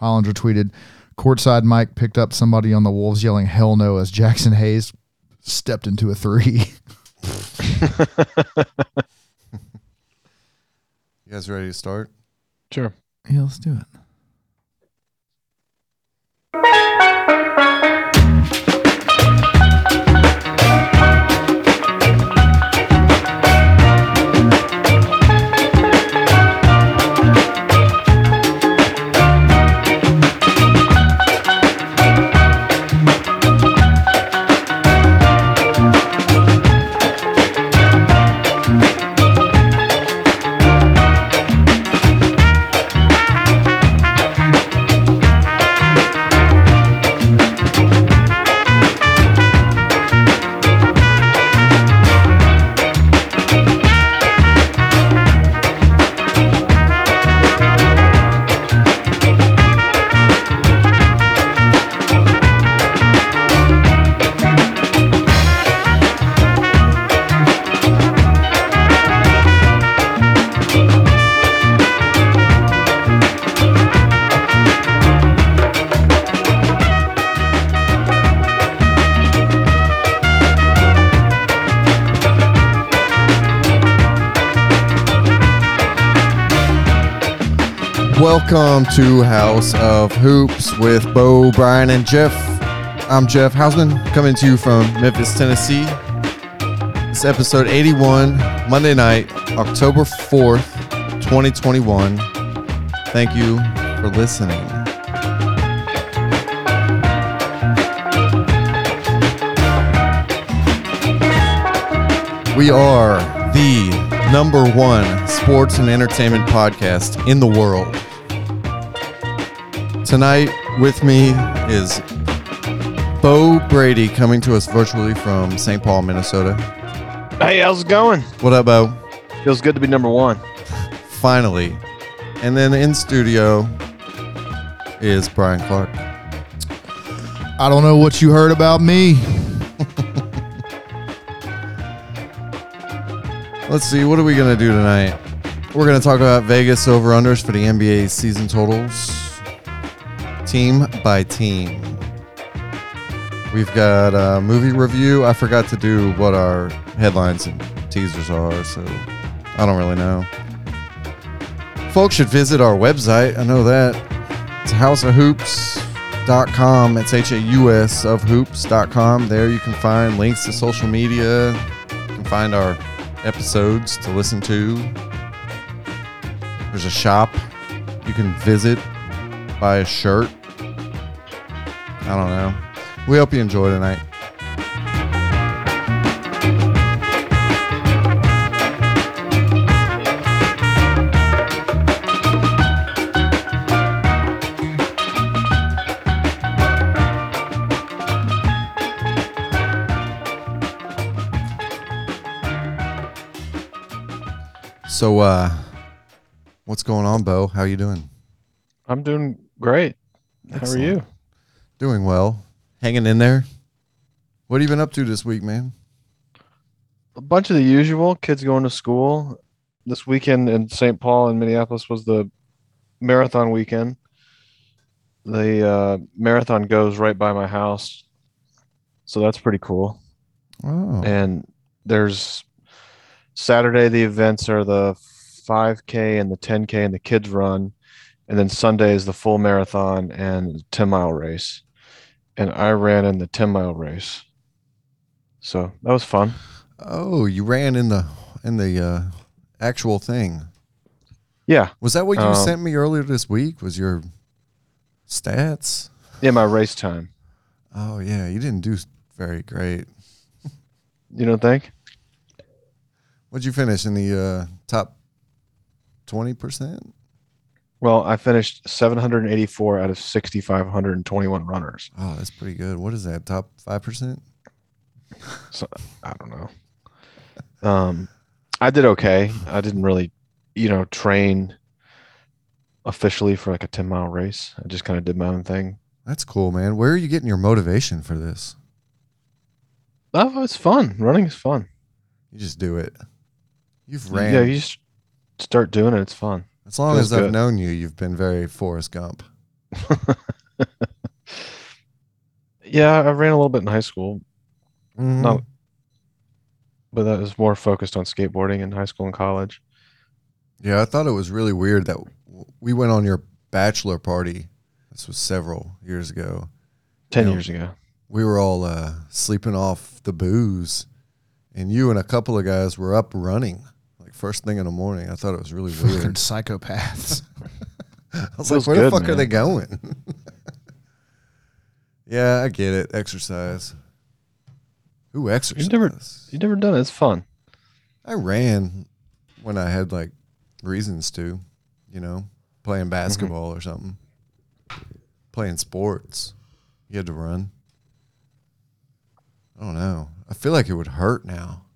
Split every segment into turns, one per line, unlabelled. Hollinger tweeted, courtside Mike picked up somebody on the Wolves yelling hell no as Jackson Hayes stepped into a three.
You guys ready to start?
Sure.
yeah, let's do it.
Welcome to House of Hoops with Bo, Brian, and Jeff. I'm Jeff Hausman, coming to you from Memphis, Tennessee. It's episode 81, Monday night, October 4th, 2021. Thank you for listening. We are the number one sports and entertainment podcast in the world. Tonight with me is Bo Brady coming to us virtually from St. Paul, Minnesota.
Hey, how's it going?
What up, Bo?
Feels good to be number one.
Finally. And then in studio is Brian Clark.
I don't know what you heard about me.
Let's see, what are we going to do tonight? We're going to talk about Vegas over unders for the NBA season totals, team by team. We've got a movie review. I forgot to do what our headlines and teasers are, so I don't really know. Folks should visit our website. I know that. It's houseofhoops.com. It's H A U S of hoops.com. There you can find links to social media. You can find our episodes to listen to. There's a shop you can visit, buy a shirt. I don't know. We hope you enjoy tonight. So, uh, what's going on, Bo? How you doing?
I'm doing great.
Excellent.
How are you?
Doing well. Hanging in there. What have you been up to this week, man?
A bunch of the usual. Kids going to school. This weekend in St. Paul and Minneapolis was the marathon weekend. The uh, marathon goes right by my house, so that's pretty cool.
Oh,
And there's Saturday the events are the 5K and the 10K and the kids run, and then Sunday is the full marathon and 10 mile race. And I ran in the 10 mile race, so that was fun.
oh, you ran in the in the uh, actual thing.
Yeah,
Was that what you
Um,
sent me earlier this week? Was your stats?
yeah, my race time.
Oh yeah, you didn't do very great.
You don't think?
What'd you finish in the uh, top twenty percent?
Well, I finished 784 out of 6,521 runners.
Oh, that's pretty good. What is that? Top five percent?
I don't know. Um, I did okay. I didn't really, you know, train officially for like a 10 mile race. I just kind of did my own thing.
That's cool, man. Where are you getting your motivation for this?
Oh, it's fun. Running is fun.
You just do it. You've ran.
Yeah, you just start doing it. It's fun.
as long
feels
as I've
good.
known you, you've been very Forrest Gump.
yeah, I ran a little bit in high school,
Mm,
No. but that was more focused on skateboarding in high school and college.
Yeah, I thought it was really weird that w- we went on your bachelor party. This was several years ago.
10
Yeah.
years ago.
we were all uh, sleeping off the booze, and you and a couple of guys were up running like first thing in the morning. I thought it was really
Fucking
weird.
psychopaths.
I was
Feels
like, where the
good,
fuck are
man.
they going? yeah, I get it. Exercise. Who exercise?
never- You've never done it. It's fun.
I ran when I had like reasons to, you know, playing basketball or something, playing sports. You had to run. I don't know. I feel like it would hurt now.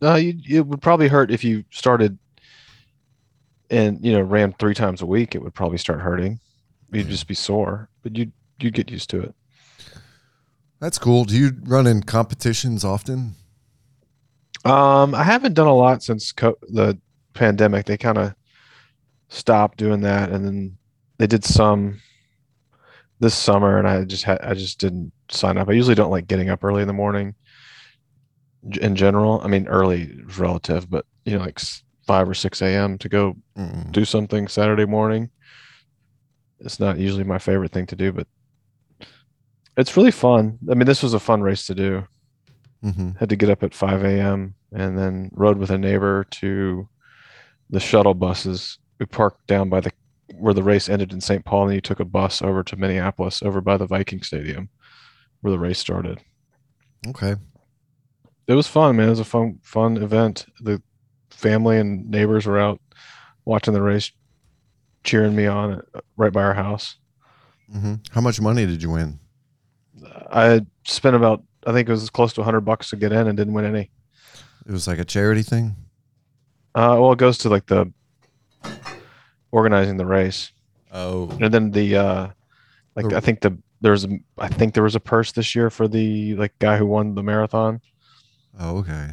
No, Uh, you, it would probably hurt if you started and, you know, ran three times a week. It would probably start hurting. You'd just be sore, but you'd, you'd get used to it.
That's cool. Do you run in competitions often?
Um, I haven't done a lot since co- the pandemic. They kind of stopped doing that, and then they did some this summer, and I just had I just didn't sign up. I usually don't like getting up early in the morning. g- In general, I mean, early is relative, but you know, like s- five or six a.m. to go
Mm-mm.
do something Saturday morning. It's not usually my favorite thing to do, but it's really fun. I mean, this was a fun race to do
Mm-hmm.
had to get up at 5 a.m. and then rode with a neighbor to the shuttle buses. We parked down by the where the race ended in St. Paul, and then you took a bus over to Minneapolis, over by the Viking Stadium, where the race started.
Okay.
It was fun, man. It was a fun, fun event. The family and neighbors were out watching the race, cheering me on uh, right by our house.
hmm How much money did you win?
I spent about, I think it was close to 100 bucks to get in, and didn't win any.
It was like a charity thing.
Uh, well, it goes to like the organizing the race.
Oh.
and then the uh like
The-
i think the there's a- i think there was a purse this year for the like guy who won the marathon
Oh, okay.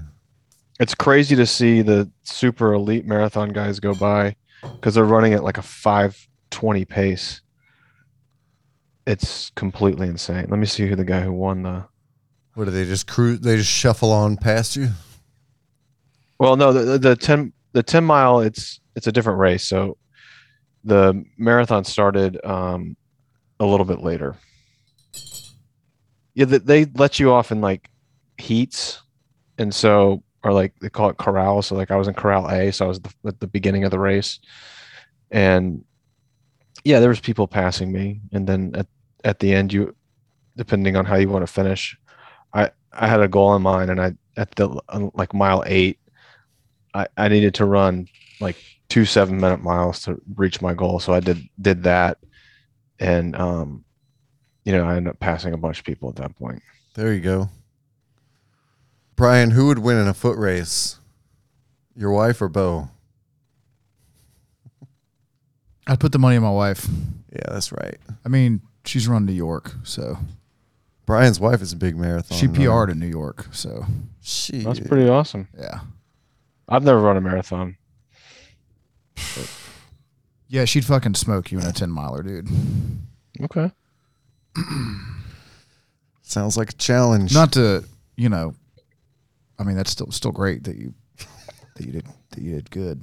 it's crazy to see the super elite marathon guys go by because they're running at like a 520 pace it's completely insane let me see who the guy who won the
What do they just cruise? They just shuffle on past you.
well no the, the, the 10 the 10 mile it's it's a different race so the marathon started um a little bit later yeah they, they let you off in like heats and so or like they call it corral so like i was in corral a so i was the, at the beginning of the race and yeah there was people passing me and then at, at the end you depending on how you want to finish i i had a goal in mind and i at the uh, like mile eight i i needed to run like two seven minute miles to reach my goal so i did did that and um you know i ended up passing a bunch of people at that point
There you go. Brian, who would win in a foot race? Your wife or Bo?
I'd put the money on my wife.
Yeah, that's right.
I mean, she's run New York, so
Brian's wife is a big marathon.
she
runner.
PR'd in New York, so
She.
that's pretty awesome
yeah.
i've never run a marathon
Yeah, she'd fucking smoke you in a 10 miler, dude.
okay
Sounds like a challenge.
Not to, you know, I mean, that's still still great that you that you did that you did good.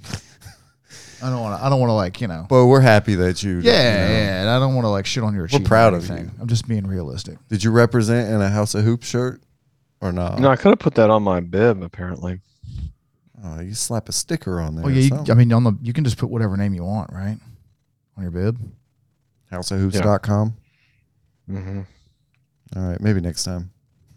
I don't want to I don't want to like, you know.
Bo, we're happy that
Yeah,
you. you know,
yeah, and I don't want to like shit on your achievement.
proud
or
of you.
anything. I'm just being realistic.
Did you represent in a House of Hoop shirt or not?
no i could have put that on my bib apparently
Oh, you slap a sticker on there.
Well,
or
Oh, yeah, you, I
something.
mean, on the you can just put whatever name you want, right? On your bib.
Houseofhoops.com.
mm-hmm.
All right, maybe next time.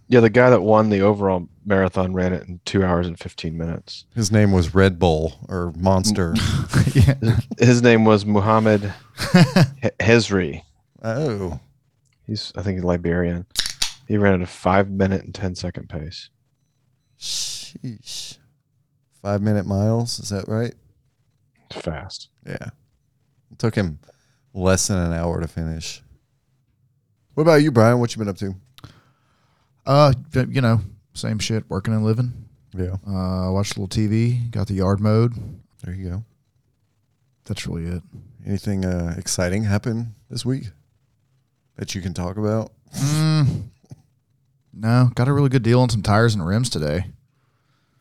yeah the guy that won the overall marathon ran it in two hours and 15 minutes
His name was Red Bull or Monster.
yeah.
his name was muhammad He- hezri
oh,
He's I think he's Liberian. He ran at a five minute and 10 second pace.
sheesh. Five minute miles. Is that right?
It's Fast.
Yeah. It took him less than an hour to finish. What about you, Brian? What you been up to?
Uh, but, you know, same shit, working and living.
Yeah.
Uh, watched a little TV, got the yard mode.
There you go.
That's really it.
Anything uh, exciting happen this week? that you can talk about?
Mm, no, got a really good deal on some tires and rims today.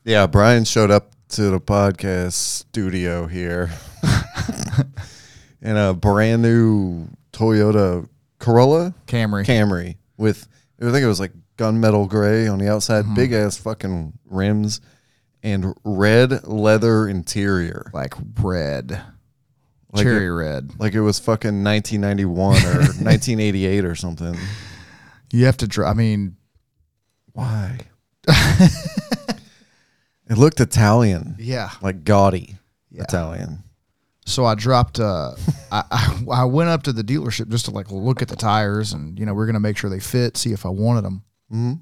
Yeah, Brian showed up to the podcast studio here in a brand new Toyota Corolla
Camry.
Camry with I think it was like gunmetal gray on the outside,
Mhm.
big ass fucking rims, and red leather interior,
like red,
like
cherry
It,
red.
like it was fucking 1991 or 1988 or something.
You have to drive. I mean,
Why? it looked Italian,
yeah.
like gaudy
Yeah.
Italian.
So I dropped. Uh, I, I I went up to the dealership just to like look at the tires, and you know we are gonna make sure they fit, see if I wanted them,
hmm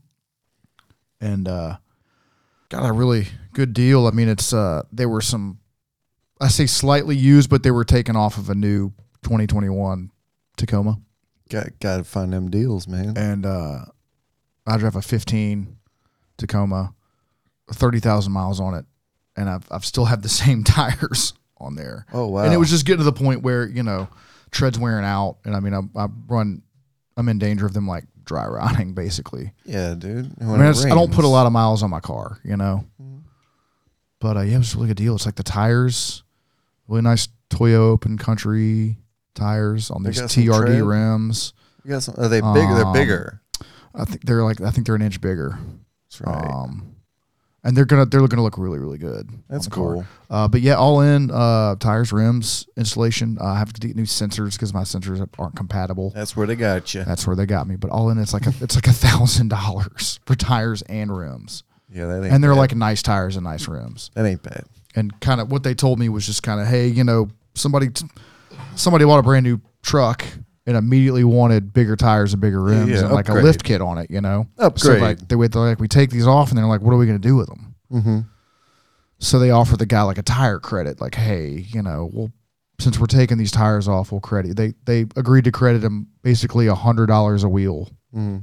and uh, got a really good deal. I mean, it's uh, there were some, I say slightly used, but they were taken off of a new 2021 Tacoma,
Got got to find them deals, man.
and uh, I drive a 15 Tacoma, 30,000 miles on it, and I've I've still had the same tires on there.
Oh wow!
And it was just getting to the point where, you know, tread's wearing out. And I mean, I, I run, I'm in danger of them like dry rotting basically.
yeah, dude.
I mean, it's- I don't put a lot of miles on my car, you know.
Mm-hmm.
But uh, yeah, it was a really good deal. It's like the tires, really nice Toyo open country tires on
They
these
got some tread?
TRD rims.
You got some, are they big? they're
Um,
bigger.
I think they're like, I think they're an inch bigger.
That's right.
Um, and they're gonna, they're looking to look really, really good. on
That's
the car.
cool.
Uh, but yeah, all in uh, tires, rims, installation. Uh, I have to get new sensors because my sensors aren't compatible.
That's where they got you.
That's where they got me. But all in, it's like a, it's like a thousand dollars for tires and rims,
Yeah, that ain't.
and they're
bad.
like nice tires and nice rims.
that ain't bad.
And kind of what they told me was just kind of, hey, you know, somebody t- somebody bought a brand new truck and immediately wanted bigger tires and bigger rims
yeah,
and like
upgrade.
a lift kit on it, you know.
Upgrade.
So like they were like, we take these off, and they're like, what are we gonna do with them?
Mm-hmm.
So they offered the guy like a tire credit, like, hey, you know, well, since we're taking these tires off, we'll credit. They they agreed to credit him basically a hundred dollars a wheel,
Mm-hmm.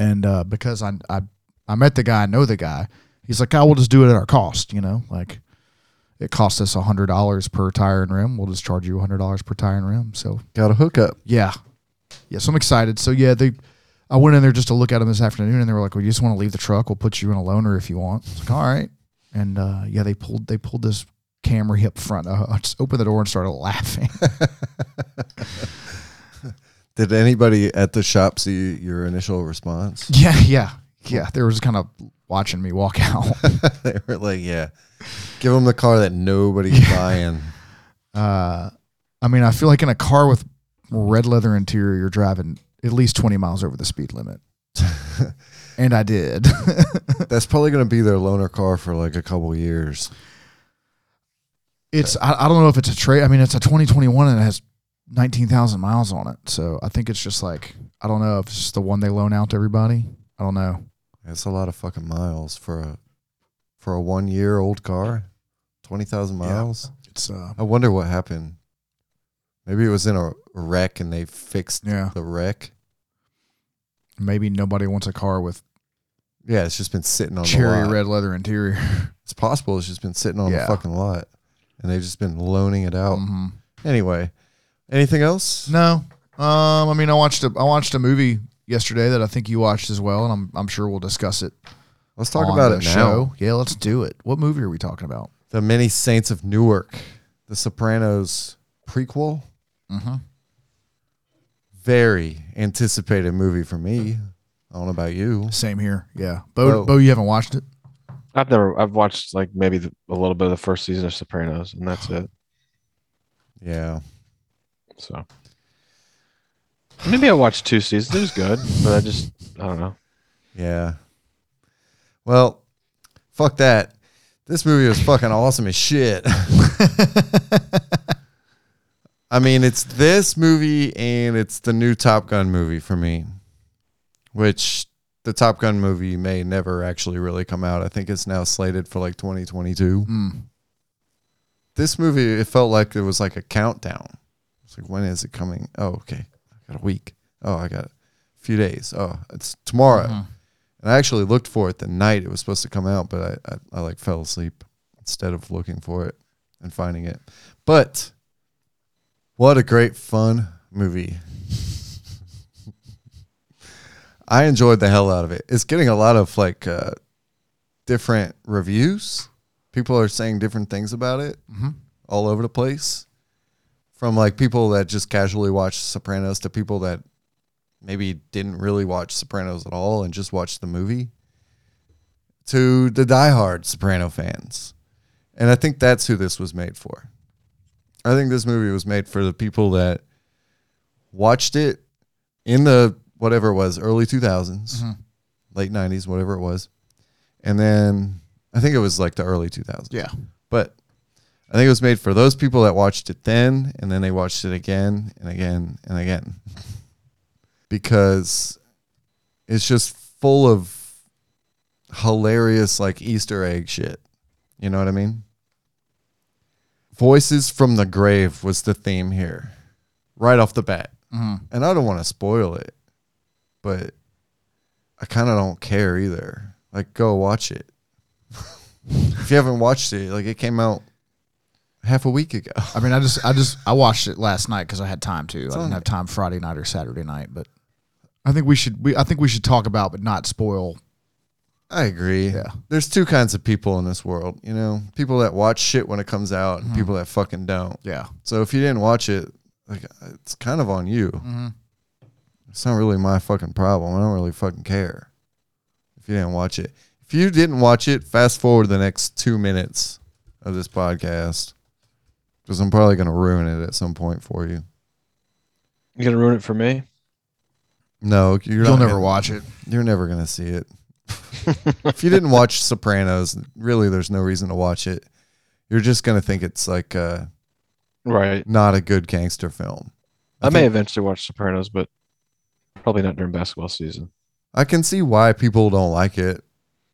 and uh, because I I I met the guy, I know the guy. He's like, I will just do it at our cost, you know, like it costs us a hundred dollars per tire and rim. We'll just charge you a hundred dollars per tire and rim. So
Got a hookup.
yeah, yeah. So I'm excited. So yeah, they. I went in there just to look at them this afternoon, and they were like, "Well, you just want to leave the truck? We'll put you in a loaner if you want." It's like, all right. And uh, yeah, they pulled they pulled this Camry up front. Uh, I just opened the door and started laughing.
Did anybody at the shop see your initial response?
yeah, yeah, yeah. They were just kind of watching me walk out.
they were like, "Yeah, give them the car that nobody's buying."
Uh, I mean, I feel like in a car with red leather interior, you're driving at least 20 miles over the speed limit. and I did.
That's probably going to be their loaner car for like a couple years.
It's I, I don't know if it's a trade. I mean, it's a 2021 and it has 19,000 miles on it. So I think it's just like I don't know if it's just the one they loan out to everybody. I don't know.
That's a lot of fucking miles for a for a one year old car. Twenty thousand
Yeah.
miles.
It's uh
I wonder what happened. Maybe it was in a wreck and they fixed
yeah.
the wreck.
Maybe nobody wants a car with
Yeah, it's just been sitting on the
cherry
lot.
red leather interior.
It's possible it's just been sitting on the
Yeah.
fucking lot, and they've just been loaning it out.
Mhm.
Anyway, anything else?
No. Um I mean, I watched a I watched a movie yesterday that I think you watched as well and I'm I'm sure we'll discuss it
Let's talk
on
about
the
it now.
show. Yeah, let's do it. What movie are we talking about?
The Many Saints of Newark, The Sopranos prequel.
Mhm.
Very anticipated movie for me. I don't know about you.
Same here. Yeah. Bo,
Oh.
Bo you haven't watched it?
I've never. I've watched like maybe the, a little bit of the first season of Sopranos, and that's it.
Yeah.
So maybe I watched two seasons. It was good, but I just I don't know.
Yeah. Well, fuck that. This movie was fucking awesome as shit. I mean, it's this movie and it's the new Top Gun movie for me, which the Top Gun movie may never actually really come out. I think it's now slated for like 2022.
Mm.
This movie, it felt like it was like a countdown. It's like, when is it coming? Oh, okay. I got a week. Oh, I got a few days. Oh, it's tomorrow.
Mhm.
And I actually looked for it the night it was supposed to come out, but I, I, I like fell asleep instead of looking for it and finding it. But what a great fun movie. I enjoyed the hell out of it. It's getting a lot of like uh, different reviews. People are saying different things about it
Mhm.
all over the place. From like people that just casually watch Sopranos to people that maybe didn't really watch Sopranos at all and just watched the movie to the diehard Soprano fans. And I think that's who this was made for. I think this movie was made for the people that watched it in the whatever it was, early 2000s,
Mhm.
late 90s, whatever it was. And then I think it was like the early 2000s.
Yeah.
But I think it was made for those people that watched it then and then they watched it again and again and again. because it's just full of hilarious like Easter egg shit. You know what I mean? Voices from the grave was the theme here. Right off the bat
Mhm.
and I don't want to spoil it, but I kind of don't care either. Like, go watch it. if you haven't watched it, like it came out half a week ago.
I mean, I just, I just, I watched it last night because I had time to. I
on
didn't have time Friday night or Saturday night, but I think we should, we, I think we should talk about, but not spoil.
I agree.
Yeah.
There's two kinds of people in this world, you know, people that watch shit when it comes out
Mm-hmm.
and people that fucking don't.
Yeah.
So if you didn't watch it, like it's kind of on you.
Mm-hmm.
It's not really my fucking problem. I don't really fucking care if you didn't watch it. If you didn't watch it, fast forward the next two minutes of this podcast because I'm probably going to ruin it at some point for you.
You gonna ruin it for me?
No, you're
You'll
not-
never watch it.
You're never going to see it. if you didn't watch Sopranos, really, there's no reason to watch it. You're just going to think it's like uh,
Right.
not a good gangster film.
I, may
think-
eventually watch Sopranos, but probably not during basketball season.
I can see why people don't like it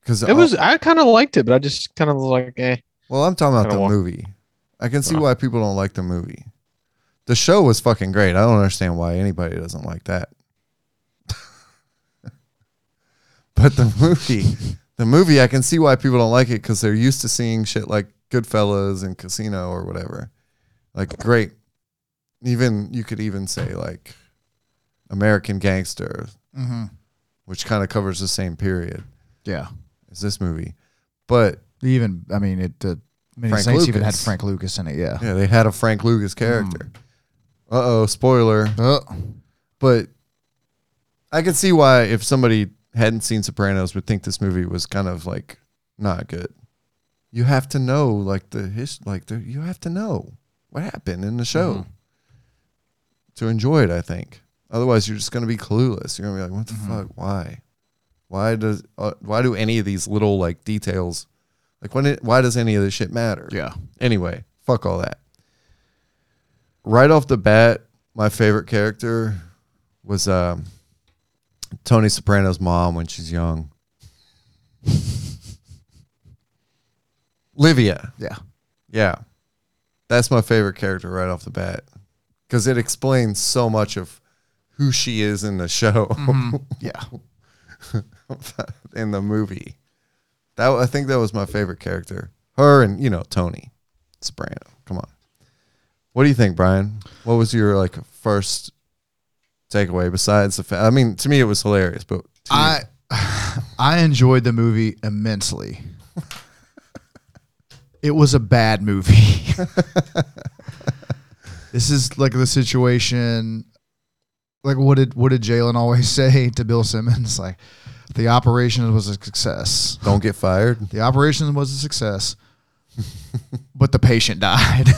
because
It was I kind of liked it, but I just kind of was like, eh.
Well, I'm talking about
Kinda
the
walk-
movie. I can see
Uh.
why people don't like the movie. The show was fucking great. I don't understand why anybody doesn't like that. but the movie, the movie, I can see why people don't like it because they're used to seeing shit like Goodfellas and Casino or whatever. Like great, even you could even say like American Gangster,
Mm-hmm.
which kind of covers the same period
Yeah.
as this movie. But
Even, I mean, it, the Many
Frank
Saints even had
Lucas.
Frank Lucas in it. Yeah. Hmm.
yeah, they had a Frank Lucas character. Uh oh, spoiler.
Oh,
but I could see why if somebody hadn't seen Sopranos would think this movie was kind of like not good. You have to know like the his like the you have to know what happened in the show
Mm-hmm.
to enjoy it. I think otherwise you're just gonna be clueless. You're gonna be like, what the
Mm-hmm.
fuck? Why? Why does uh, why do any of these little like details like when it, why does any of this shit matter?
yeah.
Anyway, fuck all that. Right off the bat, my favorite character was um, Tony Soprano's mom when she's young. Livia.
Yeah.
Yeah. That's my favorite character right off the bat because it explains so much of who she is in the show,
Yeah.
in the movie. That I think that was my favorite character. Her and, you know, Tony Soprano. Come on. What do you think, Brian? What was your like first takeaway besides the fact? I mean, to me it was hilarious, but to you-
I, I enjoyed the movie immensely. it was a bad movie. this is like the situation. Like what did what did Jalen always say to Bill Simmons? Like the operation was a success.
don't get fired.
The operation was a success, but the patient died.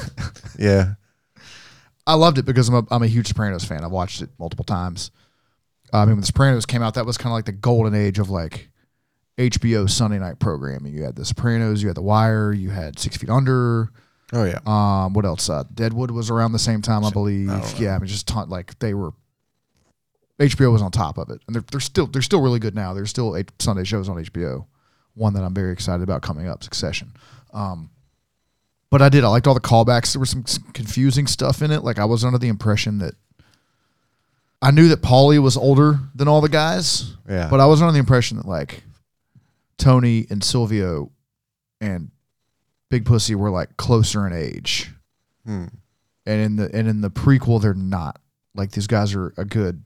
Yeah.
I loved it because I'm a, I'm a huge Sopranos fan. I've watched it multiple times. I mean, when The Sopranos came out, that was kind of like the golden age of like HBO Sunday night programming. You had The Sopranos, you had The Wire, you had Six Feet Under.
Oh yeah.
Um, what else? Uh, Deadwood was around the same time, I believe.
don't know.
yeah, I mean, just ton, like they were. HBO was on top of it, and they're, they're still they're still really good now. There's still eight Sunday shows on HBO. One that I'm very excited about coming up, Succession. Um, but I did. I liked all the callbacks. There was some s- confusing stuff in it. Like I was under the impression that I knew that Paulie was older than all the guys,
Yeah.
but I was under the impression that like Tony and Silvio and Big Pussy were like closer in age.
Hmm.
And in the and in the prequel they're not. Like these guys are a good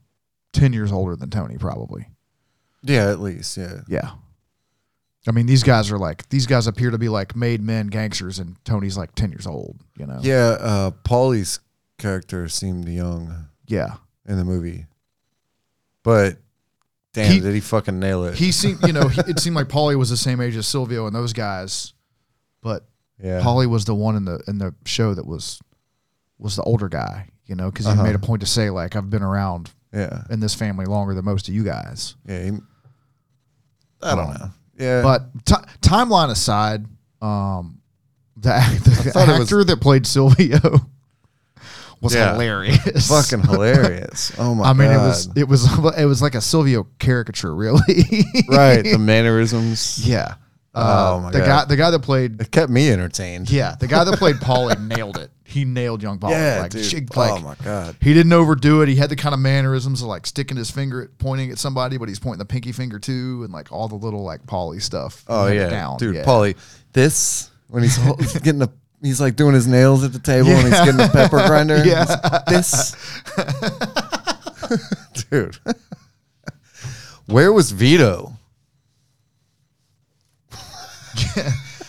ten years older than Tony probably.
Yeah, at least. Yeah.
Yeah. I mean, these guys are like these guys appear to be like made men gangsters, and Tony's like ten years old. You know.
Yeah. Uh, Paulie's character seemed young
Yeah.
in the movie, but damn,
He-
did he fucking nail it?
He seemed, you know, he, it seemed like Paulie was the same age as Silvio and those guys, but
yeah.
Polly was the one in the in the show that was was the older guy. You know, because he
Uh-huh.
made a point to say like I've been around
yeah.
in this family longer than most of you guys.
Yeah. He, I don't know. Yeah.
But ti timeline aside, um, the, act- the
thought it was-
actor that played Silvio was
Yeah.
hilarious.
fucking hilarious. Oh my
I mean,
God.
it was it was it was like a Silvio caricature, really.
right. The mannerisms.
yeah.
Oh, my
the
God.
guy the guy that played
It kept me entertained.
yeah the guy that played Paulie nailed it. He nailed young Paulie.
Yeah,
like,
dude.
she-
oh
like,
my god.
He didn't overdo it. He had the kind of mannerisms of like sticking his finger at pointing at somebody, but he's pointing the pinky finger too, and like all the little like Polly stuff.
Oh
He had it
yeah,
down.
dude.
Yeah.
Polly, this when he's hol- getting a, he's like doing his nails at the table and he's
Yeah.
getting a pepper grinder.
Yeah.
He's like, this, dude. Where was Vito?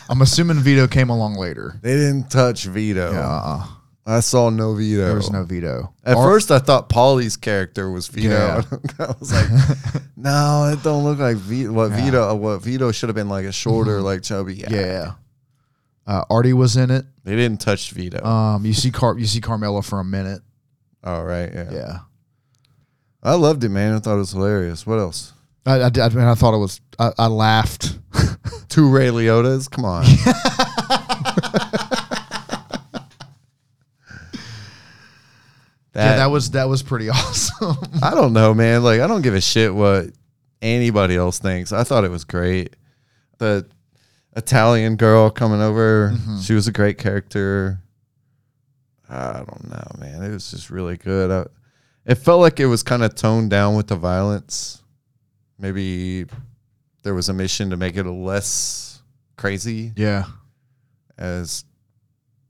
I'm assuming Vito came along later.
They didn't touch Vito.
Uh,
I saw no Vito.
there was no Vito.
At
Or-
first, I thought Polly's character was Vito.
Yeah.
I was like, no, it don't look like Vito. What Vito? What Vito should have been like a shorter, like chubby. guy.
Mm-hmm. yeah, uh, Artie was in it.
They didn't touch Vito.
Um, you see Car, you see Carmela for a minute.
All Oh, right. Yeah.
Yeah,
I loved it, man. I thought it was hilarious. What else?
I, I, did- I mean, I thought it was. I, I laughed.
Two Ray Liotas? Come on.
yeah,
that,
that was that was pretty awesome.
I don't know, man. Like, I don't give a shit what anybody else thinks. I thought it was great. The Italian girl coming over, she was a great character. I don't know, man. It was just really good. I, it felt like it was kind of toned down with the violence. Maybe there was a mission to make it less crazy
yeah,
as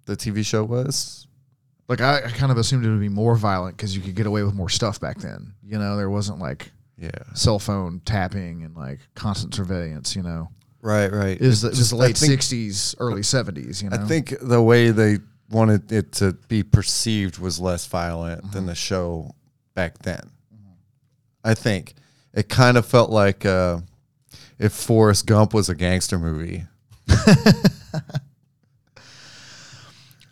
the TV show was.
like I, I kind of assumed it would be more violent because you could get away with more stuff back then. You know, there wasn't like
Yeah.
cell phone tapping and like constant surveillance. You know,
Right, right.
it was, the, it was the
I
late
think-
'60s, early '70s. You know,
I think the way they wanted it to be perceived was less violent than the show back then. I think it kind of felt like uh, if Forrest Gump was a gangster movie.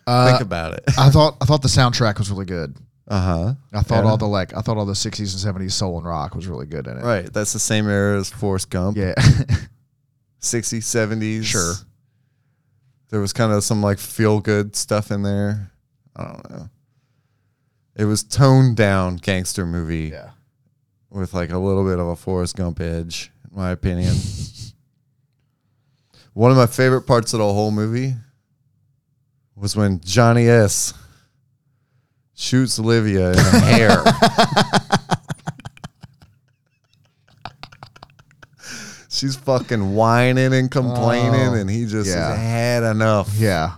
think about it.
Uh, I thought I thought the soundtrack was really good.
Uh huh.
I thought
Yeah.
all the like I thought all the '60s and '70s soul and rock was really good in it.
Right. That's the same era as Forrest Gump.
Yeah,
60s, 70s.
Sure.
There was kind of some like feel good stuff in there. I don't know. It was toned down gangster movie
yeah.
with like a little bit of a Forrest Gump edge, in my opinion. One of my favorite parts of the whole movie was when Johnny S shoots Olivia in the hair. She's fucking whining and complaining,
Oh,
and he just has
yeah.
had enough.
Yeah.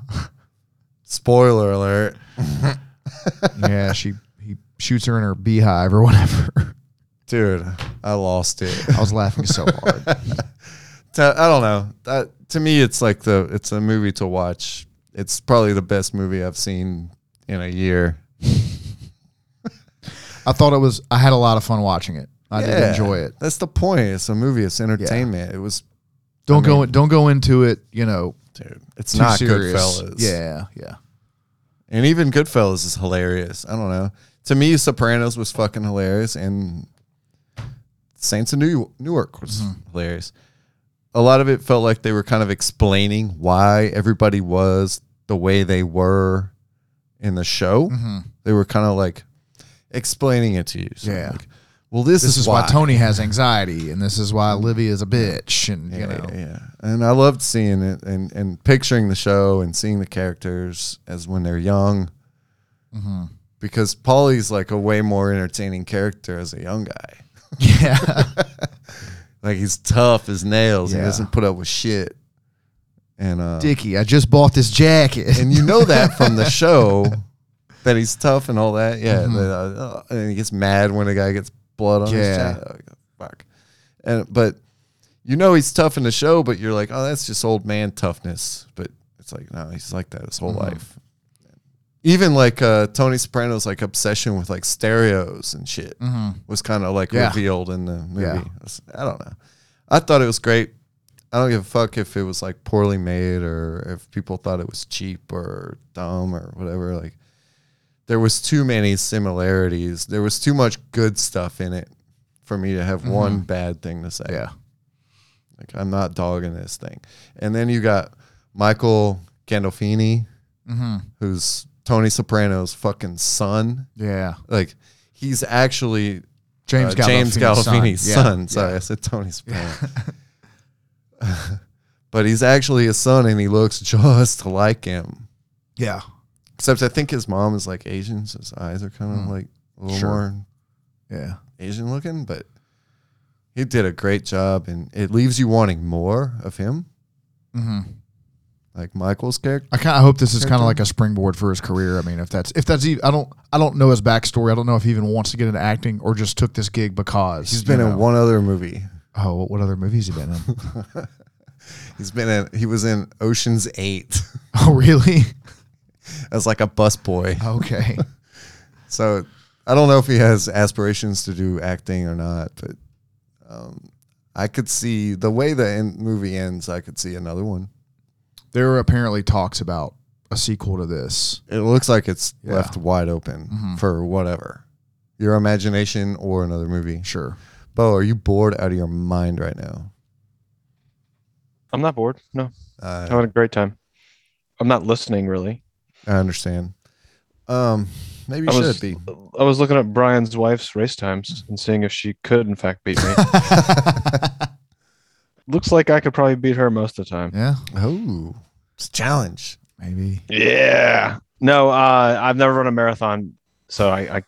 Spoiler alert.
Yeah. She he shoots her in her beehive or whatever.
Dude, I lost it.
I was laughing so hard.
to, I don't know. That, to me, it's like the it's a movie to watch. It's probably the best movie I've seen in a year.
I thought it was I had a lot of fun watching it. I did
Yeah.
enjoy it.
That's the point. It's a movie. It's entertainment. It was,
Don't go don't go into it, you know,
dude. It's
too
not
serious.
Goodfellas.
Yeah, yeah.
and even Goodfellas is hilarious. I don't know. To me, Sopranos was fucking hilarious, and Saints of New Newark was hilarious. A lot of it felt like they were kind of explaining why everybody was the way they were in the show.
Mm. Mm-hmm.
They were kind of like explaining it to you. So,
Yeah.
like, well, this,
This is
why
why Tony has anxiety and this is why Olivia is a bitch and you
yeah,
know.
yeah, yeah. And I loved seeing it and, and picturing the show and seeing the characters as when they're young.
Mm-hmm.
Because Polly's like a way more entertaining character as a young guy.
Yeah.
Like he's tough as nails. He
Yeah.
doesn't put up with shit. And uh,
Dickie, I just bought this jacket.
and you know that from the show that he's tough and all oh, that. Yeah, that, uh, uh, and he gets mad when a guy gets blood on
Yeah.
his chest. Fuck, And but you know he's tough in the show, but you're like, oh, that's just old man toughness. But it's like, no, he's like that his whole
Mhm.
life. Even like uh, Tony Soprano's like obsession with like stereos and shit
Mm-hmm.
was kind of like
Yeah.
revealed in the movie.
Yeah.
It's- I don't know. I thought it was great. I don't give a fuck if it was like poorly made or if people thought it was cheap or dumb or whatever. Like there was too many similarities. There was too much good stuff in it for me to have one bad thing to say.
Mm-hmm. Yeah.
Like I'm not dogging this thing. And then you got Michael Gandolfini,
Mm-hmm.
who's Tony Soprano's fucking son.
Yeah.
Like he's actually
James
uh, James
Gandolfini's son.
Gandolfini's
Yeah.
son. Sorry,
Yeah.
I said Tony Soprano. but he's actually his son, and he looks just like him.
Yeah.
Except I think his mom is like Asian, so his eyes are kind of
Mm.
like a little
Sure.
more
Yeah.
Asian looking. But he did a great job, and it leaves you wanting more of him,
Mm-hmm.
like Michael's character.
I kind of hope this is kind of
Character.
like a springboard for his career. I mean, if that's if that's even, I don't I don't know his backstory. I don't know if he even wants to get into acting or just took this gig because
He's
you
been
know.
in one other movie.
Oh, what, what other movies he been in?
He's been in. He was in Ocean's Eight
oh, really?
as like a busboy.
Okay.
So I don't know if he has aspirations to do acting or not, but um, I could see the way the end movie ends. I could see another one.
there were apparently talks about a sequel to this.
It looks like it's
Yeah.
left wide open
Mhm.
for whatever your imagination or another movie.
Sure.
Bo, are you bored out of your mind right now?
I'm not bored. No,
Uh,
having a great time. I'm not listening really.
I understand. Um, maybe you
I was-
should be.
I was looking up Brian's wife's race times and seeing if she could in fact beat me. Looks like I could probably beat her most of the time.
Yeah.
oh, it's a challenge.
Maybe.
Yeah. No, uh, I've never run a marathon, so I, I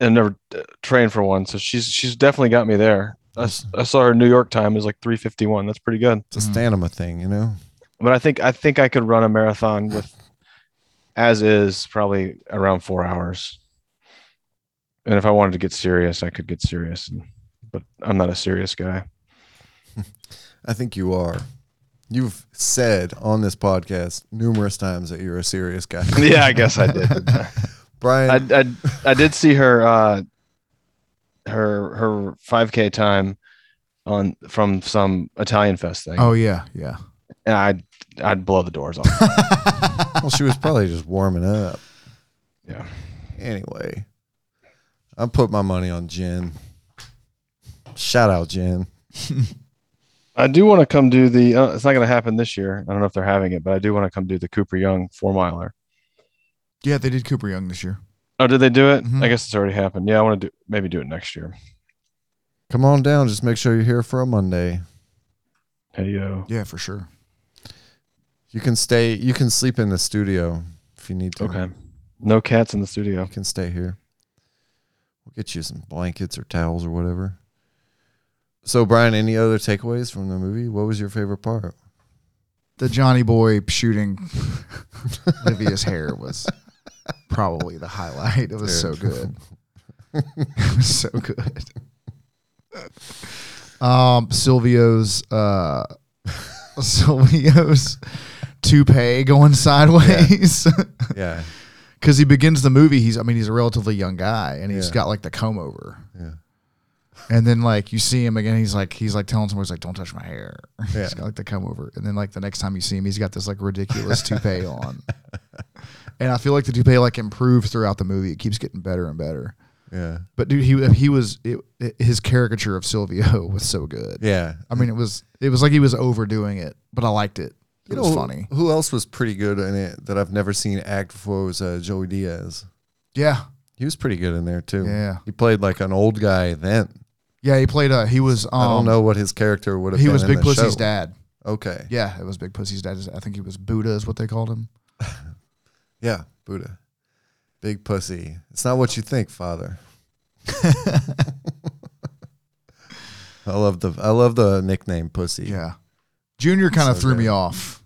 and never uh, trained for one. So she's she's definitely got me there. I, s- I saw her New York time is like three fifty one. That's pretty good.
It's a
Mhm.
stamina thing, you know.
But I think I think I could run a marathon with as is probably around four hours. And if I wanted to get serious, I could get serious. And, but I'm not a serious guy.
I think you are. You've said on this podcast numerous times that you're a serious guy.
yeah, I guess I did.
Brian,
I, I, I did see her uh, her her 5k time on from some Italian fest thing.
Oh yeah. Yeah.
And I'd I'd blow the doors off.
well, she was probably just warming up.
yeah.
Anyway, I put my money on Jen. Shout out, Jen.
I do want to come do the uh, it's not going to happen this year. I don't know if they're having it, but I do want to come do the Cooper Young 4 miler.
Yeah, they did Cooper Young this year.
Oh, did they do it?
Mhm.
I guess it's already happened. Yeah, I want to do maybe do it next year.
Come on down. Just make sure you're here for a Monday.
Hey yo.
Yeah, for sure.
You can stay. You can sleep in the studio if you need to.
Okay. No cats in the
You
studio.
can stay here. We'll get you some blankets or towels or whatever. So, Brian, any other takeaways from the movie? What was your favorite part?
The Johnny Boy shooting Livia's hair was probably the highlight. It was so good. It was so good. Um, Silvio's uh, Silvio's toupee going sideways.
yeah.
because he begins the movie. He's, I mean, he's a relatively young guy, and he's
Yeah.
got like the comb over.
Yeah.
And then like you see him again, he's like he's like telling somebody he's like, "Don't touch my hair."
Yeah.
he's got like the comb over. And then like the next time you see him, he's got this like ridiculous toupee on. And I feel like the toupee like improves throughout the movie. It keeps getting better and better.
Yeah.
But dude, he he was it, it- his caricature of Silvio was so good.
Yeah.
I mean, it was it was like he was overdoing it, but I liked it. It was funny.
Who else was pretty good in it that I've never seen act before was uh, Joey Diaz.
Yeah,
He was pretty good in there too.
yeah,
He played like an old guy then.
yeah. He played a he was. Um,
I don't know what his character would have
He
been
was
in
Big
the
Pussy's
show.
dad.
Okay. Yeah.
Yeah, it was Big Pussy's dad. I think he was Buddha, is what they called him.
Buddha. Big Pussy. It's not what you think, father. I love the I love the nickname Pussy.
Yeah, Junior kind of
So
threw me
good.
off.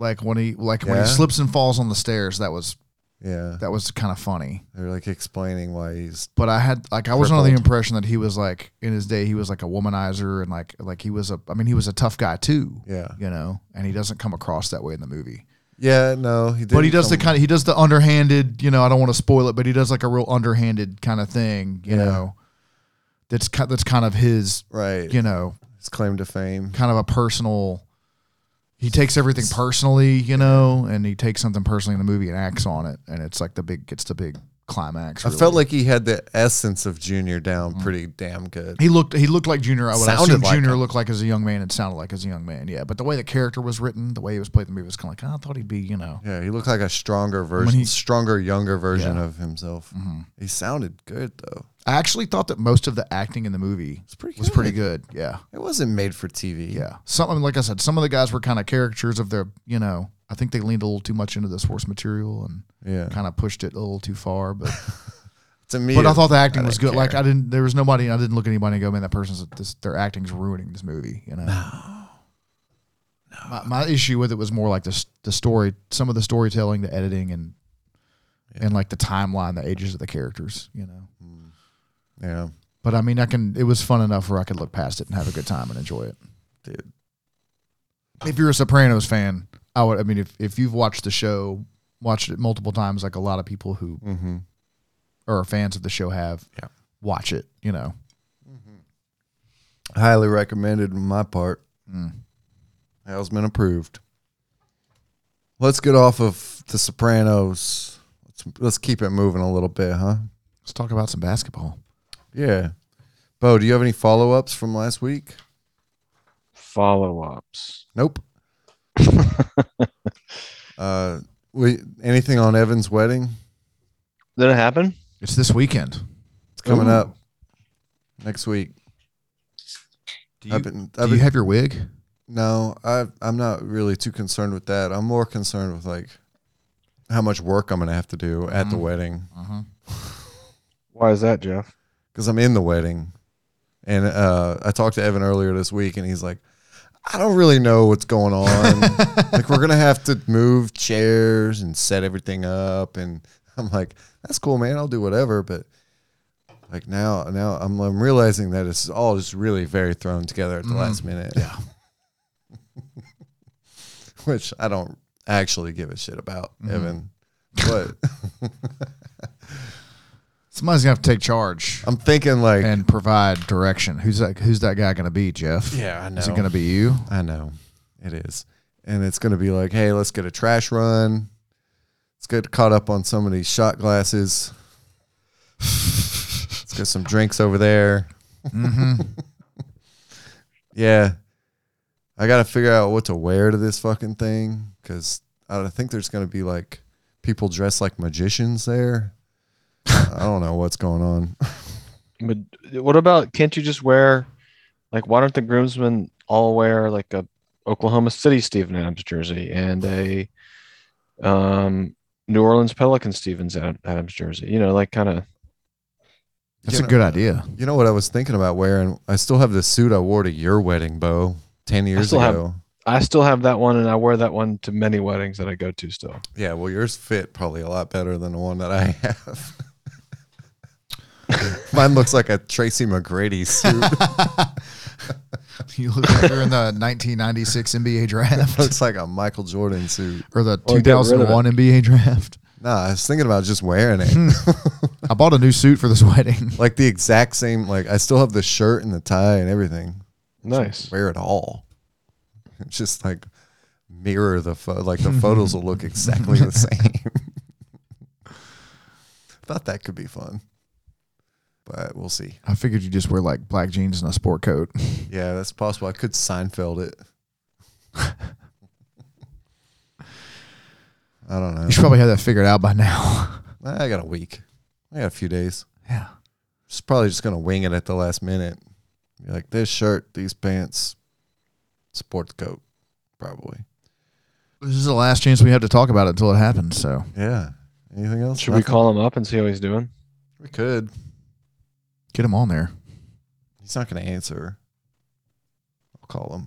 Like when he like when
Yeah?
he slips and falls on the stairs, that was
Yeah.
That was kind of funny.
They're like explaining why he's
But I had like I was under the
Crippled.
impression that he was like in his day he was like a womanizer and like like he was a I mean he was a tough guy too.
yeah.
You know, and he doesn't come across that way in the movie.
Yeah, no, he did.
but he does the kind of he does the underhanded you know i don't want to spoil it but he does like a real underhanded kind of thing you
Yeah.
know that's ki- that's kind of his
right.
you know
his claim to fame.
kind of a personal he takes everything personally you know and he takes something personally in the movie and acts on it and it's like the big gets the big climax
I
really. Mm.
felt like he had the essence of Junior down pretty damn good.
he looked he looked like junior i would
Sounded
assume
like
junior
him.
looked like as a young man and sounded like as a young man yeah but the way the character was written the way he was played in the movie was kind of like "Oh, i thought he'd be you know
Yeah, he looked like a stronger version,
he-
stronger, younger version
Yeah. Mm-hmm.
of himself. He sounded good though.
i actually thought that most of the acting in the movie
It's pretty.
was pretty good yeah
It wasn't made for TV.
Yeah. Something like I said, some of the guys were kind of caricatures of their, you know, I think they leaned a little too much into the source material and
yeah.
kind of pushed it a little too far. But
To me,
but I
it-
thought the acting was
didn't
good. Like
care.
I didn't, there was nobody. I didn't look at anybody and go, man, that person's this, their acting's ruining this movie. You know. No. My, my issue with it was more like the s- the story, some of the storytelling, the editing, and and like the timeline, the ages of the characters. You know.
yeah,
But I mean, I can. It was fun enough where I could look past it and have a good time and enjoy it.
dude.
if you're a Sopranos fan, I would. I mean, if if you've watched the show, watched it multiple times, like a lot of people who
Mm-hmm.
are fans of the show have,
Yeah.
watch it. You know,
Highly recommended on my part.
Mm.
Hailsman approved. Let's get off of The Sopranos. Let's let's keep it moving a little bit, huh?
let's talk about some basketball.
Yeah. Bo, do you have any follow ups from last week?
Follow ups.
Nope. uh, we anything on Evan's wedding?
Did it happen?
It's this weekend.
It's coming
Ooh.
up next week.
Do
I've been,
Do
I've
you
been
have your wig?
no, I I'm not really too concerned with that. I'm more concerned with like how much work I'm gonna have to do at the wedding
Uh-huh.
Why is that, Jeff?
because I'm in the wedding. And uh, I talked to Evan earlier this week, and he's like, I don't really know what's going on. like, we're going to have to move chairs and set everything up. And I'm like, that's cool, man. I'll do whatever. But like now, now I'm, I'm realizing that it's all just really very thrown together at
Mm-hmm.
the last minute. Yeah. Which I don't actually give a shit about,
Mm-hmm.
Evan. But
Somebody's gonna have to take charge
I'm thinking like,
and provide direction. Who's that? Who's that guy gonna be, Jeff?
yeah, I know.
Is it gonna be you?
I know it is, and it's going to be like, hey, let's get a trash run. Let's get caught up on some of these shot glasses. let's get some drinks over there.
Mm-hmm.
Yeah, I got to figure out what to wear to this fucking thing because I don't think there's going to be like people dressed like magicians there. I don't know what's going on.
But what about can't you just wear like why don't the groomsmen all wear like a Oklahoma City Stephen Adams jersey and a um New Orleans Pelican Stevens Ad- Adams jersey? You know, like kind of
That's
You
a
know-
good idea.
You know what I was thinking about wearing? I still have the suit I wore to your wedding, Bo, ten years
still
ago.
have- I still have that one and I wear that one to many weddings that I go to still.
Yeah, well, yours fit probably a lot better than the one that I have. Mine looks like a Tracy McGrady suit.
You look like you're in the 1996 NBA draft
looks like a Michael Jordan suit.
or the
Or get rid of it.
2001 NBA draft. Hmm.
Nah, I was thinking about just wearing it.
I bought a new suit for this wedding.
like the exact same. Like I still have the shirt and the tie and everything.
Nice.
Wear it all. Just like mirror the photo. Like the photos will look exactly the same. Thought that could be fun, but we'll see.
I figured you just wear like black jeans and a sport coat.
Yeah, that's possible. I could Seinfeld it. I don't know.
You should probably have that figured out by now.
I got a week. I got a few days.
Yeah.
Just probably just gonna wing it at the last minute. Be like this shirt, these pants, sports coat, probably.
This is the last chance we have to talk about it until it happens. So
Yeah. Anything else?
Should we
Nothing?
call him up and see how he's doing?
We could.
get him on there.
He's not gonna answer. I'll call him.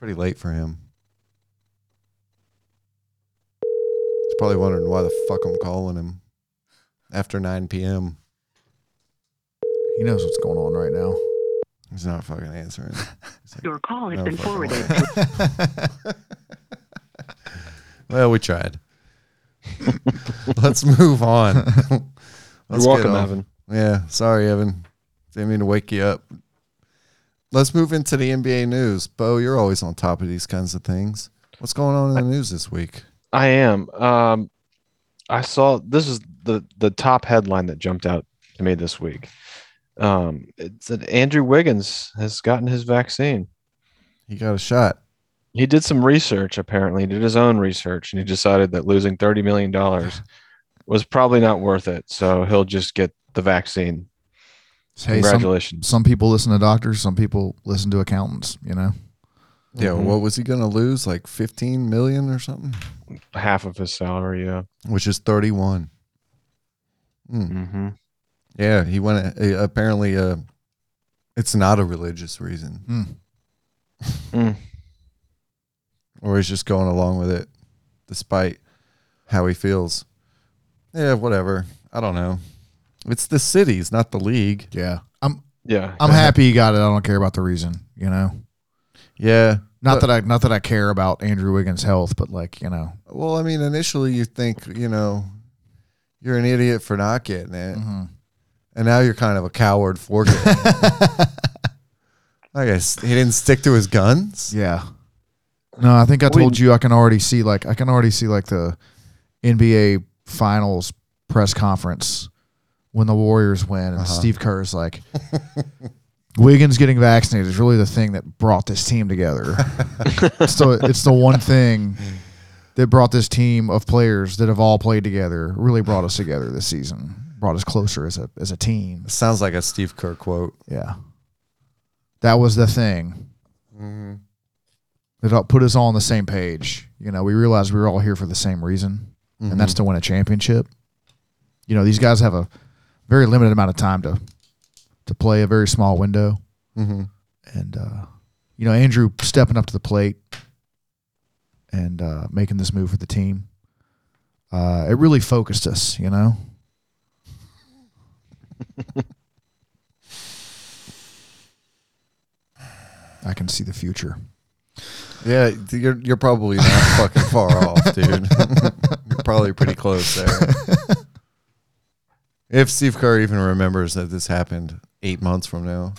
pretty late for him. He's probably wondering why the fuck I'm calling him after 9 p.m.
He knows what's going on right now.
He's not fucking answering. He's like,
Your call has
"No
been
fucking
forwarded.
way." well, we tried. Let's move on. Let's
You're welcome,
get on.
Evan.
Yeah, sorry, Evan. Didn't mean to wake you up. Let's move into the NBA news. Bo, you're always on top of these kinds of things. What's going on in the news this week?
I am. Um, I saw this is the the top headline that jumped out to me this week. Um, it said Andrew Wiggins has gotten his vaccine.
He got a shot.
He did some research apparently, did his own research, and he decided that losing thirty million dollars was probably not worth it. So he'll just get the vaccine.
Hey, some,
Congratulations.
some people listen to doctors, some people listen to accountants, you know?
Yeah,
Mhm.
what was he going to lose? Like 15 million or something?
half of his salary. Yeah.
Which is 31. Mm.
Mm-hmm.
Yeah, he went uh, apparently uh it's not a religious reason.
Hmm.
Mm.
Or he's just going along with it despite how he feels. Yeah, whatever. I don't know. It's the cities, not the league.
Yeah. I'm
Yeah.
I'm happy he got it. I don't care about the reason, you know.
Yeah.
Not that I not that I care about Andrew Wiggins' health, but like, you know.
Well, I mean, initially you think, you know, you're an idiot for not getting it.
Mhm.
And now you're kind of a coward for getting it. I guess he didn't stick to his guns.
Yeah. No, I think I
We-
told you I can already see like I can already see like the NBA finals press conference when the Warriors win and
Uh-huh.
Steve Kerr's like Wiggins getting vaccinated is really the thing that brought this team together. so it's the one thing that brought this team of players that have all played together really brought us together this season. Brought us closer as a as a team.
Sounds like a Steve Kerr quote.
Yeah. That was the thing.
Mm-hmm.
That all- put us all on the same page. You know, we realized we were all here for the same reason, and that's to win a championship. You know, these guys have a very limited amount of time to to play a very small window,
Mm-hmm.
and uh, you know, Andrew stepping up to the plate and uh, making this move for the team. Uh, it really focused us, you know. I can see the future.
Yeah, th- you're you're probably not fucking far off, dude. you're probably pretty close there. If Steve Kerr even remembers that this happened eight months from now.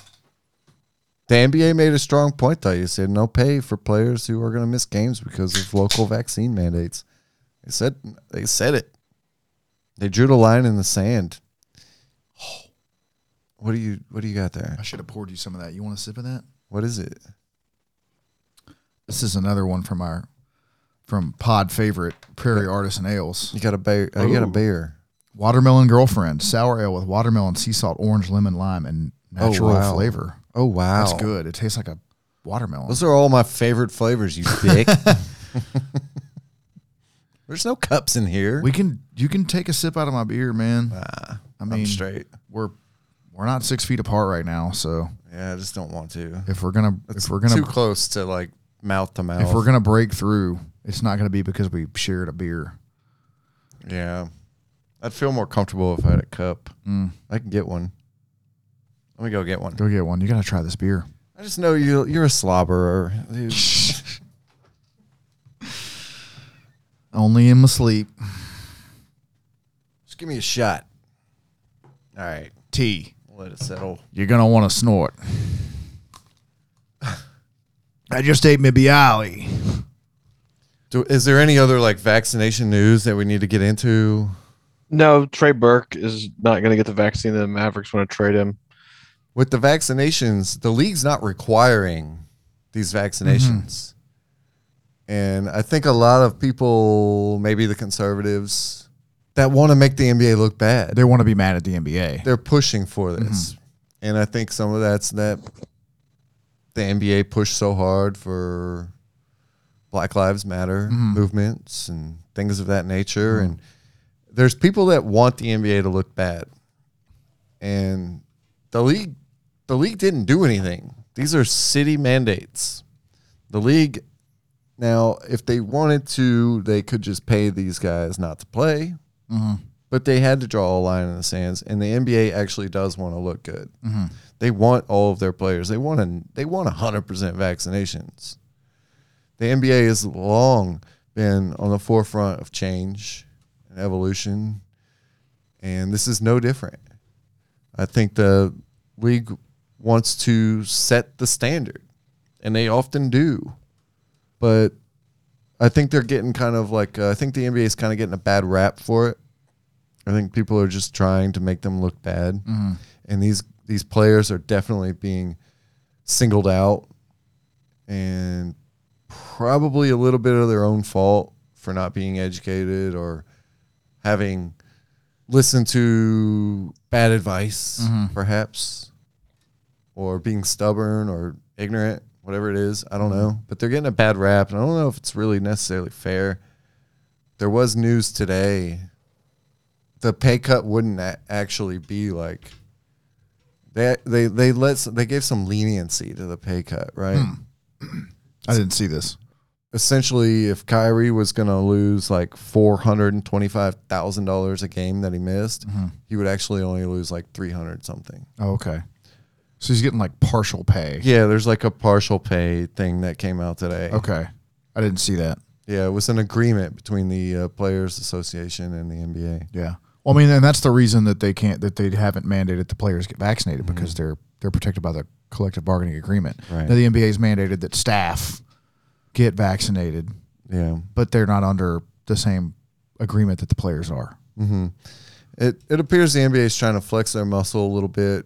The NBA made a strong point though. You said no pay for players who are gonna miss games because of local vaccine mandates. They said they said it. They drew the line in the sand. What do you what do you got there?
I should have poured you some of that. You want a sip of that?
What is it?
This is another one from our from pod favorite Prairie Artisan Ales.
You got a bear I got a
Ooh.
bear.
Watermelon Girlfriend, sour ale with watermelon, sea salt, orange, lemon, lime, and
Oh,
natural
wow.
flavor.
Oh wow.
That's good. It tastes like a watermelon.
Those are all my favorite flavors, you dick. There's no cups in here.
We can you can take a sip out of my beer, man. I
I'm
mean,
straight.
we're we're not six feet apart right now, so
Yeah, I just don't want to.
if we're gonna
It's
if we're gonna
too close to like mouth to mouth.
if we're gonna break through, it's not gonna be because we shared a beer.
yeah, I'd feel more comfortable if I had a cup.
Mm.
I can get one. Let me go get one.
Go get one. You gotta try this beer.
I just know you. You're a slobberer. dude.
Only in my sleep.
just give me a shot. All right,
Tea.
let it settle.
You're gonna want to snort. I just ate my bialy.
Do, is there any other like vaccination news that we need to get into?
No, Trey Burke is not going to get the vaccine. The Mavericks want to trade him.
with the vaccinations, the league's not requiring these vaccinations. And I think a lot of people, maybe the conservatives, that want to make the NBA look bad,
They want to be mad at the NBA.
they're pushing for this. And I think some of that's that the NBA pushed so hard for Black Lives Matter movements and things of that nature. And there's people that want the NBA to look bad, and the league, the league didn't do anything. These are city mandates. The league now, if they wanted to, they could just pay these guys not to play,
Mhm.
but they had to draw a line in the sands. And the NBA actually does want to look good.
Mhm.
They want all of their players. They want a, they want hundred percent vaccinations. The NBA has long been on the forefront of change and evolution, and this is no different. I think the league wants to set the standard, and they often do, but I think they're getting kind of like uh, I think the NBA is kind of getting a bad rap for it. I think people are just trying to make them look bad, and these these players are definitely being singled out, and probably a little bit of their own fault for not being educated or having listened to bad advice, perhaps, or being stubborn or ignorant, whatever it is. I don't know, but they're getting a bad rap, and I don't know if it's really necessarily fair. There was news today the pay cut wouldn't a- actually be like they they they let s- they gave some leniency to the pay cut, right?
I didn't see this.
Essentially, if Kyrie was going to lose like four hundred and twenty five thousand dollars a game that he missed, he would actually only lose like three hundred something.
Oh, okay. So he's getting like partial pay.
Yeah, there's like a partial pay thing that came out today.
Okay. I didn't see that.
Yeah, it was an agreement between the uh, Players Association and the NBA.
Yeah. Well, I mean, and that's the reason that they can't that they haven't mandated the players get vaccinated because they're they're protected by the collective bargaining agreement.
Right.
Now the NBA's mandated that staff get vaccinated,
Yeah.
but they're not under the same agreement that the players are.
Mm-hmm. It it appears the NBA is trying to flex their muscle a little bit,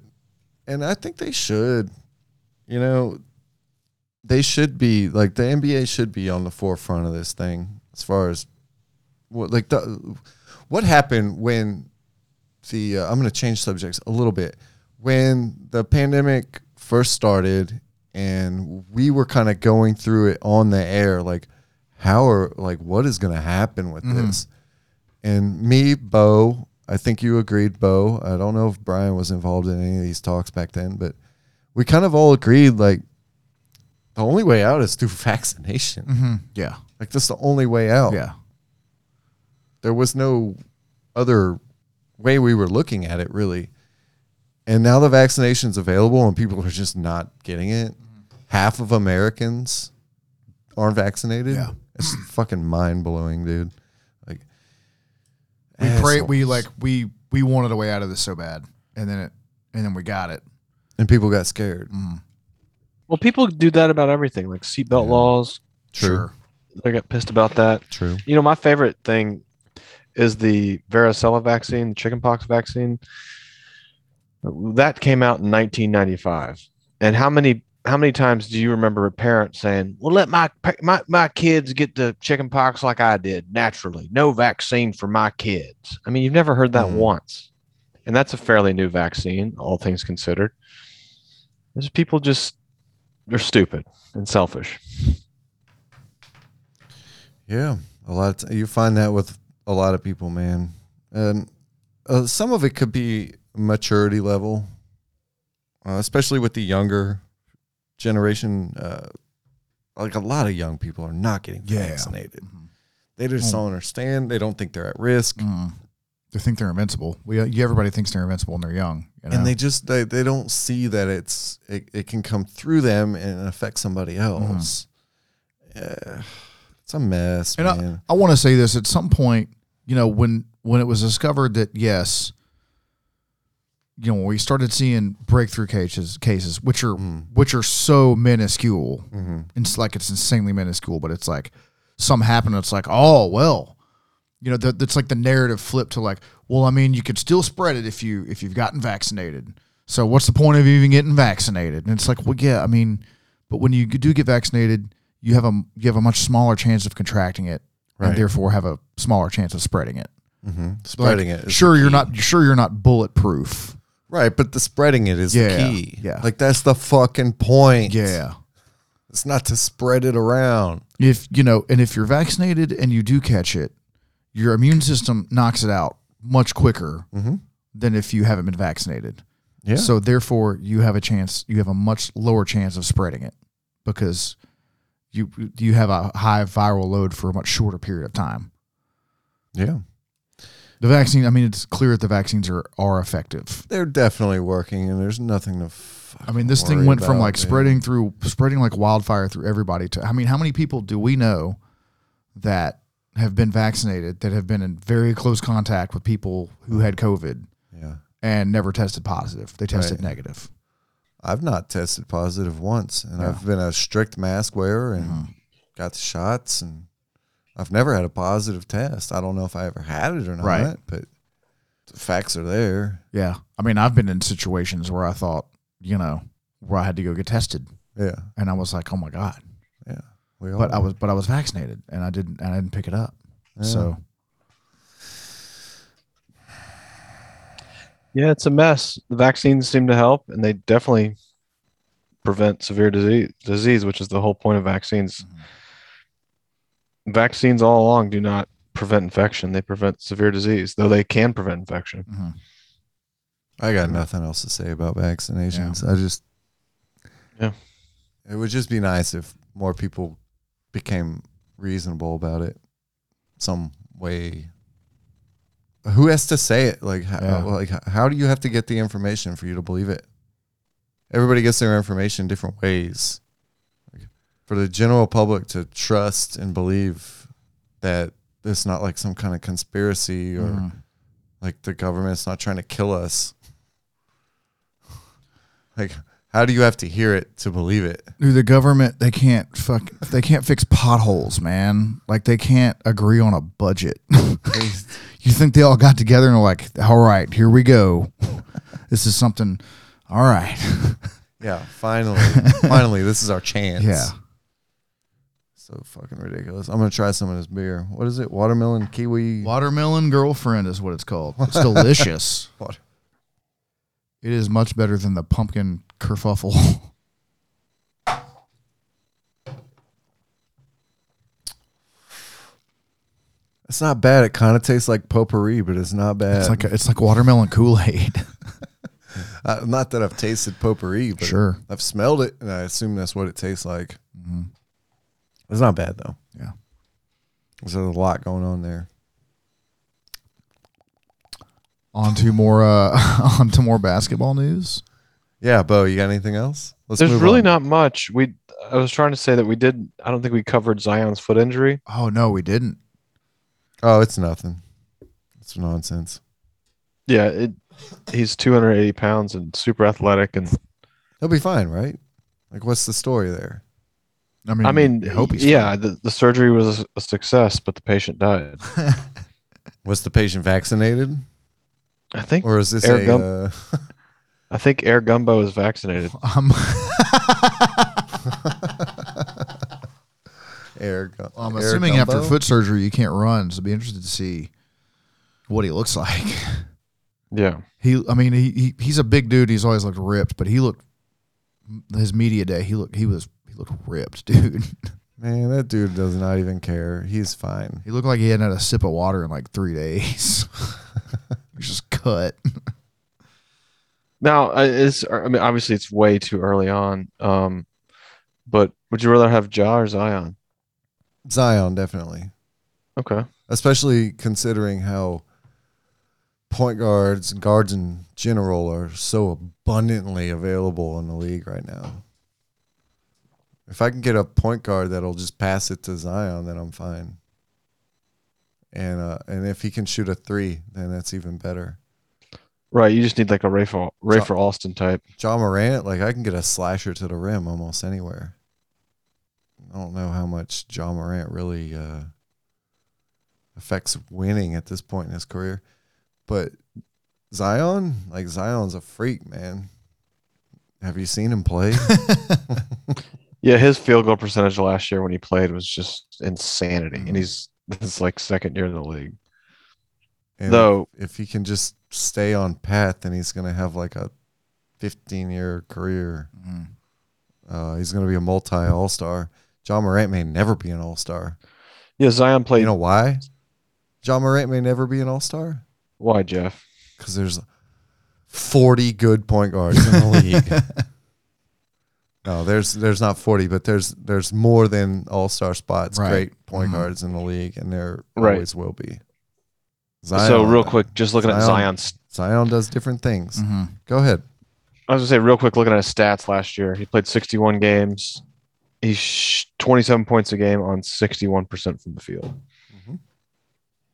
and I think they should. You know, they should be like the NBA should be on the forefront of this thing as far as what like the what happened when the uh, I'm going to change subjects a little bit when the pandemic first started and we were kind of going through it on the air like how are like what is going to happen with this and me, Bo, I think you agreed, Bo. I don't know if Brian was involved in any of these talks back then, but we kind of all agreed like the only way out is through vaccination.
Yeah.
Like that's the only way out.
Mm-hmm. Yeah.
There was no other way we were looking at it really. And now the vaccination's available and people are just not getting it.
Mm-hmm.
Half of Americans aren't vaccinated.
Yeah.
It's fucking mind blowing, dude. Like
We pray we
assholes.
like we we wanted a way out of this so bad, and then it and then we got it. Mm-hmm.
and people got scared.
Well, people do that about everything, like seatbelt
Yeah.
laws.
Sure.
They get pissed about that.
True.
You know, my favorite thing is the varicella vaccine, the chickenpox vaccine. That came out in 1995. And how many how many times do you remember a parent saying, "Well, let my pa- my my kids get the chickenpox like I did naturally. No vaccine for my kids." I mean, you've never heard that
Mhm.
once. And that's a fairly new vaccine, all things considered. There's people just they're stupid and selfish.
Yeah, a lot. Of t- you find that with a lot of people, man, and uh, some of it could be maturity level, uh, especially with the younger generation. Uh, like a lot of young people are not getting
Yeah.
vaccinated.
Mm-hmm.
They just don't understand. They don't think they're at risk,
Mm. They think they're invincible. We uh, everybody thinks they're invincible when they're young. You know?
and they just they, they don't see that it's it, it can come through them and affect somebody
Mm-hmm.
else. Yeah. It's a mess,
And
man.
I, I want to say this at some point, you know, when when it was discovered that yes, you know, when we started seeing breakthrough cases cases, which are
Mm.
which are so minuscule.
Mm-hmm.
It's like it's insanely minuscule, but it's like some happen. and It's like oh well, you know, that that's like the narrative flip to like, well, I mean, you could still spread it if you if you've gotten vaccinated. So what's the point of even getting vaccinated? And it's like, well, yeah, I mean, but when you do get vaccinated, you have a you have a much smaller chance of contracting it,
Right.
and therefore have a smaller chance of spreading it. Like,
Mm-hmm. Spreading it. is
Sure, you're not sure you're not bulletproof.
Right, but the spreading it is
Yeah,
the key.
yeah.
Like that's the fucking point.
Yeah.
It's not to spread it around.
if you know and if you're vaccinated and you do catch it your immune system knocks it out much quicker than if you haven't been vaccinated
Yeah.
so therefore you have a chance you have a much lower chance of spreading it because you you have a high viral load for a much shorter period of time.
Yeah.
The vaccine, I mean, it's clear that the vaccines are are effective.
They're definitely working, and there's nothing to. fucking
I mean, this
worry
thing went from
about,
like
dude.
spreading through spreading like wildfire through everybody to I mean, how many people do we know that have been vaccinated that have been in very close contact with people who had COVID
Yeah.
and never tested positive? They tested
Right.
negative.
I've not tested positive once, and
Yeah.
I've been a strict mask wearer and
Mhm.
got the shots, and I've never had a positive test. I don't know if I ever had it or not,
Right.
but the facts are there.
Yeah. I mean, I've been in situations where I thought, you know, where I had to go get tested
Yeah,
and I was like, "Oh my god."
we all.
But I was but I was vaccinated and I didn't and I didn't pick it up.
yeah.
So,
Yeah, it's a mess. The vaccines seem to help, and they definitely prevent severe disease, disease which is the whole point of vaccines. Vaccines all along do not prevent infection; they prevent severe disease, though they can prevent infection.
mhm.
I got nothing else to say about vaccinations. I just,
Yeah.
it would just be nice if more people became reasonable about it, some way. Who has to say it? Like, how,
Yeah.
like, how do you have to get the information for you to believe it? Everybody gets their information different ways. Like, for the general public to trust and believe that it's not like some kind of conspiracy or
Mhm.
like the government's not trying to kill us. Like, how do you have to hear it to believe it?
Dude, the government they can't fuck they can't fix potholes, man. Like they can't agree on a budget. you think they all got together and were like, "All right, here we go. This is something." All right,
Yeah, finally, finally, this is our chance.
yeah.
so fucking ridiculous. I'm gonna try some of this beer. What is it? Watermelon kiwi.
Watermelon girlfriend is what it's called. It's delicious.
Water-
It is much better than the pumpkin kerfuffle.
It's not bad. It kind of tastes like potpourri, but it's not bad.
It's like it's like watermelon Kool Aid.
Uh, not that I've tasted potpourri, but
Sure. Mm-hmm.
I've smelled it, and I assume that's what it tastes like. It's not bad though.
Yeah.
There's a lot going on there.
On to more uh, on to more basketball news.
Yeah, Bo, you got anything else? Let's
There's
move
really
on.
not much. We, I was trying to say that we did. I don't think we covered Zion's foot injury.
Oh no, we didn't.
Oh, it's nothing. It's nonsense.
Yeah, it, he's 280 pounds and super athletic, and
He'll be fine, right? Like, what's the story there?
I mean,
I mean,
I hope he's
yeah, the, the surgery was a- a success, but the patient died.
Was the patient vaccinated,
I think
or is this
Air
a?
gum-
uh,
I think Air Gumbo is vaccinated.
Um,
air gum?
I'm
air
assuming after
gumbo?
foot surgery you can't run, so be interested to see what he looks like.
Yeah.
He, I mean, he, he he's a big dude. He's always looked ripped, but he looked his media day. He looked he was he looked ripped, dude.
Man, that dude does not even care. He's fine.
He looked like he hadn't had a sip of water in like three days. He's just cut.
Now, I- it's, I mean, obviously, it's way too early on. Um, but would you rather have Ja or Zion?
Zion definitely,
Okay.
especially considering how point guards and guards in general are so abundantly available in the league right now. If I can get a point guard that'll just pass it to Zion, then I'm fine. And uh, and if he can shoot a three, then that's even better.
Right. You just need like a Ray for, Ray for Alston type.
John Morant, like I can get a slasher to the rim almost anywhere. I don't know how much John Morant really uh, affects winning at this point in his career, but Zion, like Zion's a freak, man. Have you seen him play?
Yeah. His field goal percentage last year when he played was just insanity.
Mm-hmm.
And he's, it's like second year in the league.
And
Though,
if he can just stay on path, then he's gonna have like a 15 year career. Uh, he's gonna be a multi All Star. John Morant may never be an All Star.
yeah, Zion played.
You know why? John Morant may never be an all star
why, Jeff?
because there's 40 good point guards in the league. No, there's there's not 40, but there's there's more than all star spots,
Right.
great point
Mhm.
guards in the league, and there
Right.
always will be.
so
Zion-
real quick, just looking at
Zion.
Zion's.
Zion does different things.
Mm-hmm.
Go ahead.
I was gonna say real quick, looking at his stats last year, he played 61 games. He's sh- 27 points a game on 61 percent from the field.
Mhm.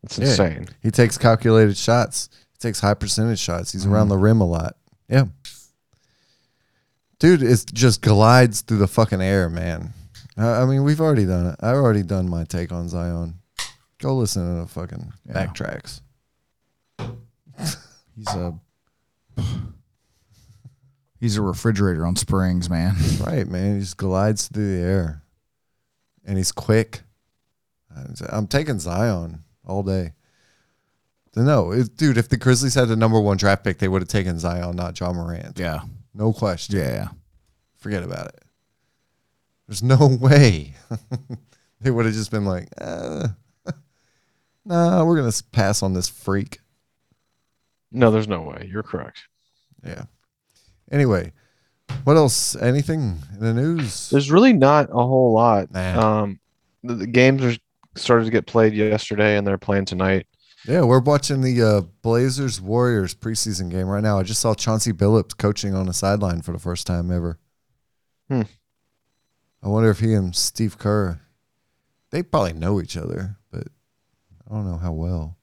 That's
Yeah.
insane.
He takes calculated shots. He takes high percentage shots. He's around the rim a lot. Yeah. Dude, it just glides through the fucking air, man. I, I mean, we've already done it. I've already done my take on Zion. Go listen to the fucking
Yeah.
backtracks.
He's a he's a refrigerator on springs, man.
Right, man. He just glides through the air. And he's quick. I'm- I'm taking Zion all day. No, it, dude, if the Grizzlies had the number one draft pick, they would have taken Zion, not John Morant.
Yeah,
No question.
yeah.
forget about it. There's no way they would have just been like, uh, nah, we're gonna s- pass on this freak.
No, there's no way. You're correct.
Yeah. Anyway, what else? Anything in the news?
There's really not a whole lot.
Nah.
Um, the, the games are started to get played yesterday, and they're playing tonight.
yeah, we're watching the uh, Blazers Warriors preseason game right now. I just saw Chauncey Billups coaching on the sideline for the first time ever.
Hmm.
I wonder if he and Steve Kerr, they probably know each other, but I don't know how well.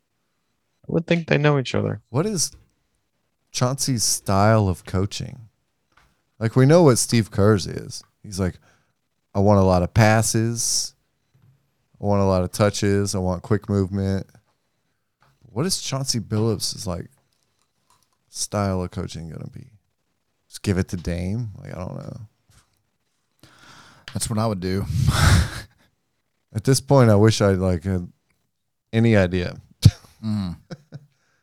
I would think they know each other.
what is Chauncey's style of coaching? Like we know what Steve Kerr's is. He's like, I want a lot of passes, I want a lot of touches, I want quick movement. What is Chauncey Billups' is like style of coaching gonna be? Just give it to Dame? Like I don't know.
That's what I would do.
At this point, I wish I like had any idea.
Mm,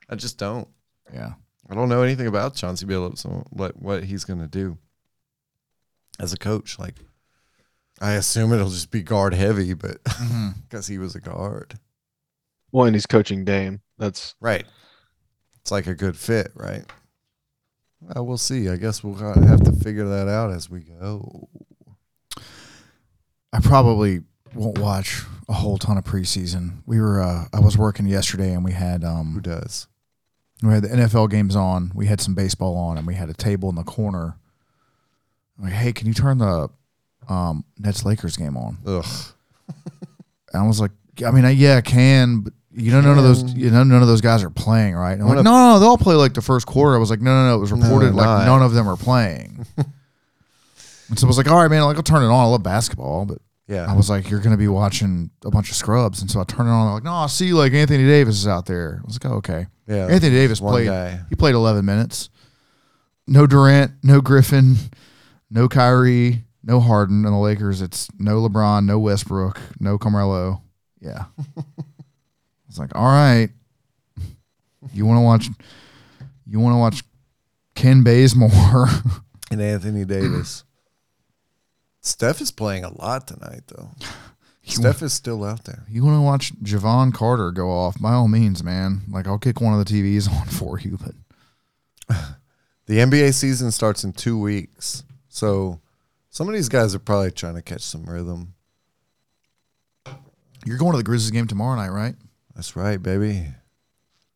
I just don't.
yeah,
I don't know anything about Chauncey Billups or what what he's gonna do as a coach. Like, I assume it'll just be guard heavy, but
hmm
because he was a guard,
Well, and he's coaching Dame. That's
right? It's like a good fit, right? Well, we'll see. I guess we'll kinda have to figure that out as we go.
I probably won't watch a whole ton of preseason. We were uh, I was working yesterday, and we had
Who
um
does?
we had the NFL games on. We had some baseball on, and we had a table in the corner. I'm like, hey, can you turn the um, Nets Lakers game on?
Ugh.
And I was like, I mean, I, yeah, I can, but you know, none of those,
Can.
you know, none of those guys are playing, right? And I'm
One
like,
of-
no, no, no, they'll play like the first quarter. I was like, no, no, no, it was
No,
reported like
not.
none of them are playing. and so I was like, all right, man, like I'll turn it on. I love basketball, but I
Yeah.
was like, you're gonna be watching a bunch of scrubs. And so I turned it on. They're like, no, I see like Anthony Davis is out there. I was like, oh, okay,
Yeah.
Anthony Davis
one
played.
guy.
He played 11 minutes. No Durant, no Griffin, no Kyrie, no Harden. And the Lakers, it's no LeBron, no Westbrook, no Carmelo. Yeah. it's like, all right. You want to watch, you want to watch Ken Bazemore.
and Anthony Davis. Steph is playing a lot tonight, though. Steph is still out there.
you want to watch Javon Carter go off? By all means, man. Like, I'll kick one of the TVs on for you, but
The NBA season starts in two weeks. So some of these guys are probably trying to catch some rhythm.
you're going to the Grizzlies game tomorrow night, right?
That's right, baby.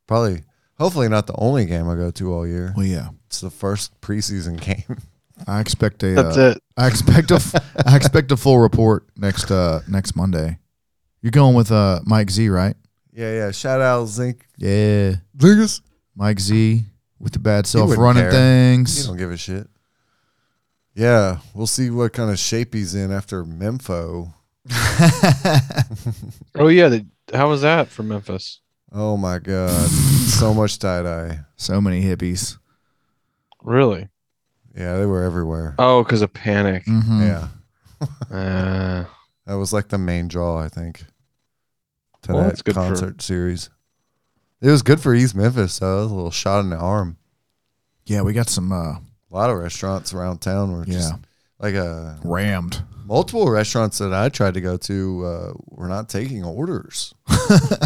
Probably, hopefully, not the only game I go to all year.
Well, yeah.
It's the first preseason game.
I expect a.
that's
uh,
it.
I expect a f- I expect a full report next uh next Monday. You're going with uh Mike Z, right?
yeah, yeah. Shout out Zink.
Yeah.
Zinkus.
Mike Z with the bad self
wouldn't
running
care. You
things.
don't give a shit. Yeah, we'll see what kind of shape he's in after Memphis.
Oh yeah, the, how was that for Memphis?
Oh my God. so much tie dye.
so many hippies.
Really?
Yeah, they were everywhere.
Oh, because of panic.
Mhm.
Yeah.
Uh,
That was like the main draw, I think. To
Well, that's
that
good for-
concert series. It was good for East Memphis, though. It was a little shot in the arm.
Yeah, we got some uh
A lot of restaurants around town were just
Yeah.
like a
rammed.
multiple restaurants that I tried to go to uh, were not taking orders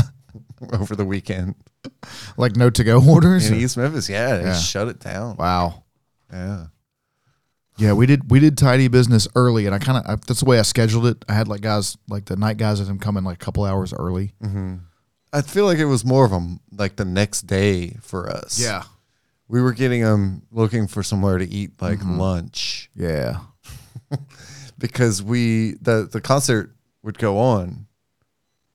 over the weekend
Like no to go orders.
in East Memphis. Yeah, they
Yeah.
shut it down.
Wow.
Yeah,
Yeah, we did we did tidy business early, and I kind of that's the way I scheduled it. I had like guys like the night guys had them come in like a couple hours early.
I feel like it was more of them like the next day for us. we were getting them looking for somewhere to eat like
Mm-hmm.
lunch
yeah,
because we the the concert would go on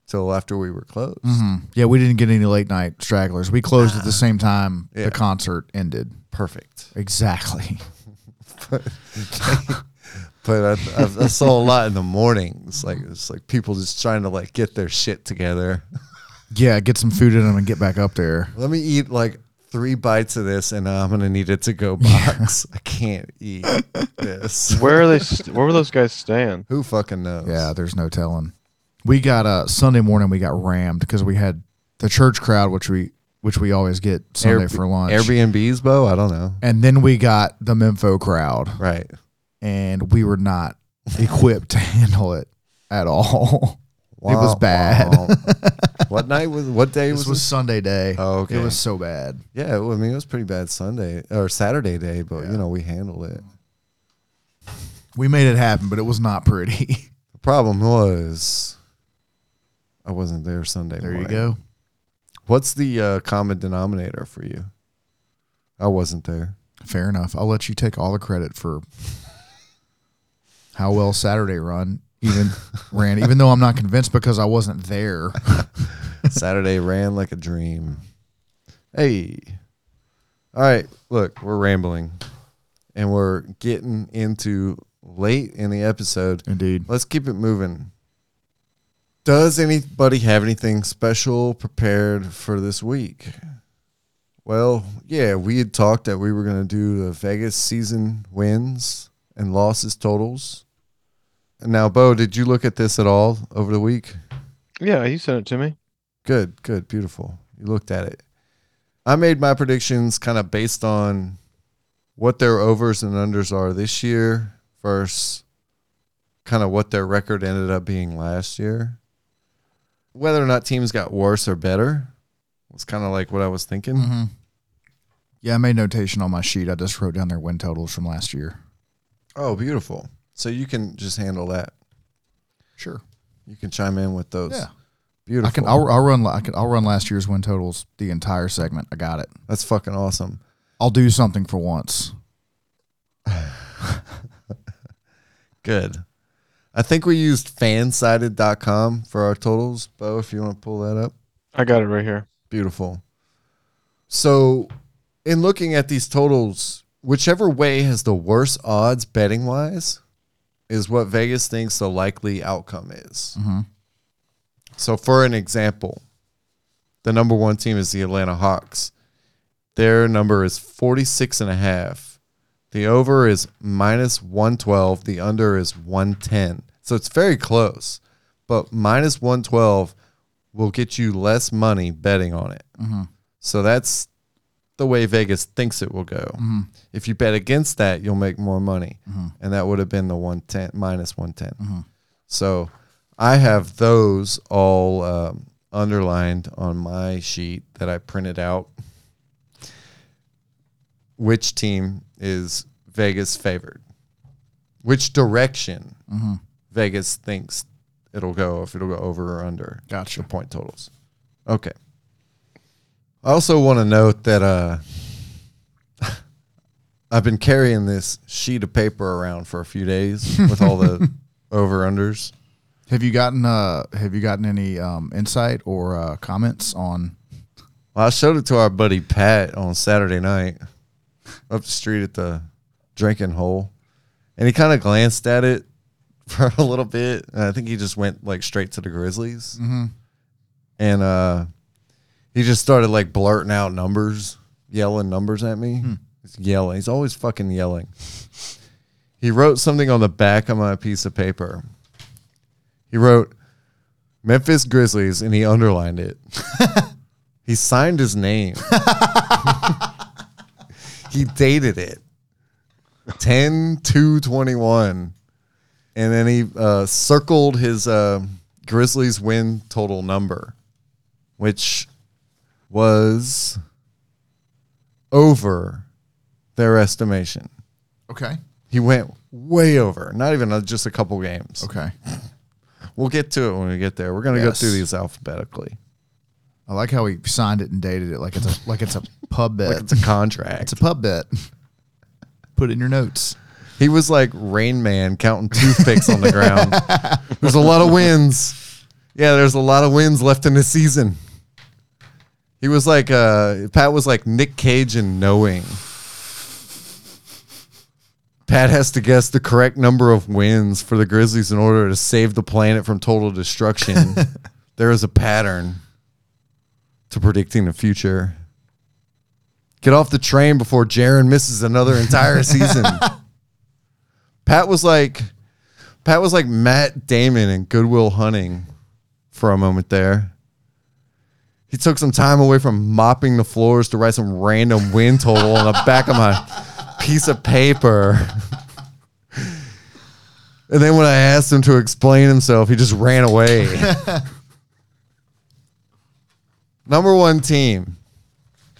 till after we were closed.
Mhm. yeah. We didn't get any late night stragglers. We closed at the same time
Ah. Yeah.
the concert ended.
Perfect.
Exactly.
But I, I, I saw a lot in the mornings, like it's like people just trying to like get their shit together.
Yeah, get some food in them and get back up there.
Let me eat like three bites of this, and I'm gonna need it to go box. I can't eat this.
Where are they? st- Where were those guys staying?
Who fucking knows?
Yeah, there's no telling. We got uh, Sunday morning. We got rammed because we had the church crowd, which we which we always get Sunday
Airb-
for lunch.
Airbnbs, Bo. I don't know.
and then we got the Memfo crowd,
Right.
and we were not equipped to handle it at all. It was
Womp,
bad.
womp. what night was? What day
This
was?
was Sunday day.
Oh, okay.
It was so bad.
Yeah, well, I mean it was pretty bad Sunday or Saturday day, but you know we handled it.
We made it happen, but it was not pretty.
The problem was I wasn't there Sunday.
there you
morning.
go.
What's the uh, common denominator for you? I wasn't there.
Fair enough. I'll let you take all the credit for how well Saturday run even ran, even though I'm not convinced because I wasn't there.
Saturday ran like a dream. Hey. All right, look, we're rambling and we're getting into late in the episode.
Indeed.
Let's keep it moving. Does anybody have anything special prepared for this week? Well, yeah, we had talked that we were going to do the Vegas season wins and losses totals. And now, Bo, did you look at this at all over the week?
Yeah, you sent it to me.
Good, good, beautiful. You looked at it. I made my predictions kind of based on what their overs and unders are this year versus kind of what their record ended up being last year. Whether or not teams got worse or better was kind of like what I was thinking.
hmm Yeah, I made notation on my sheet. I just wrote down their win totals from last year.
Oh, beautiful. So you can just handle that.
Sure.
You can chime in with those.
Yeah.
Beautiful.
I can. I'll, I'll run. I can. I'll run last year's win totals the entire segment. I got it.
That's fucking awesome.
I'll do something for once.
Good. I think we used fansided.com for our totals. Bo, if you want to pull that up.
I got it right here.
Beautiful. So, in looking at these totals, whichever way has the worst odds betting wise is what Vegas thinks the likely outcome is.
Mhm.
So, for an example, the number one team is the Atlanta Hawks. Their number is 46 and a half. The over is minus 112. The under is 110. So it's very close, but minus 112 will get you less money betting on it. So that's the way Vegas thinks it will go. If you bet against that, you'll make more money. And that would have been the 110 minus 110. So I have those all um, underlined on my sheet that I printed out. Which team is Vegas favored? Which direction Vegas thinks it'll go, if it'll go over or under
Gotcha.
the point totals. Okay. I also want to note that uh, I've been carrying this sheet of paper around for a few days with all the over unders.
Have you gotten? Uh, have you gotten any um, insight or uh, comments on?
Well, I showed it to our buddy Pat on Saturday night up the street at the drinking hole. And he kind of glanced at it for a little bit. And I think he just went like straight to the Grizzlies.
Mhm.
And uh, he just started like blurting out numbers, yelling numbers at me. He's yelling. He's always fucking yelling. he wrote something on the back of my piece of paper. He wrote Memphis Grizzlies and he underlined it. He signed his name. he dated it 10 2 21. And then he uh, circled his uh, Grizzlies win total number, which was over their estimation.
Okay.
He went way over. Not even uh, just a couple games.
Okay.
We'll get to it when we get there. We're gonna go
Yes.
through these alphabetically.
I like how he signed it and dated it like it's a like it's a pub bet.
Like it's a contract.
it's a pub bet. Put it in your notes.
He was like Rain Man counting toothpicks on the ground. There's a lot of wins. Yeah, there's a lot of wins left in the season. He was like uh Pat was like Nick Cage in knowing. Pat has to guess the correct number of wins for the Grizzlies in order to save the planet from total destruction. there is a pattern to predicting the future. Get off the train before Jaron misses another entire season. Pat was like, Pat was like Matt Damon in Goodwill Hunting for a moment there. He took some time away from mopping the floors to write some random win total on the back of my piece of paper. And then when I asked him to explain himself, he just ran away. Number one team,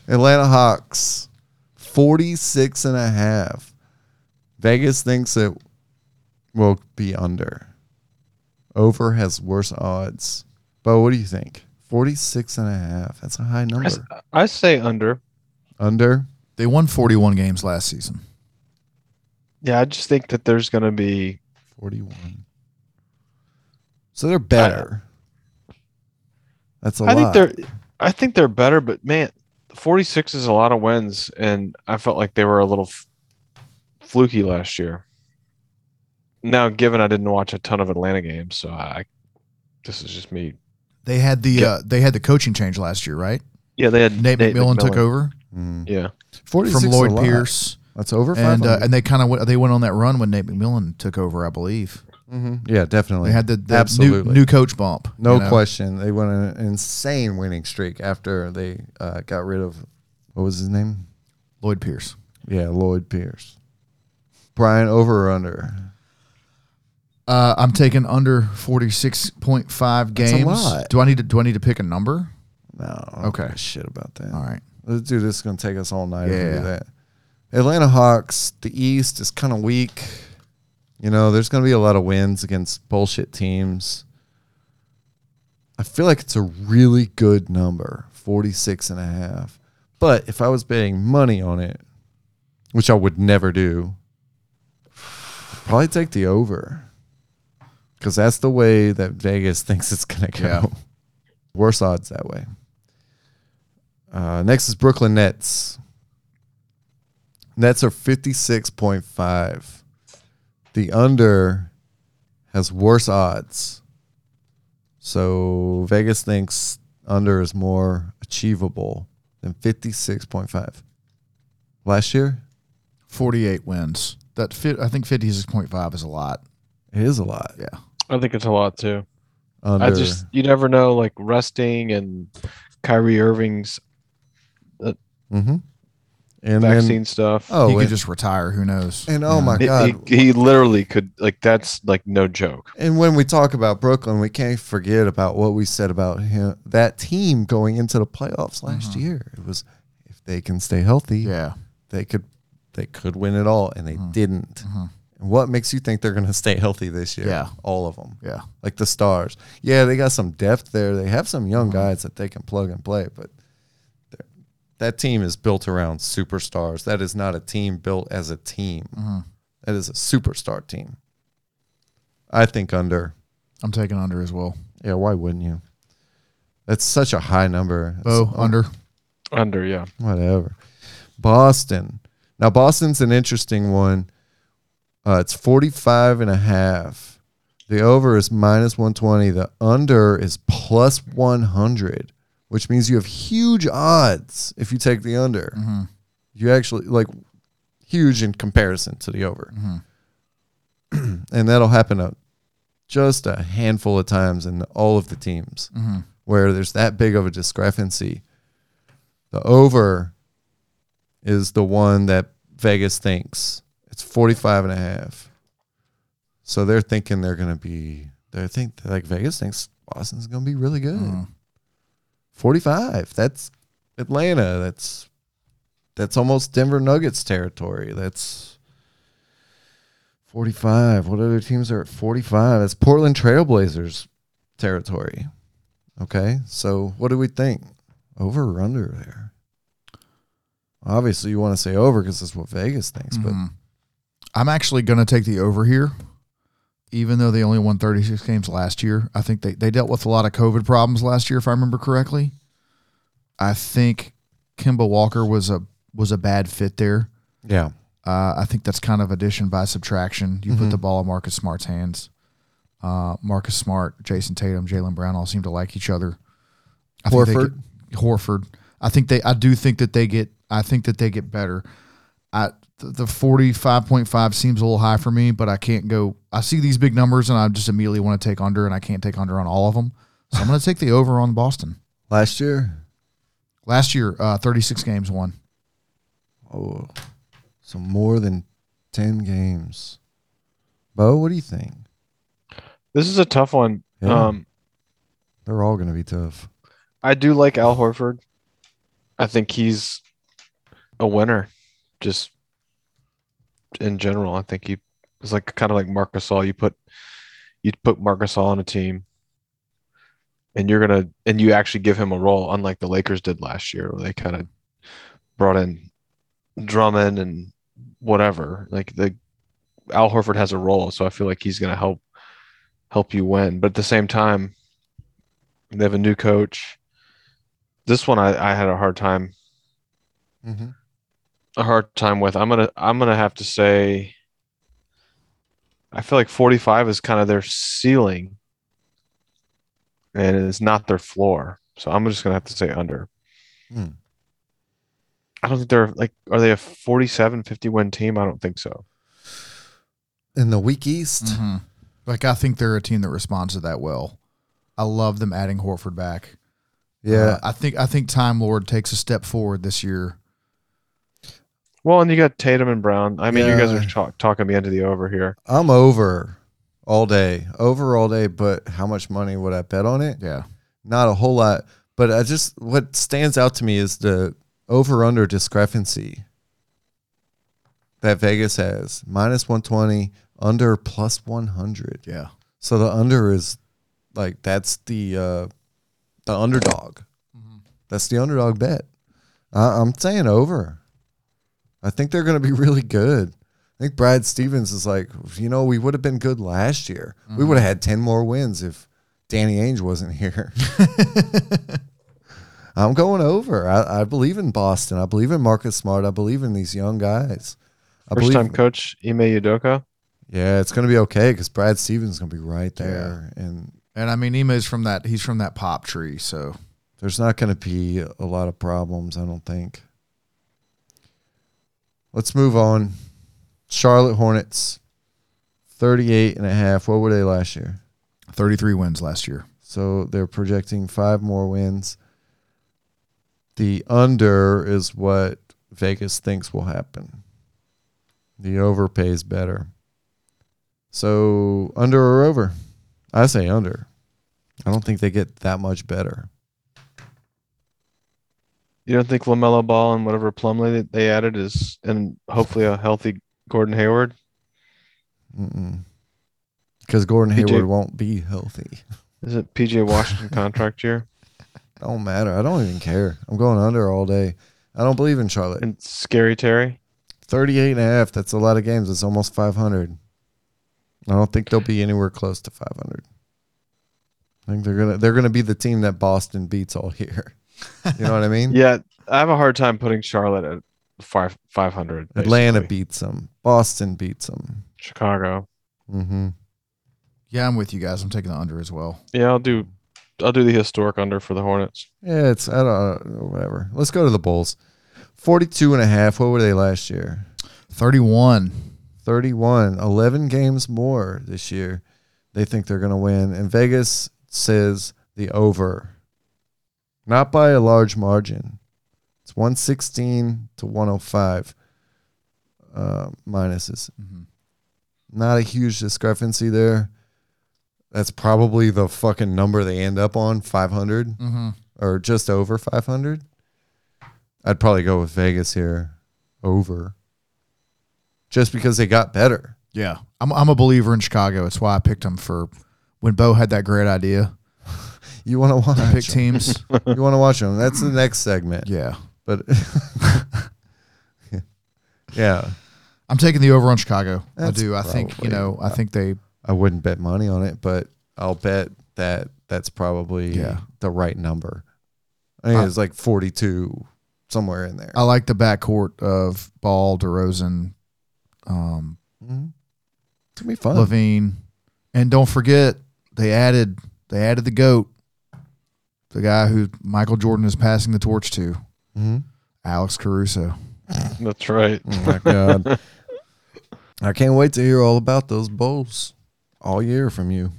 Atlanta Hawks, 46 and a half. Vegas thinks it will be under. Over has worse odds. Bo, what do you think? 46 and a half. That's a high
I s-
number.
I say under.
Under?
They won 41 games last season.
Yeah, I just think that there's going to be
41. So they're better. That's a
I
lot.
think they're I think they're better, but man, 46 is a lot of wins, and I felt like they were a little f- fluky last year. Now, given I didn't watch a ton of Atlanta games, so I this is just me.
They had the
Yeah.
uh, they had the coaching change last year, right?
Yeah, they had
Nate, McMillan, took over
Mm.
Yeah,
46
from
is a
Lloyd
lot.
Pierce,
That's over five.
and uh, and they kind of went, they went on that run when Nate McMillan took over, I believe.
Yeah,
Mm-hmm. They
definitely.
had the, the new,
Absolutely.
new coach bump.
No
you know?
question. They went on an insane winning streak after they uh, got rid of what was his name?
Lloyd Pierce.
Yeah, Lloyd Pierce. Brian over or under?
Uh, I'm taking under 46.5 games.
a lot.
Do I need to do I need to pick a number?
No. I don't
Okay.
give a Shit about that.
All right.
Let's do this. It's gonna take us all night to
Yeah.
do that. Atlanta Hawks. The East is kind of weak. You know, there's gonna be a lot of wins against bullshit teams. I feel like it's a really good number, 46 and a half. But if I was betting money on it, which I would never do, I'd probably take the over. Because that's the way that Vegas thinks it's going to go.
Yeah.
Worse odds that way. Uh, next is Brooklyn Nets. Nets are 56.5. The under has worse odds. So Vegas thinks under is more achievable than 56.5. Last year,
48 wins. That fit, I think 56.5 is a lot.
it is a lot.
Yeah.
I think it's a lot too.
Under,
I just you never know, like resting and Kyrie Irving's
Mhm. and
vaccine
Then,
stuff.
he
oh,
could
and,
just retire. Who knows?
and oh my
He-
God.
he, he literally could like that's like no joke.
And when we talk about Brooklyn, we can't forget about what we said about him, that team going into the playoffs last
Mhm.
year. It was if they can stay healthy,
Yeah.
they could they could win it all, and they
Mhm.
didn't.
Mhm.
And what makes you think they're going to stay healthy this year?
Yeah.
all of them.
Yeah.
like the stars. Yeah, they got some depth there. They have some young
Mm-hmm.
guys that they can plug and play, but they're- that team is built around superstars. That is not a team built as a team.
Mhm.
That is a superstar team. I think under.
I'm taking under as well.
Yeah, why wouldn't you? That's such a high number.
Oh,
It's-
under.
Under, yeah.
whatever. Boston. Now Boston's an interesting one. Uh, it's 45 and a half. The over is minus 120. The under is plus 100, which means you have huge odds if you take the under.
Mhm.
You actually like huge in comparison to the over.
Mhm.
and that'll happen a, just a handful of times in all of the teams
Mhm.
where there's that big of a discrepancy. The over is the one that Vegas thinks it's 45 and a half. So they're thinking they're going to be, they think like Vegas thinks Boston's going to be really good.
Mhm.
45. That's Atlanta. That's, that's almost Denver Nuggets territory. That's, 45. What other teams are at 45? That's Portland Trailblazers territory. Okay. So what do we think? Over or under there? Obviously, you want to say over because that's what Vegas thinks, but
Mhm. I'm actually going to take the over here, even though they only won 36 games last year. I think they, they dealt with a lot of COVID problems last year, if I remember correctly. I think Kimba Walker was a was a bad fit there.
yeah.
Uh, I think that's kind of addition by subtraction. You put
Mhm.
the ball in Marcus Smart's hands. Uh, Marcus Smart, Jason Tatum, Jalen Brown all seem to like each other. I think they
Horford?
get- Horford. I think they. I do think that they get. I think that they get better. I th- the forty five point five seems a little high for me, but I can't go. I see these big numbers and I just immediately want to take under, and I can't take under on all of them. So I'm going to take the over on Boston.
Last year,
Last year, uh, thirty six games won.
oh, so more than 10 games. Bo, what do you think?
This is a tough one.
Yeah,
Um,
they're all going to be tough.
I do like Al Horford. I think he's a winner, just in general. I think he is like kind of like Marcus All. You put you put Marcus All on a team, and you're gonna and you actually give him a role, unlike the Lakers did last year, where they kind of brought in Drummond and whatever. Like the Al Horford has a role, so I feel like he's gonna help help you win. But at the same time, they have a new coach. This one I, I had a hard time
Mm-hmm.
a hard time with. I'm gonna I'm gonna have to say I feel like 45 is kind of their ceiling and it's not their floor. So I'm just gonna have to say under.
Hmm.
I don't think they're like are they a 47 50 win team? I don't think so.
In the weak East,
Mhm. Like I think they're a team that responds to that well. I love them adding Horford back.
yeah,
Uh, I think I think Time Lord takes a step forward this year.
Well, and you got Tatum and Brown. I mean, you guys
Yeah.
are talk, talking me into the over here.
I'm over all day, over all day. But how much money would I bet on it?
Yeah,
Not a whole lot. But I just what stands out to me is the over under discrepancy that Vegas has minus 120, under plus 100.
yeah.
So the under is like that's the uh, the underdog. That's the underdog bet. I, I'm saying over. I think they're going to be really good. I think Brad Stevens is like, you know, we would have been good last year. We would have had 10 more wins if Danny Ainge wasn't here. I'm going over. I, I believe in Boston. I believe in Marcus Smart. I believe in these young guys. I
First time coach Ime Udoka.
Yeah, it's going to be okay because Brad Stevens is going to be right there. And
And I mean, Emo's from that. He's from that pop tree. So
There's not going to be a lot of problems, I don't think. Let's move on. Charlotte Hornets, 38 and a half. What were they last year?
thirty three wins last year.
So they're projecting five more wins. The under is what Vegas thinks will happen. The over pays better. So under or over? I say under. I don't think they get that much better.
You don't think Lamelo Ball and whatever Plumlee that they added is, and hopefully a healthy Gordon Hayward.
Because Gordon
PJ
Hayward won't be healthy.
Is it PJ Washington contract year?
Don't matter. I don't even care. I'm going under all day. I don't believe in Charlotte.
And Scary Terry.
38 and a half. That's a lot of games. It's almost 500. I don't think they'll be anywhere close to 500. I think they're gonna they're gonna be the team that Boston beats all year. You know what I mean?
Yeah, I have a hard time putting Charlotte at five five hundred.
Atlanta beats them. Boston beats them.
Chicago.
hmm
Yeah, I'm with you guys. I'm taking the under as well.
Yeah, I'll do. I'll do the historic under for the Hornets.
Yeah, it's I don't know, whatever. Let's go to the Bulls. 42 and a half. What were they last year?
Thirty one.
31, 11 games more this year. They think they're going to win. And Vegas says the over, not by a large margin. It's 116 to 105 uh, minuses. Not a huge discrepancy there. That's probably the fucking number they end up on 500
Mm-hmm.
or just over 500. I'd probably go with Vegas here over just because they got better.
Yeah, I'm I'm a believer in Chicago. It's why I picked them for when Bo had that great idea.
You want to watch?
Pick
'em.
teams.
You want to watch them? That's the next segment.
yeah,
But yeah,
I'm taking the over on Chicago. I
That's
do. I think you
probably-
know. I think they.
I wouldn't bet money on it, but I'll bet that that's probably
Yeah. Uh,
the right number. I think
I-
it's like forty-two somewhere in there.
I like the backcourt of Ball, DeRozan, um,
Mhm. It's gonna be fun.
Levine, and don't forget they added they added the goat, the guy who Michael Jordan is passing the torch to,
Mhm.
Alex Caruso.
That's right.
Oh my god! I can't wait to hear all about those bowls all year from you.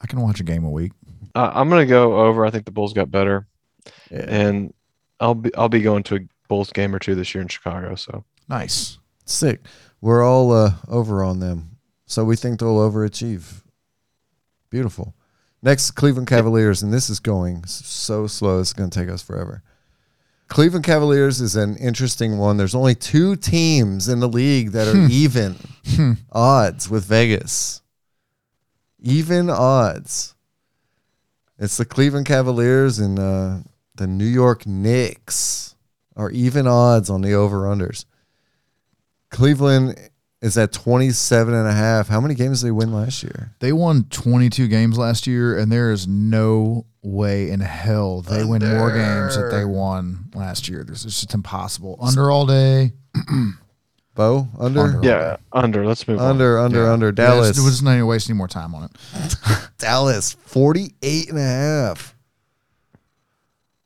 I can watch a game a week.
Uh, I'm gonna go over. I think the Bulls got better,
Yeah.
and I'll be I'll be going to a Bulls game or two this year in Chicago. So
Nice.
Sick. We're all uh, over on them, so we think they'll overachieve. Beautiful. Next, Cleveland Cavaliers, and this is going s- so slow. It's going to take us forever. Cleveland Cavaliers is an interesting one. There's only two teams in the league that are even odds with Vegas. Even odds. It's the Cleveland Cavaliers and uh, the New York Knicks are even odds on the over unders. Cleveland is at 27 and a half. How many games did they win last year?
They won 22 games last year, and there is no way in hell they win more games that they won last year. This is just impossible. Under all day.
Bo? Under?
Under.
Yeah.
yeah, under. Let's move on.
Under, under,
Yeah.
under.
Yeah, it's-
Dallas.
There was no waste any more time on it.
Dallas, 48 and a half.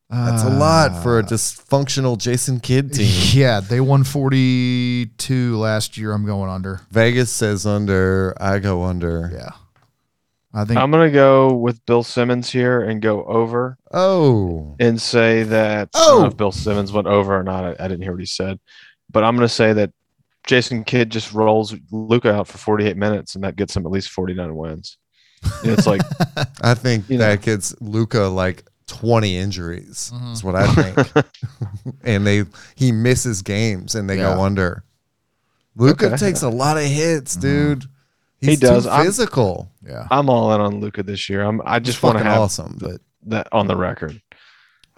That's
Ah.
a lot for a dysfunctional Jason Kidd team.
Yeah, they won 42 last year. I'm going under.
Vegas says under. I go under.
Yeah. I think
I'm gonna go with Bill Simmons here and go over
Oh.
and say that. I don't know if Bill Simmons went over or not. I, I didn't hear what he said, but I'm gonna say that Jason Kidd just rolls Luca out for 48 minutes, and that gets him at least 49 wins. And it's like
I think
You know. Mm-hmm.
that gets Luca like 20 injuries.
Mhm.
Is what I think. and they he misses games and they
Yeah.
go under. Luca
Okay. Mm-hmm.
takes a lot of hits, dude. He's
He does.
Too
I'm-
physical.
yeah.
I'm all in on Luca this year. I'm. I just want to
fucking
have
awesome. But
that on the record.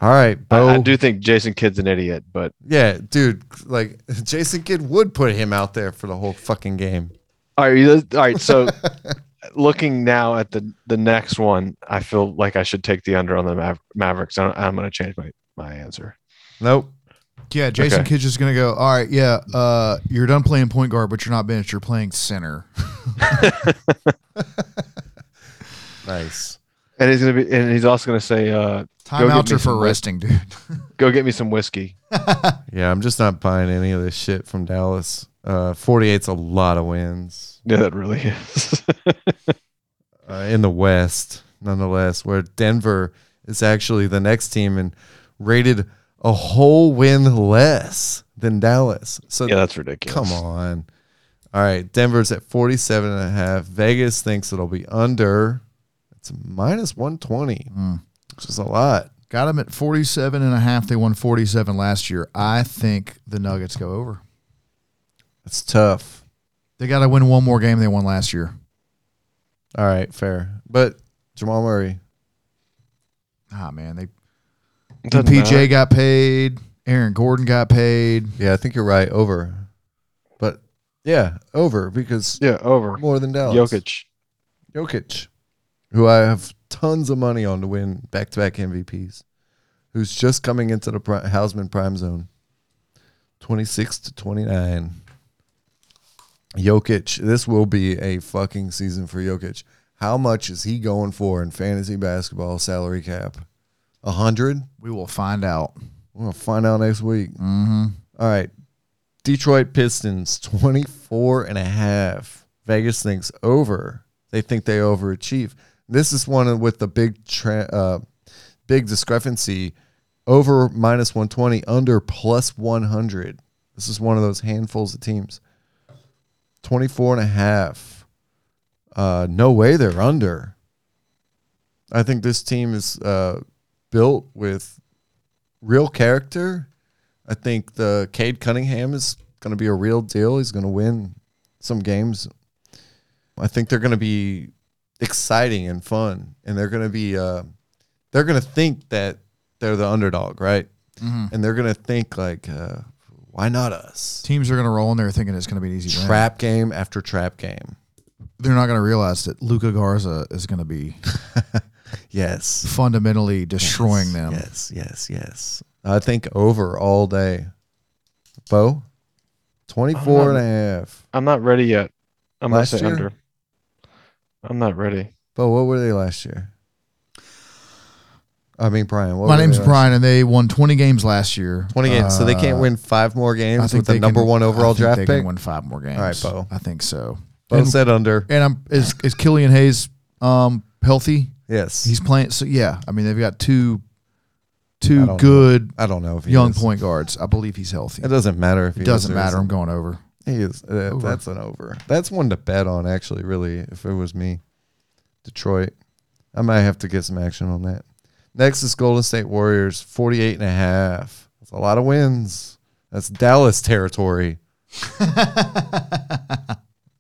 all right, Bo.
I, I do think Jason Kidd's an idiot, but
Yeah, dude. Like Jason Kidd would put him out there for the whole fucking game.
all right, you- all right. So, looking now at the the next one, I feel like I should take the under on the Maver- Mavericks. I'm, I'm going to change my my answer.
Nope.
Yeah, Jason
Okay.
Kidd's just going to go, all right, yeah, uh, you're done playing point guard, but you're not bench. You're playing center.
Nice.
And he's going to be, and he's also going to say, uh, get
Timeouts
me
are for
some rest.
resting, dude.
"Go get me some whiskey."
Yeah, I'm just not buying any of this shit from Dallas. Uh, 48's a lot of wins
Yeah, that really is.
uh, in the West, nonetheless, where Denver is actually the next team and rated a whole win less than Dallas. So
yeah, that's ridiculous.
Come on. All right. Denver's at 47 and a half. Vegas thinks it'll be under. It's minus 120, which is a lot.
Got them at 47 and a half. They won 47 last year. I think the Nuggets go over.
It's tough.
They got to win one more game they won last year.
All right. Fair. But Jamal Murray,
Ah, man. They
Doesn't
PJ
matter.
got paid. Aaron Gordon got paid.
yeah, I think you're right. Over. But yeah, over because
Yeah, over.
more than Dallas.
Jokic.
Jokic, who I have tons of money on to win back to back MVPs, who's just coming into the pri- Hausman prime zone 26 to 29. Jokic, this will be a fucking season for Jokic. How much is he going for in fantasy basketball salary cap? A hundred?
We will find out.
We're gonna find out next week.
Mm-hmm.
All right. Detroit Pistons, 24 and a half. Vegas thinks over. They think they overachieve. This is one with the big tra- uh, big discrepancy over minus 120, under plus 100. This is one of those handfuls of teams. 24 and a half. Uh, no way they're under. I think this team is uh, built with real character I think the Cade Cunningham is going to be a real deal. He's going to win some games. I think they're going to be exciting and fun, and they're going to be uh, they're going to think that they're the underdog, right?
Mhm.
And they're going to think like, uh, why not us?
Teams are going to roll in there thinking it's going to be an easy win.
Trap game after trap game.
They're not going to realize that Luca Garza is going to be
Yes.
fundamentally destroying
Yes,
them.
Yes, yes, yes. I think over all day. Bo, 24
Um,
and a half.
I'm not ready yet. I'm going
Last
to say
year?
under. I'm not ready.
Bo, what were they last year? I mean, Brian. What
My
were they
name's
last-
Brian, and they won 20 games last year.
20 games. so they can't
Uh,
win five more games
I think
with the
they
number
can-
one overall
I think
draft
they
pick.
Can win five more games.
right, Bo.
I think so.
Bo
and,
said under.
and I'm is is Killian Hayes um healthy?
Yes.
He's playing. So yeah, I mean they've got two
I
two
don't
good
I don't know if he
young
is.
point guards. I believe he's healthy.
It doesn't matter if he
It
is
doesn't
or
matter. I'm
isn't.
going over.
He is. Uh,
Over.
That's an over. That's one to bet on, actually, really, if it was me. Detroit. I might have to get some action on that. Next is Golden State Warriors, 48 and a half. That's a lot of wins. That's Dallas territory.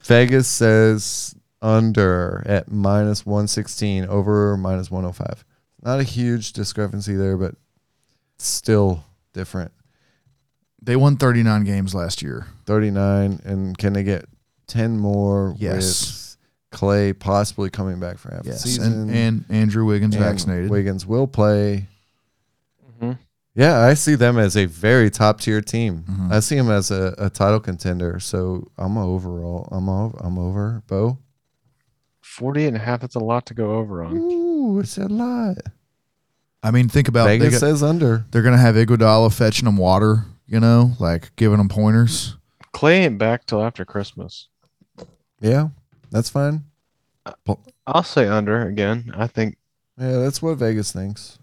Vegas says under at minus 116, over minus 105. Not a huge discrepancy there, but still different.
They won 39 games last year.
39 and can they get 10 more
Yes.
with clay possibly coming back for half the
Yes, and,
season
and Andrew Wiggins
And
vaccinated.
wiggins will play
Mhm.
yeah i see them as a very top tier team
Mhm.
i see them as a, a title contender so i'm a overall i'm over i'm over bo
40 and a half, that's a lot to go over
Mm.
on.
Ooh, it's a lot
I mean, think about they
vegas
got-
says under
they're gonna have Iguodala fetching them water. You know, like giving them pointers.
Clay ain't back till after Christmas.
yeah that's fine
I'll say under again. I think
yeah that's what vegas thinks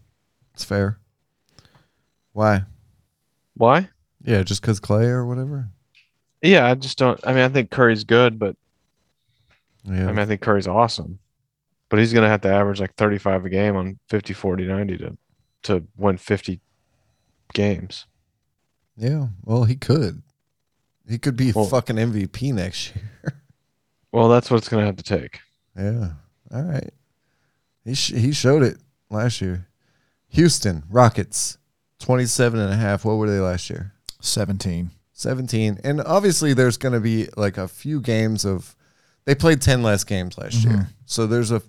it's fair why
why?
yeah just because clay or whatever
Yeah, I just don't. I mean, I think Curry's good, but
yeah
I mean, I think Curry's awesome. But he's going to have to average like 35 a game on 50, 40, 90 to, to win 50 games.
Yeah. Well, he could. He could be
Well-
fucking MVP next year.
Well, that's what it's going to have to take.
yeah. All right. He sh- he showed it last year. Houston Rockets 27 and a half. What were they last year?
17.
17. And obviously there's going to be like a few games of they played 10 less games last year. So there's a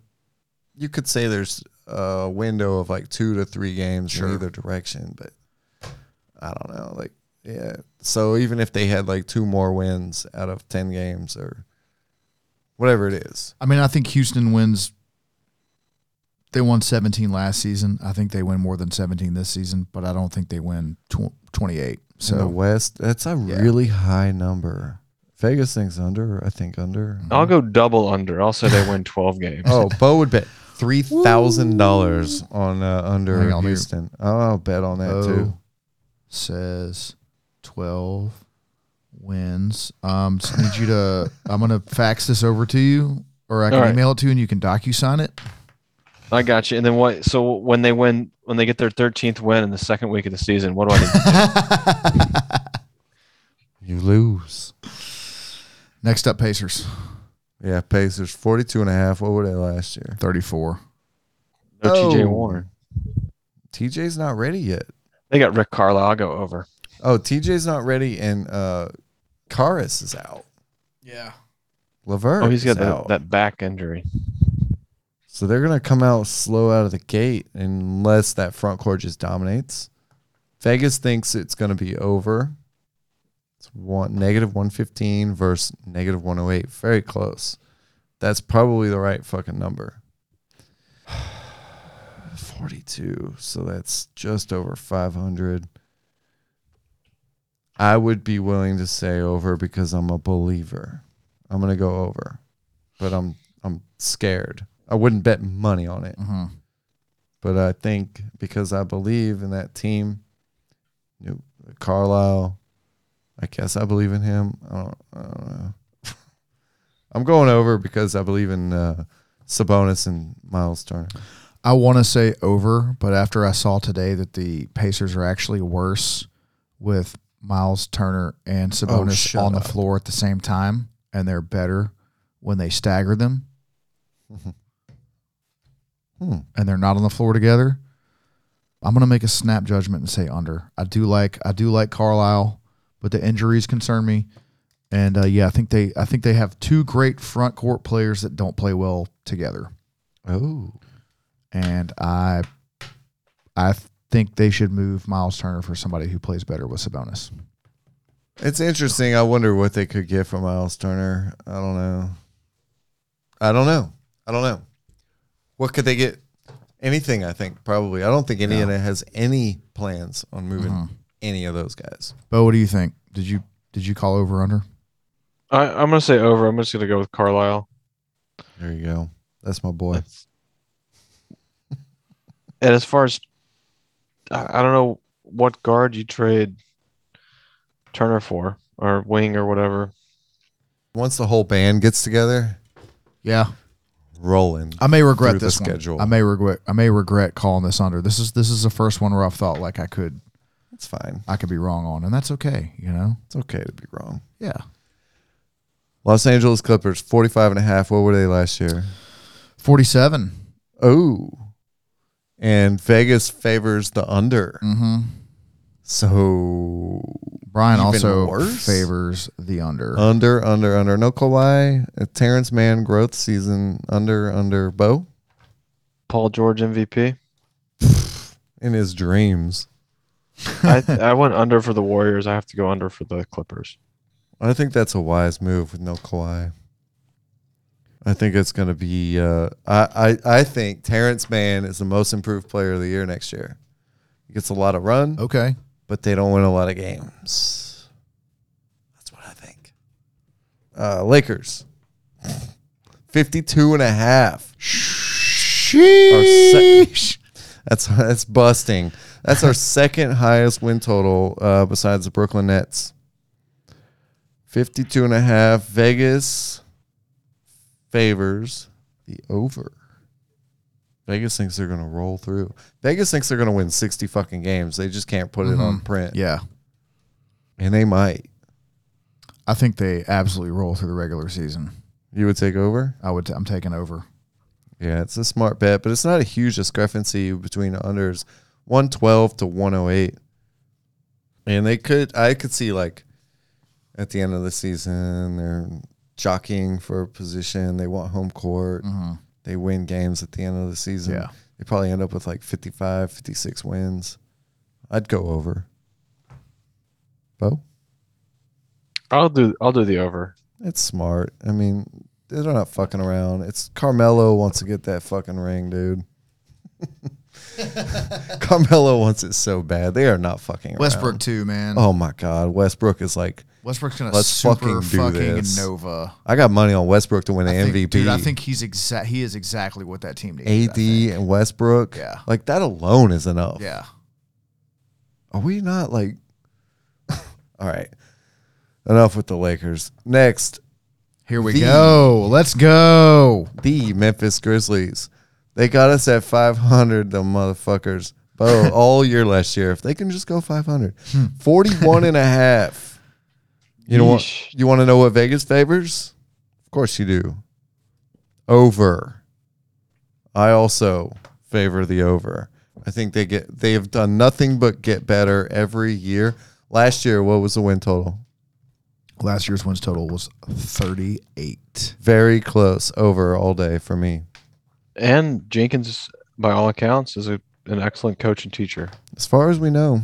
you could say there's a window of like 2 to 3 games
Sure.
in either direction, but I don't know, like yeah. So even if they had like two more wins out of 10 games or whatever it is.
I mean, I think Houston wins. They won 17 last season. I think they win more than 17 this season, but I don't think they win tw- 28.
in the
So
West, that's a
Yeah.
really high number. Vegas thinks under, I think under.
I'll go double under. I'll say they win 12 games.
Mm. Oh, Bo would bet three thousand dollars on uh,
I think
under
I'll do-
Houston. Oh, I'll bet on that
Bo
Oh,
too.
says 12 wins. Um, just need you to. I'm gonna fax this over to you, or I can
All right.
email it to you, and you can docu-sign it.
I got you. And then what? So when they win, when they get their 13th win in the second week of the season, what do I need?
You lose.
Next up, Pacers
Yeah, Pacers 42 and a half. What were they last year?
34.
No
Oh.
TJ Warren.
TJ's not ready yet.
They got Rick Carlisle go over.
Oh, TJ's not ready, and uh Karis is out.
Yeah.
Laverne.
Oh, he's got
is
that,
out.
that back injury.
So they're gonna come out slow out of the gate unless that front court just dominates. Vegas thinks it's gonna be over. It's one negative one fifteen versus negative one oh eight. Very close. That's probably the right fucking number. Forty two. So that's just over five hundred. I would be willing to say over because I'm a believer. I'm gonna go over. But I'm I'm scared. I wouldn't bet money on it.
hmm
But I think because I believe in that team, you know, Carlisle, I guess I believe in him. I don't, I don't know. I'm going over because I believe in uh, Sabonis and Miles Turner.
I want to say over, but after I saw today that the Pacers are actually worse with Miles Turner and Sabonis
Oh, shut
on
up.
the floor at the same time, and they're better when they stagger them
Hmm.
and they're not on the floor together. I'm gonna make a snap judgment and say under. I do like I do like Carlisle, but the injuries concern me. And uh, yeah, I think they I think they have two great front court players that don't play well together.
Oh.
And I I think they should move Miles Turner for somebody who plays better with Sabonis.
It's interesting. I wonder what they could get from Miles Turner. I don't know. I don't know. I don't know. What could they get? Anything, I think, probably. I don't think Indiana has any plans on moving any of those guys.
Bo, what do you think? Did you did you call over under?
I, I'm gonna say over. I'm just gonna go with Carlisle.
There you go. That's my boy.
And as far as I, I don't know what guard you trade Turner for or wing or whatever.
Once the whole band gets together,
Yeah.
rolling.
I may regret
through the
this one.
schedule.
I may regret I may regret calling this under. This is this is the first one where I've thought like I could
It's fine.
I could be wrong on, and that's okay, you know?
It's okay to be wrong.
Yeah.
Los Angeles Clippers, 45 and a half. What were they last year?
Forty seven.
Oh. And Vegas favors the under.
Mm-hmm.
So
Brian
Even
also
worse? Uh,
favors the under.
under, under, under. No Kawhi. Uh, Terrence Mann growth season. Under, under. Bo
Paul George MVP.
in his dreams.
I I went under for the Warriors. I have to go under for the Clippers.
I think that's a wise move with no Kawhi. I think it's going to be. Uh, I, I I think Terrence Mann is the most improved player of the year next year. He gets a lot of run,
okay.
but they don't win a lot of games. That's what I think. Uh, Lakers, 52 and a half.
Sheesh.
That's that's busting. That's our second highest win total uh, besides the Brooklyn Nets. 52 and a half. Vegas favors the over. Vegas thinks they're going to roll through. Vegas thinks they're going to win 60 fucking games. They just can't put it on print.
Mm-hmm. Yeah.
And they might.
I think they absolutely roll through the regular season.
You would take over?
I would. i I'm taking over.
Yeah, it's a smart bet, but it's not a huge discrepancy between unders 112 to 108. And they could, I could see like at the end of the season, they're jockeying for position. They want home court.
Mhm.
They win games at the end of the season.
Yeah.
They probably end up with like 55, 56 wins. I'd go over. Bo?
I'll do I'll do the over.
It's smart. I mean, they're not fucking around. It's Carmelo wants to get that fucking ring, dude. Carmelo wants it so bad. They are not fucking around.
Westbrook too, man.
Oh my god, Westbrook is like
Westbrook's gonna
Let's
super
fucking do
fucking,
this.
Nova.
I got money on Westbrook to win
I
an
think-
MVP.
dude. I think he's exact. He is exactly what that team needs. I
AD
think.
and Westbrook.
Yeah.
Like that alone is enough.
Yeah.
Are we not like All right. Enough with the Lakers. Next,
Here we
The-
go. Let's go.
the Memphis Grizzlies. They got us at 500, the motherfuckers. Bo, all year last year. If they can just go 500. 41 and a half. You know what?
Yeesh.
You want to know what Vegas favors? Of course you do. Over. I also favor the over. I think they get they have done nothing but get better every year. Last year, what was the win total?
Last year's wins total was 38.
Very close over all day for me.
And Jenkins, by all accounts, is a, an excellent coach and teacher.
As far as we know,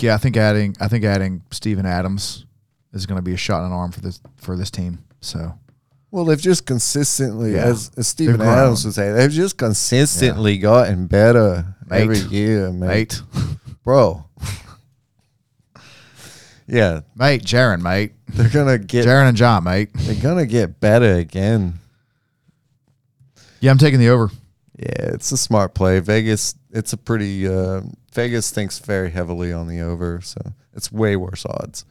Yeah, I think adding I think adding Steven Adams is going to be a shot in the arm for this for this team. So
Well, they've just consistently,
Yeah.
as, as Stephen
grown.
Adams would say, they've just consistently gotten better
Mate.
every year, mate.
mate,
Bro. yeah,
mate, Jaron, mate,
they're gonna get
Jaron and John, mate.
they're gonna get better again.
Yeah, I'm taking the over.
Yeah, it's a smart play. Vegas, it's a pretty uh, Vegas thinks very heavily on the over, so it's way worse odds.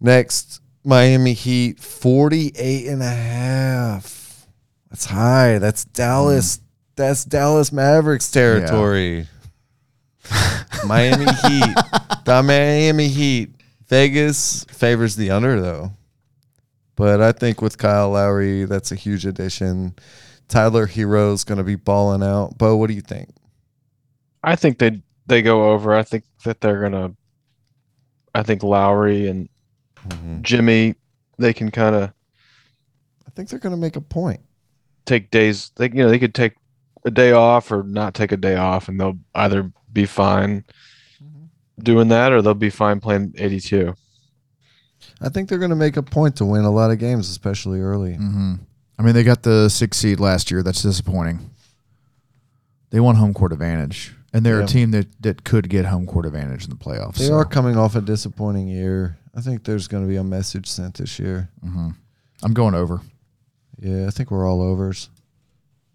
Next, Miami Heat 48 and a half. That's high. That's Dallas. That's Dallas Mavericks territory. Miami Heat. The Miami Heat Vegas favors the under though. But I think with Kyle Lowry, that's a huge addition. Tyler Hero's going to be balling out. Bo, what do you think?
I think they they go over. I think that they're gonna. I think Lowry and Mm-hmm. Jimmy, they can kind of
I think they're going to make a point.
take days. They you know they could take a day off or not take a day off, and they'll either be fine
Mm-hmm.
doing that or they'll be fine playing 82.
I think they're going to make a point to win a lot of games, especially early.
hmm I mean, they got the six seed last year. That's disappointing. They want home court advantage, and they're
Yeah.
a team that, that could get home court advantage in the playoffs.
They
so,
are coming off a disappointing year. I think there's going to be a message sent this year.
mhm. I'm going over.
Yeah, I think we're all overs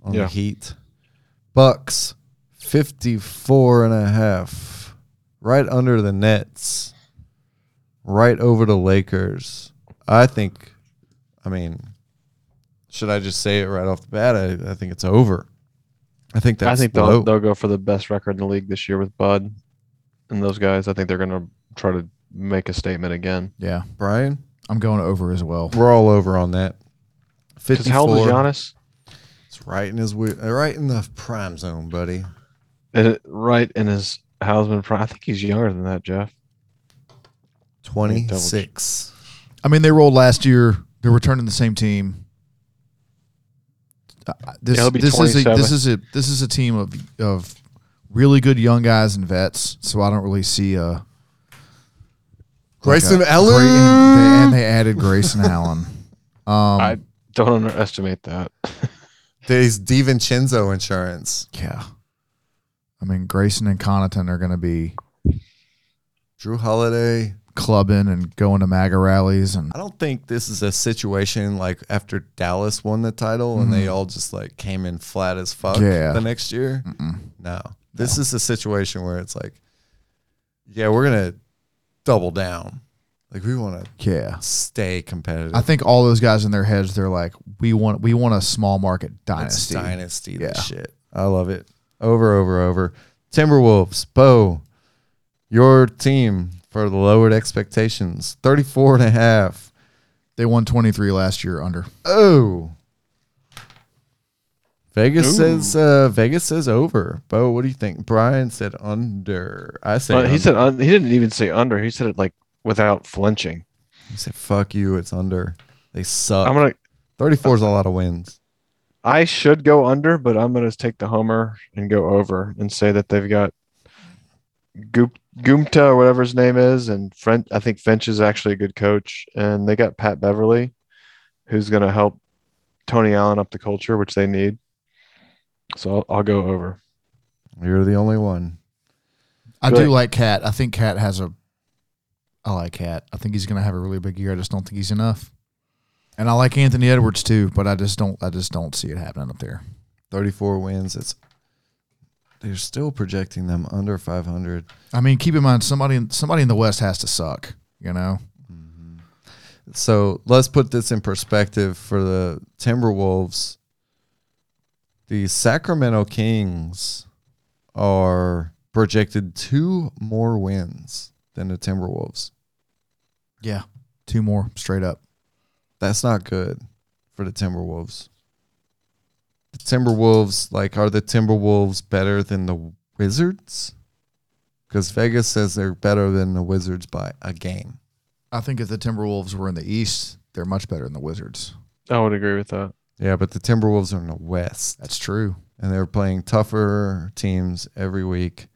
on
Yeah.
the Heat. Bucks 54 and a half. Right under the Nets. Right over the Lakers. I think I mean should I just say it right off the bat? I, I think it's over. I think that's
I think
low.
they'll they'll go for the best record in the league this year with Bud and those guys. I think they're gonna try to make a statement again.
Yeah,
Brian.
I'm going over as well.
We're all over on that.
Because
Fifty
how old is
four.
Giannis?
It's right in his we- uh, right in the prime zone, buddy.
Uh, right in his Hausman prime. I think he's younger than that, Jeff.
Twenty
double check.
six.
I mean, they rolled last year. They're returning the same team. Uh, This,
Yeah, he'll be
this is a
27.
this is a this is a team of of really good young guys and vets. So I don't really see a
Grayson
like a-
Allen.
Gray- and, they, and they added Grayson Allen. Um,
I don't underestimate that.
There's DiVincenzo insurance.
yeah, I mean Grayson and Connaughton are going to be
Drew Holiday.
clubbing and going to MAGA rallies and
I don't think this is a situation like after Dallas won the title and they all just like came in flat as fuck
Mm-hmm. Yeah.
the next year.
mm-mm.
No. This is a situation where it's like, yeah, we're going to double down. Like we want to
yeah.
stay competitive.
I think all those guys in their heads, they're like, we want we want a small market
It's
dynasty.
dynasty this
Yeah.
shit. I love it. Over, over, over. Timberwolves, Bo, your team for the lowered expectations. 34 and a half.
They won twenty three last year under.
Oh. Vegas
Ooh.
says uh, Vegas says over. Bo, what do you think? Brian said under. I said
Uh, he
under.
said un- he didn't even say under. He said it like without flinching.
he said fuck you, it's under. They suck.
I'm gonna.
34 is a lot of wins.
I should go under, but I'm gonna take the homer and go over and say that they've got Goop, Goomta or whatever his name is, and French. I think Finch is actually a good coach, and they got Pat Beverly, who's gonna help Tony Allen up the culture, which they need. So I'll, I'll go over.
You're the only one.
I
Good.
do like Cat. I think Cat has a. I like Cat. I think he's going to have a really big year. I just don't think he's enough. And I like Anthony Edwards too, but I just don't. I just don't see it happening up there.
34 wins. It's they're still projecting them under 500.
I mean, keep in mind somebody in- somebody in the West has to suck. You know,
So let's put this in perspective for the Timberwolves. The Sacramento Kings are projected two more wins than the Timberwolves.
yeah, two more straight up.
That's not good for the Timberwolves. The Timberwolves, like, are the Timberwolves better than the Wizards? Because Vegas says they're better than the Wizards by a game.
I think if the Timberwolves were in the East, they're much better than the Wizards.
I would agree with that.
Yeah, but the Timberwolves are in the West,
That's true.
and they're playing tougher teams every week.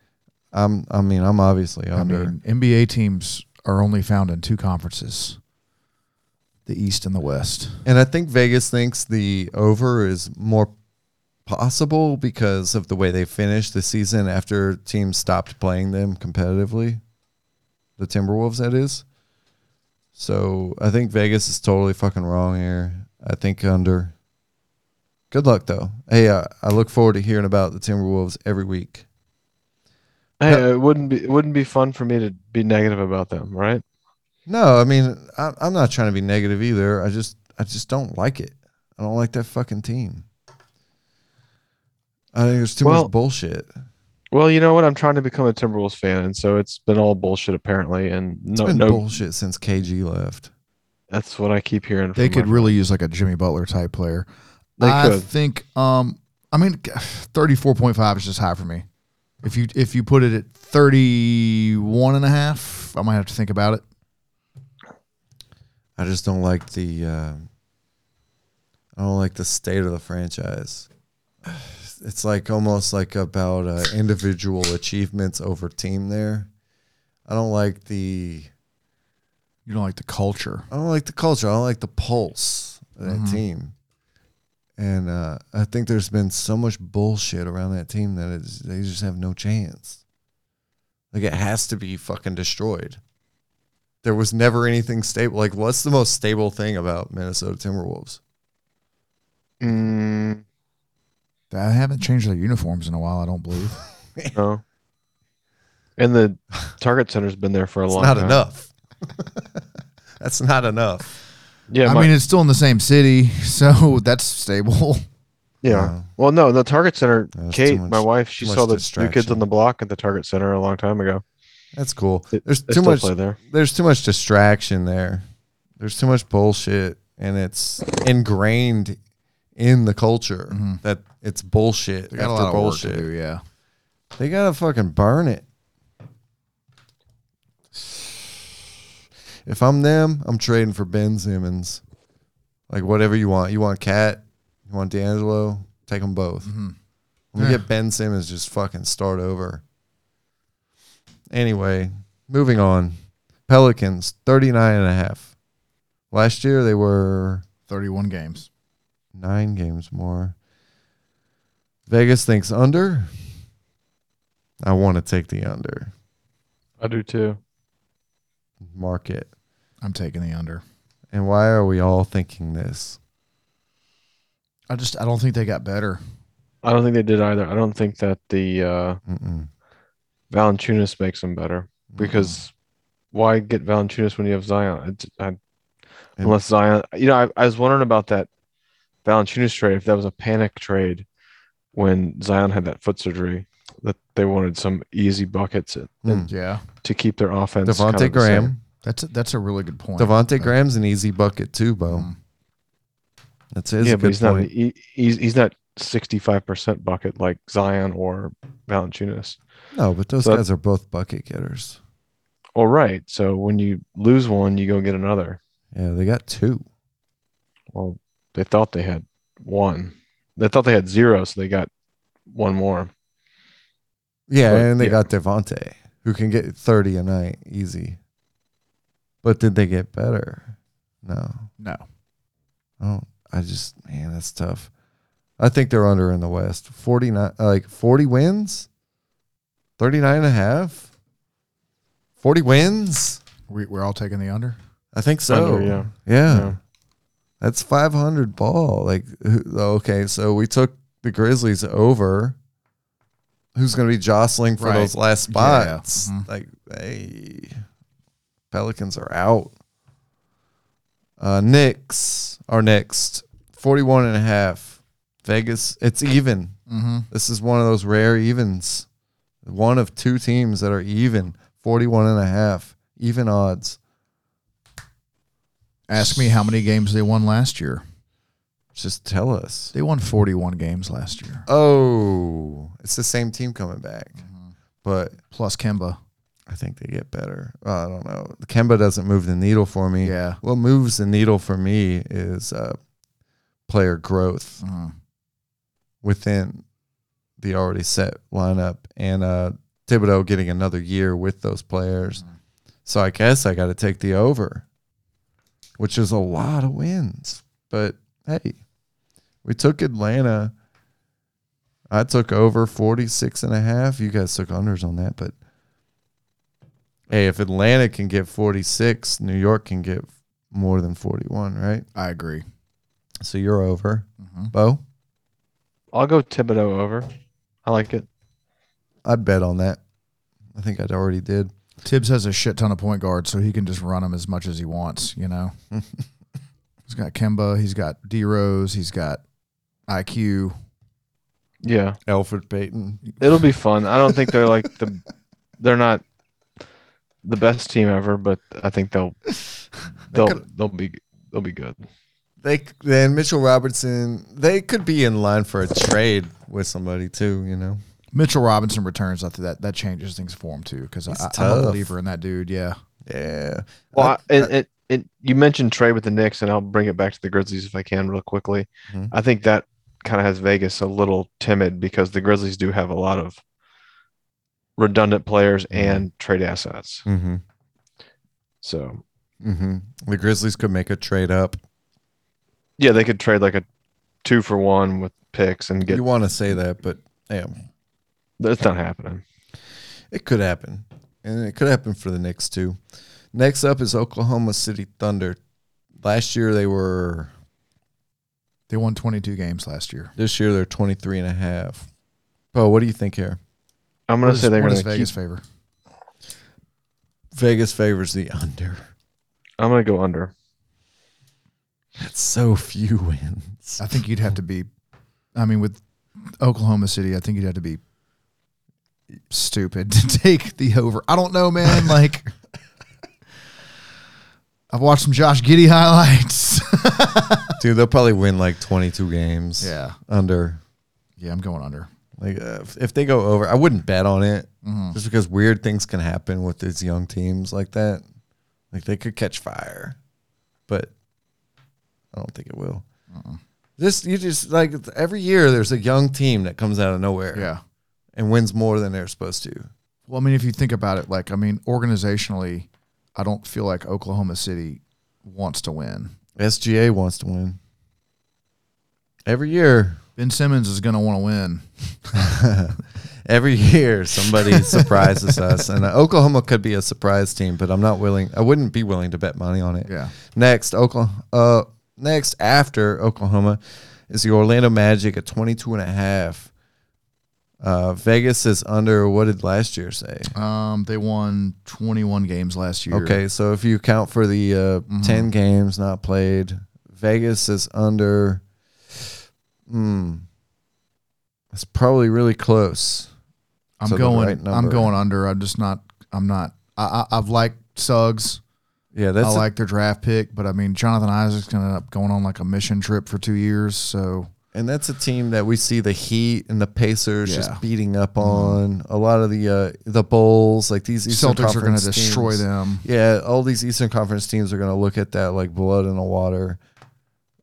I'm, I mean, I'm obviously under.
I mean, NBA teams are only found in two conferences: the East and the West.
and I think Vegas thinks the over is more possible because of the way they finished the season after teams stopped playing them competitively. The Timberwolves, that is. So I think Vegas is totally fucking wrong here. I think under. Good luck though. Hey, uh, I look forward to hearing about the Timberwolves every week.
Hey, it wouldn't be it wouldn't be fun for me to be negative about them, right?
No, I mean, I, I'm not trying to be negative either. I just, I just don't like it. I don't like that fucking team. I think there's too
Well-
much bullshit.
Well, you know what? I'm trying to become a Timberwolves fan, and so it's been all bullshit apparently, and
It's
no,
been
no,
bullshit since KG left.
that's what I keep hearing.
They
from
could
my-
really use like a Jimmy Butler type player.
They
I
could.
think um I mean 34.5 is just high for me. If you if you put it at 31 and a half, I might have to think about it.
I just don't like the. Uh, I don't like the state of the franchise. It's like almost like about uh, individual achievements over team. There, I don't like the.
You don't like the culture.
I don't like the culture. I don't like the pulse of that
Mhm.
Mm-hmm.
team. And uh, I think there's been so much bullshit around that team that it's, they just have no chance. Like it has to be fucking destroyed. There was never anything stable. Like, what's the most stable thing about Minnesota Timberwolves?
Mm,
They haven't changed their uniforms in a while, I don't believe.
no. And the Target Center's been there for a
It's
long
not
time.
enough. That's not enough.
Yeah,
I
my-
mean, it's still in the same city, so that's stable.
yeah.
No.
Well, no, the Target Center.
That was uh, too
Kate,
much-
my wife, she
too much
saw the new kids
distraction.
on the block at the Target Center a long time ago.
That's cool.
They-
There's
they
too
still
much.
play there.
there's too much distraction there. There's too much bullshit, and it's ingrained in the culture
Mhm.
that it's bullshit
They got
after
a lot of work
bullshit.
to do, yeah.
They gotta fucking burn it. If I'm them, I'm trading for Ben Simmons. Like whatever you want. You want Cat? You want D'Angelo? Take them both.
Mhm.
Let me
Yeah.
get Ben Simmons. Just fucking start over. Anyway, moving on. Pelicans, 39 and a half. Last year they were
31 games.
nine games more. Vegas thinks under. I want to take the under.
I do too.
Mark it.
I'm taking the under.
And why are we all thinking this?
I just I don't think they got better.
I don't think they did either. I don't think that the uh,
Mm-mm.
Valanciunas makes them better because why get Valanciunas when you have Zion? It's- I, unless Zion, you know, I, I was wondering about that Valanciunas trade. If that was a panic trade when Zion had that foot surgery, that they wanted some easy buckets at-
Mm.
Yeah.
to keep their offense. kind
Devontae
of the same.
Graham.
That's a, that's a really good point.
Devontae Graham's an easy bucket too, Bo.
Mm.
That's his
yeah,
good
but he's not.
point.
He, he's he's not sixty-five percent bucket like Zion or Valanciunas.
no, but those
So-
guys are both bucket getters.
All right. So when you lose one, you go get another.
Yeah, they got two.
Well, they thought they had one. They thought they had zero, so they got one more.
Yeah,
But-
and they
yeah.
got Devontae, who can get 30 a night easy. But did they get better? No.
No.
Oh, I just man, that's tough. I think they're under in the West. 49 like 40 wins? 39 and a half? 40 wins?
We, we're all taking the under.
I think so.
Under, yeah.
yeah.
Yeah.
That's 500 ball. Like who- oh, okay, so we took the Grizzlies over. Who's going to be jostling for
Right.
those last
Yeah.
spots?
Mm-hmm.
Mhm.
Like hey, Pelicans are out. Uh Knicks are next. 41 and a half. Vegas, it's even.
Mm-hmm.
This is one of those rare evens. One of two teams that are even. 41 and a half. Even odds.
Ask me how many games they won last year.
Just tell us.
They won 41 games last year.
Oh, it's the same team coming back,
Mm-hmm.
but
Plus Kemba. I
I think they get better. Uh, I don't know. Kemba doesn't move the needle for me.
Yeah.
What moves the needle for me is uh, player growth
Mhm.
within the already set lineup and uh, Thibodeau getting another year with those players.
Mhm.
So I guess I got to take the over, which is a lot of wins. But hey, we took Atlanta. I took over 46 and a half. You guys took unders on that, but hey, if Atlanta can get 46, New York can get more than 41, right?
I agree.
So you're over.
Mhm.
Bo,
I'll go Thibodeau over. I like it.
I'd bet on that. I think I'd already did.
Tibbs has a shit ton of point guards, so he can just run them as much as he wants, you know? he's got Kemba. He's got D Rose. He's got IQ.
Yeah,
Alfred Payton.
it'll be fun. I don't think they're like the they're not the best team ever, but I think they'll they'll they'll be they'll be good.
They c- then Mitchell Robertson. They could be in line for a trade with somebody too. You know,
Mitchell Robinson returns after that. That changes things for him too because
He's
I'm a
tough.
believer in that dude. Yeah,
yeah.
Well,
I-
I, and, and, and you mentioned Trey with the Knicks, and I'll bring it back to the Grizzlies if I can, real quickly.
Mm-hmm.
Mhm.
I think that kind of has Vegas a little timid because the Grizzlies do have a lot of redundant players
Mm-hmm.
and trade assets.
Mm-hmm.
So,
Mm-hmm. The Grizzlies could make a trade up.
yeah, they could trade like a two for one with picks and get
You want to say that, but damn.
that's not happening.
It could happen. And it could happen for the Knicks too. Next up is Oklahoma City Thunder. Last year they were
they won 22 games last year.
this year they're 23 and a half. Poe, what do you think here?
I'm
What
going to
is-
say they're
what
going
is
to keep.
Vegas favor.
Vegas favors the under.
I'm going to go under.
That's so few wins.
I think you'd have to be. I mean, with Oklahoma City, I think you'd have to be stupid to take the over. I don't know, man. Like, I've watched some Josh Giddy highlights.
Dude, they'll probably win like 22 games.
yeah,
Under.
yeah, I'm going under.
Like uh, if- if they go over, I wouldn't bet on it
Mhm.
just because weird things can happen with these young teams like that. Like they could catch fire, but I don't think it will. This you just like every year there's a young team that comes out of nowhere
Yeah.
and wins more than they're supposed to.
Well, I mean, if you think about it, like, I mean, organizationally, I don't feel like Oklahoma City wants to win.
SGA wants to win every year.
Ben Simmons is going to want to win.
Every year somebody surprises us, and uh, Oklahoma could be a surprise team, but I'm not willing. I wouldn't be willing to bet money on it.
Yeah.
Next, Oklahoma. Uh, next after Oklahoma is the Orlando Magic at 22 and a half. Uh, Vegas is under what did last year say?
Um, they won 21 games last year. Mm-hmm.
Okay, so if you count for the uh, 10 games not played, Vegas is under. Hmm. It's probably really close.
I'm
So the
going.
right
I'm
number.
going under. I'm just not. I'm not. I, I, I've liked Suggs.
Yeah, that's
I
a-
like their draft pick, but I mean, Jonathan Isaac's going to end up going on like a mission trip for two years. So
and that's a team that we see the Heat and the Pacers
Yeah. Mm-hmm.
just beating up on. A lot of the uh, the Bulls, like these Eastern
Celtics are going
Conference
to destroy
teams.
them.
Yeah, all these Eastern Conference teams are going to look at that like blood in the water.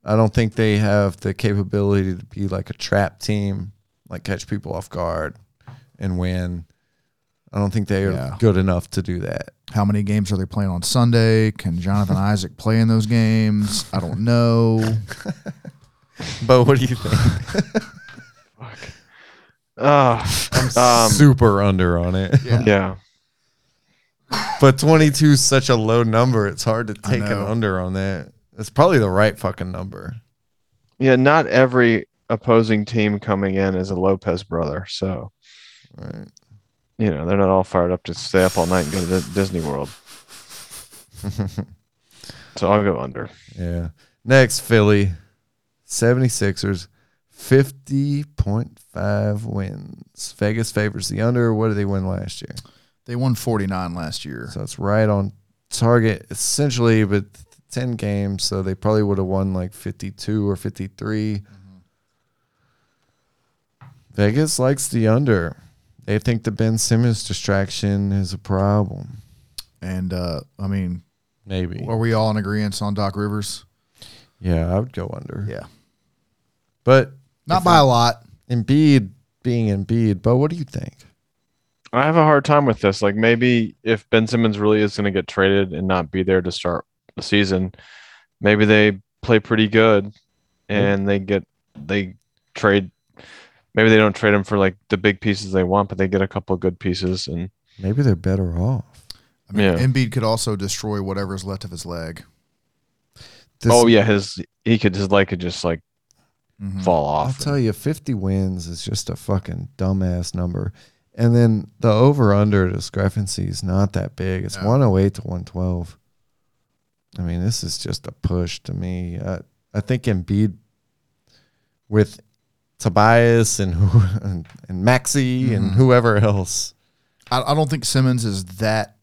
I don't think they have the capability to be like a trap team, like catch people off guard and win. I don't think they are
Yeah.
good enough to do that.
How many games are they playing on Sunday? Can Jonathan Isaac play in those games? I don't know.
But what do you think?
Uh,
I'm
Um,
super under on it.
Yeah.
yeah.
But 22 is such a low number. It's hard to take an
know.
under on that. It's probably the right fucking number.
Yeah. Not every opposing team coming in is a Lopez brother. So,
Right.
you know, they're not all fired up to stay up all night and go to the Disney World. so I'll go under.
Yeah. Next, Philly 76ers, 50.5 wins. Vegas favors the under. What did they win last year?
They won 49 last year.
So it's right on target, essentially, but 10 games. So they probably would have won like 52 or 53. Vegas likes the under. They think the Ben Simmons distraction is a problem.
And uh, I mean,
Maybe.
are we all in agreement on Doc Rivers?
Yeah, I would go under.
Yeah.
But
Not by a lot.
Embiid being Embiid, but what do you think?
I have a hard time with this. Like maybe if Ben Simmons really is going to get traded and not be there to start the season, maybe they play pretty good and they get they trade. Maybe they don't trade him for like the big pieces they want, but they get a couple of good pieces. And
Maybe they're better off.
I mean,
Yeah.
Embiid could also destroy whatever's left of his leg.
This-
oh yeah, his he could his leg could just like
Mhm.
fall
Hmm. I'll
off.
tell you, 50 wins is just a fucking dumbass number. And then the over under discrepancy is not that big. It's
No.
108 to 112. I mean, this is just a push to me. I, I think Embiid with Tobias and who and, and Maxi and whoever else.
I, I don't think Simmons is that.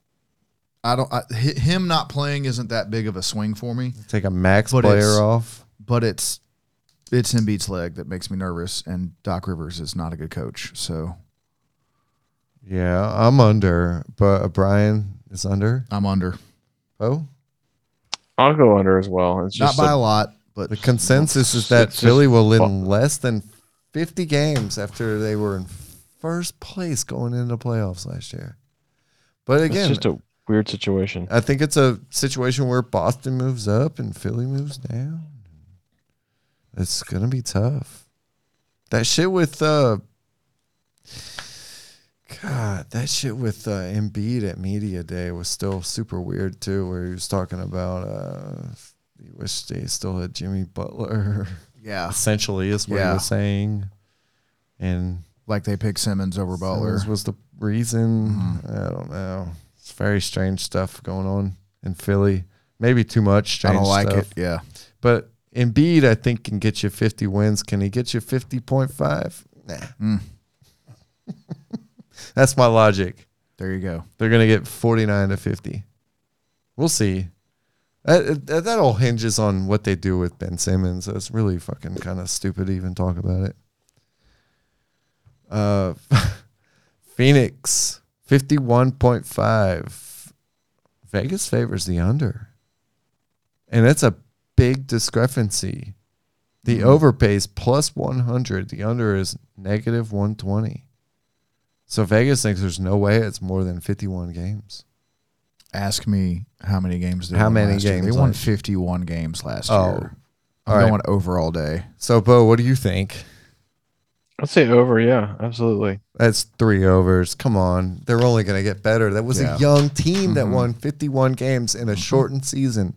I don't. I, hi- him not playing isn't that big of a swing for me,
Take a max
But it's-
player off.
but it's it's Embiid's leg that makes me nervous, and Doc Rivers is not a good coach. So
Yeah, I'm under, but uh, Brian is under.
I'm under,
Oh,
I'll go under as well. It's
not
just
by
a-
a lot, but
the consensus is that
It's just
Philly will win
fu-
less than 50 games after they were in first place going into playoffs last year. But
it's
again,
just a weird situation.
I think it's a situation where Boston moves up and Philly moves down. It's gonna be tough. That shit with uh God, that shit with uh Embiid at Media Day was still super weird too, where he was talking about uh he wished they still had Jimmy Butler.
yeah,
Essentially is what he
Yeah.
was saying. And
like they pick Simmons over Butler.
Simmons was the reason.
Mm-hmm.
I don't know. It's very strange stuff going on in Philly. Maybe too much
I
strange.
don't like
stuff.
it. Yeah,
But Embiid, I think, can get you 50 wins. Can he get you 50.5? Nah.
Mm.
That's my logic.
there you go.
They're going to get 49 to 50. We'll see. That, that, that all hinges on what they do with Ben Simmons. So it's really fucking kind of stupid to even talk about it. Uh, Phoenix, 51.5. Vegas favors the under. And that's a big discrepancy. The overpays plus 100, the under is negative 120. So Vegas thinks there's no way it's more than 51 games.
Ask me how many games they
How
won
many
last year.
games
they won
last
51 games last
Oh.
year. I'm
All right.
going over all day.
So Bo, what do you think?
I'd say over. Yeah, absolutely.
That's three overs. Come on. They're only going to get better. That was
Yeah.
a young team that won 51 games in a shortened season.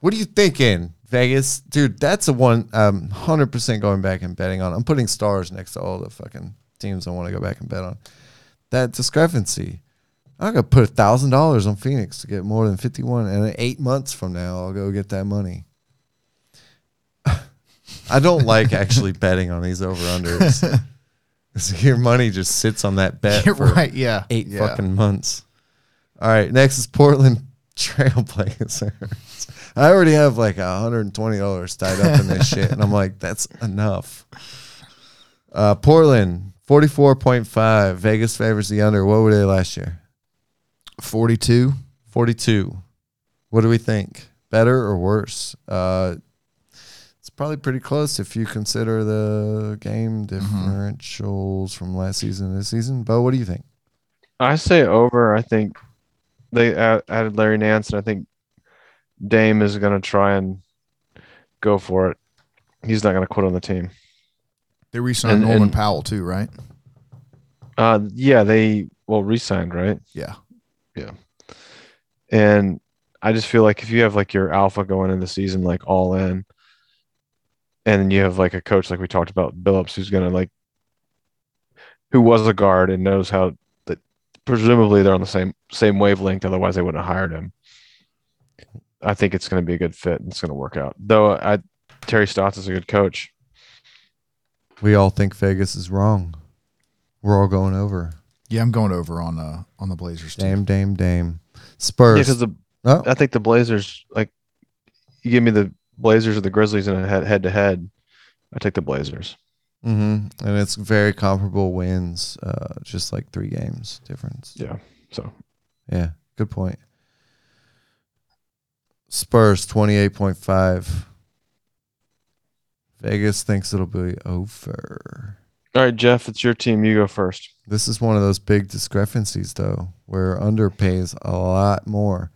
What are you thinking, Vegas? Dude, that's a one um, 100% going back and betting on. I'm putting stars next to all the fucking teams I want to go back and bet on. That discrepancy. I'm going to put $1,000 on Phoenix to get more than 51. And in eight months from now, I'll go get that money. I don't like actually betting on these over unders. So your money just sits on that bet
You're
for
right. Yeah.
eight
yeah.
fucking months. All right, next is Portland Trailblazers. I already have like $120 tied up in this shit, and I'm like, that's enough. Uh, Portland, 44.5. Vegas favors the under. What were they last year?
42.
42. What do we think? Better or worse? Uh, it's probably pretty close if you consider the game differentials from last season to this season. Bo, what do you think?
I say over. I think they a- added Larry Nance, and I think Dame is going to try and go for it. He's not going to quit on the team.
They re signed
And-
Norman
and-
Powell, too, right?
Uh, yeah, they well re-signed, right?
Yeah.
And I just feel like if you have like your alpha going into the season, like all in, and then you have like a coach like we talked about, Billups, who's gonna like who was a guard and knows how that presumably they're on the same same wavelength, otherwise they wouldn't have hired him. I think it's gonna be a good fit and it's gonna work out. Though I Terry Stotts is a good coach.
We all think Vegas is wrong. We're all going over.
Yeah, I'm going over on uh, on the Blazers. too.
Dame, dame, dame.
Yeah,
Spurs.
because the uh,
Oh,
I think the Blazers like you give me the Blazers or the Grizzlies in a head head to head. I take the Blazers.
mhm. And it's very comparable wins, uh, just like three games difference.
So
Yeah, good point. Spurs 28.5. Vegas thinks it'll be over.
All right, Jeff, it's your team. You go first.
This is one of those big discrepancies, though, where under pays a lot more.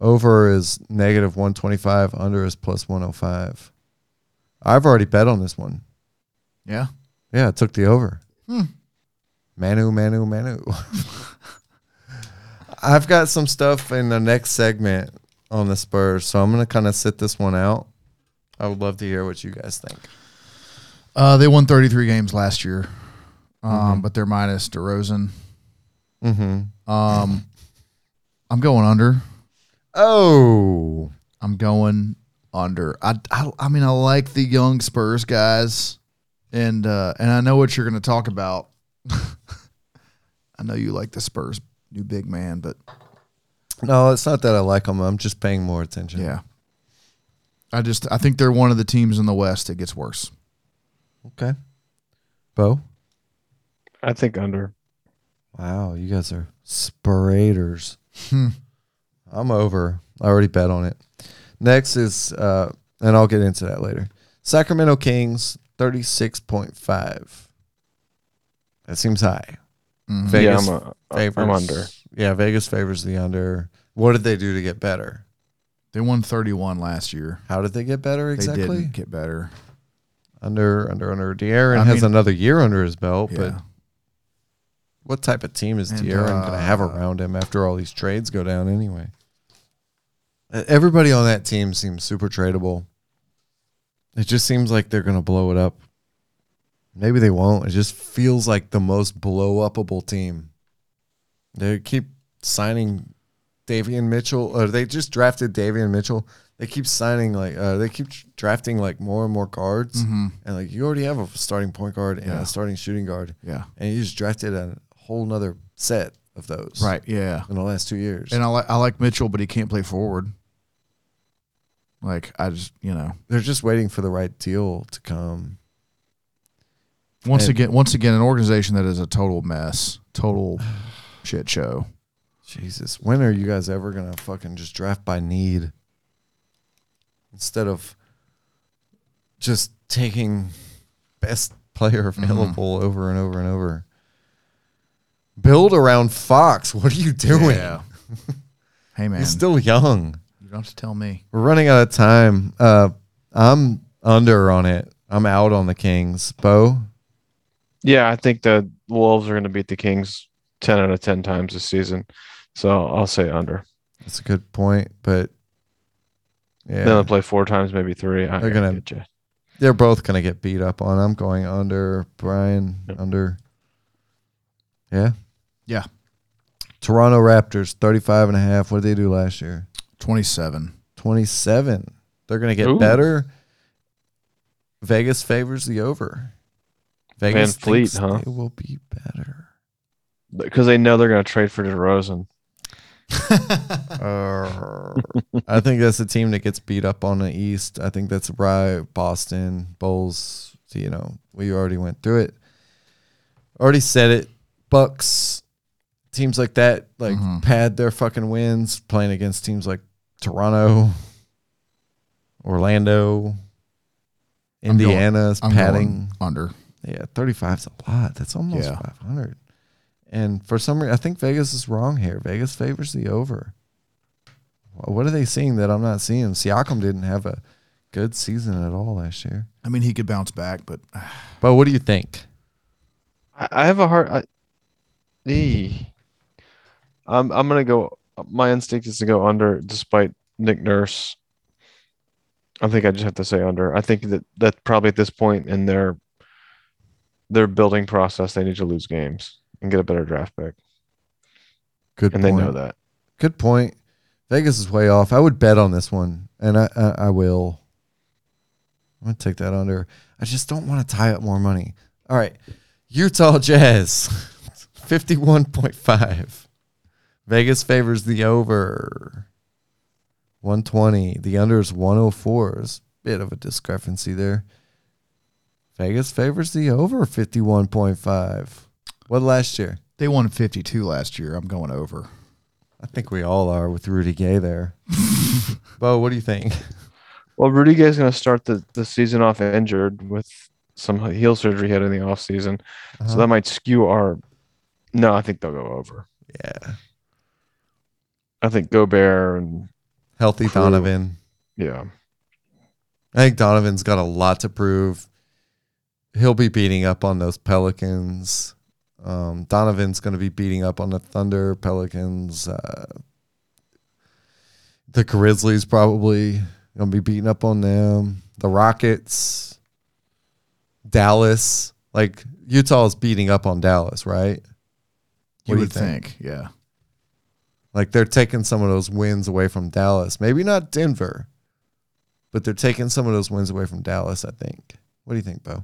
Over is negative 125, under is plus 105. I've already bet on this one.
Yeah.
Yeah, I took the over.
Hmm.
Manu, Manu, Manu. I've got some stuff in the next segment on the Spurs, so I'm going to kind of sit this one out. I would love to hear what you guys think.
Uh, they won 33 games last year, um,
Mm-hmm.
but they're minus DeRozan.
Mm-hmm.
Um, I'm going under.
Oh,
I'm going under. I, I, I mean, I like the young Spurs guys and uh, and I know what you're going to talk about. I know you like the Spurs new big man, but
No, it's not that I like them. I'm just paying more attention.
yeah, I just I think they're one of the teams in the West that gets worse.
Okay. Bo?
I think under.
Wow, you guys are spurators.
Hmm.
I'm over. I already bet on it. Next is, uh, and I'll get into that later. Sacramento Kings, 36.5. That seems high.
Mhm.
Vegas
yeah, I'm, a,
favors.
I'm under.
Yeah, Vegas favors the under. What did they do to get better?
They won 31 last year.
How did they get better
They
exactly?
didn't get better.
Under, under, under. De'Aaron
I
has
mean-
another year under his belt, but
Yeah.
what type of team is
And,
De'Aaron going to have
uh,
around him after all these trades go down anyway? Uh, Everybody on that team seems super tradable. It just seems like they're going to blow it up. Maybe they won't. It just feels like the most blow upable team. They keep signing Davian Mitchell, or they just drafted Davian Mitchell. They keep signing like uh, they keep drafting like more and more guards,
Mhm.
and like you already have a starting point guard and
Yeah.
a starting shooting guard
Yeah.
and you just drafted a whole nother set of those
Right. Yeah.
in the last two years.
And I like I like Mitchell, but he can't play forward. Like I just you know
They're just waiting for the right deal to come.
once
And-
again once again an organization that is a total mess, total shit show.
Jesus, when are you guys ever gonna fucking just draft by need instead of just taking best player
Mm-hmm.
available over and over and over? Build around Fox. What are you doing?
hey man,
He's still young.
you don't have to tell me.
We're running out of time. Uh, I'm under on it. I'm out on the Kings. Bo,
Yeah, I think the Wolves are going to beat the Kings 10 out of 10 times this season. So I'll say under.
That's a good point, but yeah,
Then they'll play four times, maybe three. I,
They're
I
gonna-
get ya.
they're both gonna get beat up on. I'm going under. Brian
Yep.
under. Yeah.
Yeah.
Toronto Raptors 35 and a half. What did they do last year?
Twenty seven.
27. They're gonna get
Ooh.
better. Vegas favors the over. Vegas
Van Fleet,
thinks
huh?
They will be better.
because they know they're going to trade for DeRozan.
I think that's a team that gets beat up on the East. I think that's right. Boston, Bulls, you know, we already went through it. Already said it. Bucks, teams like that, like
Mhm.
pad their fucking wins playing against teams like Toronto, Orlando,
I'm going-
Indiana's
I'm
padding.
going under.
Yeah, 35 is a lot. That's almost
Yeah.
500. And for some reason, I think Vegas is wrong here. Vegas favors the over. Wh- What are they seeing that I'm not seeing? Siakam didn't have a good season at all last year.
I mean, he could bounce back, but uh,
But what do you think?
I, I have a hard. I, Eey. I'm I'm going to go. My instinct is to go under, despite Nick Nurse. I think I just have to say under. I think that that probably at this point in their their building process, they need to lose games and get a better draft pick,
Good
and they
point.
know that.
Good point. Vegas is way off. I would bet on this one, and I I, I will. I'm gonna take that under. I just don't want to tie up more money. All right, Utah Jazz, fifty-one point five. Vegas favors the over. One twenty. The under is one hundred four. There's a bit of a discrepancy there. Vegas favors the over fifty-one point five. What last year?
they won fifty two last year. I'm going over.
I think we all are with Rudy Gay there. Bo, what do you think?
Well, Rudy Gay's going to start the, the season off injured with some heel surgery he had in the offseason.
Uh-huh.
So that might skew our. No, I think they'll go over.
yeah.
I think Gobert and
Healthy
True.
Donovan.
yeah.
I think Donovan's got a lot to prove. He'll be beating up on those Pelicans. Um, Donovan's going to be beating up on the Thunder, Pelicans, uh, the Grizzlies, probably. Going to be beating up on them. The Rockets, Dallas. Like, Utah's beating up on Dallas, right?
You
What do you
would think? yeah.
Like they're taking some of those wins away from Dallas. Maybe not Denver, but they're taking some of those wins away from Dallas, I think. What do you think, Bo?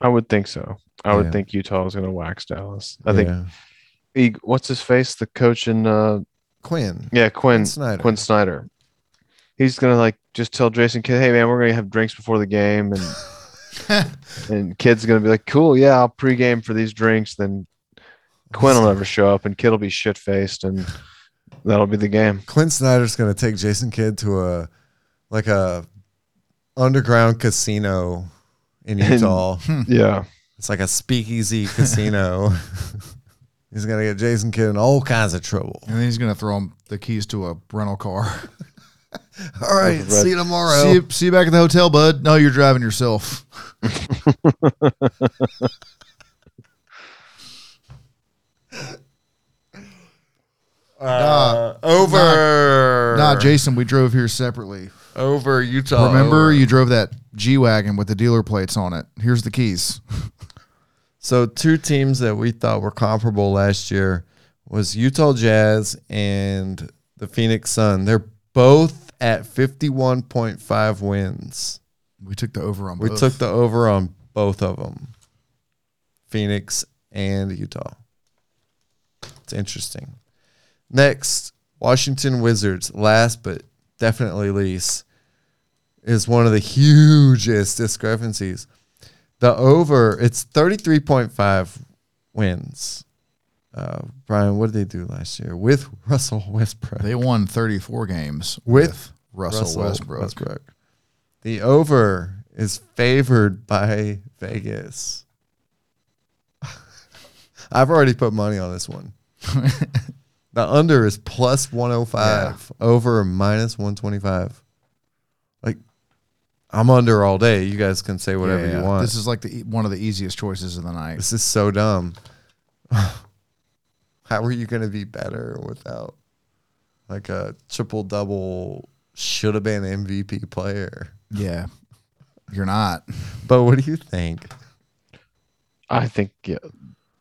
I would think so. I would
Yeah.
think Utah is going to wax Dallas. I think
Yeah.
he, what's his face, the coach in uh,
Quinn.
yeah Quinn
Snyder.
Quinn Snyder. He's gonna like just tell Jason Kidd, hey man, we're gonna have drinks before the game, and and Kid's gonna be like, cool, yeah, I'll pregame for these drinks. Then Quinn will never show up, and Kid will be shit faced, and that'll be the game.
Quinn Snyder's gonna take Jason Kidd to a like a underground casino in
In-
Utah.
Yeah,
it's like a speakeasy casino. He's gonna get Jason Kidd in all kinds of trouble.
And then he's gonna throw him the keys to a rental car.
All right,
Red-
see you tomorrow.
see, you, see you back at the hotel, bud. No, you're driving yourself.
Uh, over.
Nah, Jason, we drove here separately.
Over Utah.
Remember,
over.
you drove that G wagon with the dealer plates on it. Here's the keys.
So two teams that we thought were comparable last year was Utah Jazz and the Phoenix Sun. They're both at 51.5 wins.
We took the over on.
We
both.
took the over on both of them. Phoenix and Utah. It's interesting. Next, Washington Wizards, last but definitely least, is one of the hugest discrepancies. The over, it's 33.5 wins. Uh, Brian, what did they do last year with Russell Westbrook?
They won 34 games
With
Russell, Westbrook.
The over is favored by Vegas. I've already put money on this one. the under is plus 105, over minus 125. Like, I'm under all day. You guys can say whatever
Yeah,
you
yeah.
want.
This is like the e- one of the easiest choices of the night.
This is so dumb. How are you going to be better without like a triple double should have been MVP player?
Yeah, you're not.
But what do you think?
I think yeah,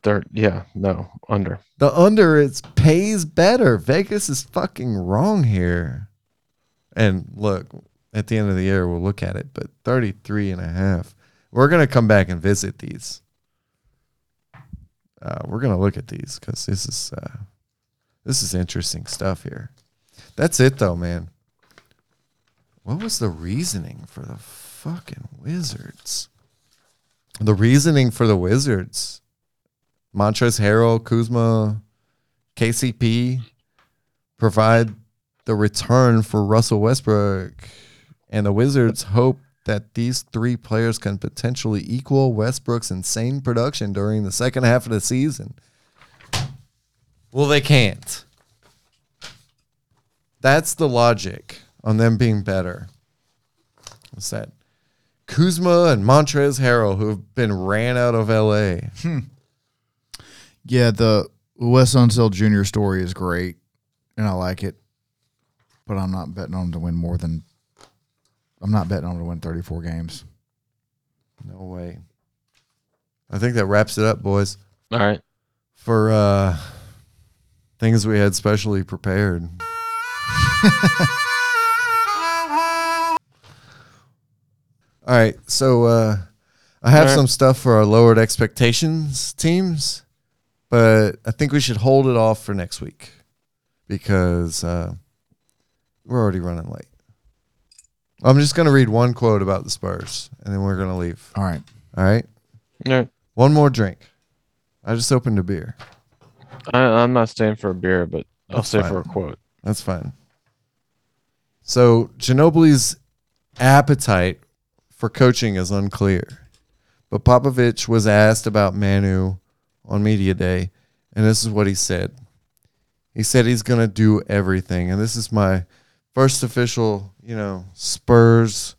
third, yeah, no, under.
The under is pays better. Vegas is fucking wrong here. And look, at the end of the year we'll look at it, but 33 and a half. We're going to come back and visit these. Uh, we're going to look at these cuz this is uh, this is interesting stuff here. That's it though, man. What was the reasoning for the fucking Wizards? The reasoning for the Wizards Montrezl Harrell, Kuzma, KCP provide the return for Russell Westbrook, and the Wizards hope that these three players can potentially equal Westbrook's insane production during the second half of the season. Well, they can't. That's the logic on them being better. What's that? Kuzma and Montrez Harrell, who have been ran out of LA.
Yeah, the Wes Unseld Jr. story is great, and I like it, but I'm not betting on him to win more than. I'm not betting on him to win 34 games.
No way. I think that wraps it up, boys,
All right,
for uh, things we had specially prepared. All right, so uh, I have
All right.
some stuff for our lowered expectations teams, but I think we should hold it off for next week because uh, we're already running late. I'm just going to read one quote about the Spurs, and then we're going to leave.
All right,
All right.
all right.
One more drink. I just opened a beer.
I, I'm not staying for a beer, but I'll
That's
stay
fine.
for a quote.
That's fine. So Ginobili's appetite for coaching is unclear, but Popovich was asked about Manu on media day, and this is what he said. He said he's going to do everything, and this is my first official, you know, Spurs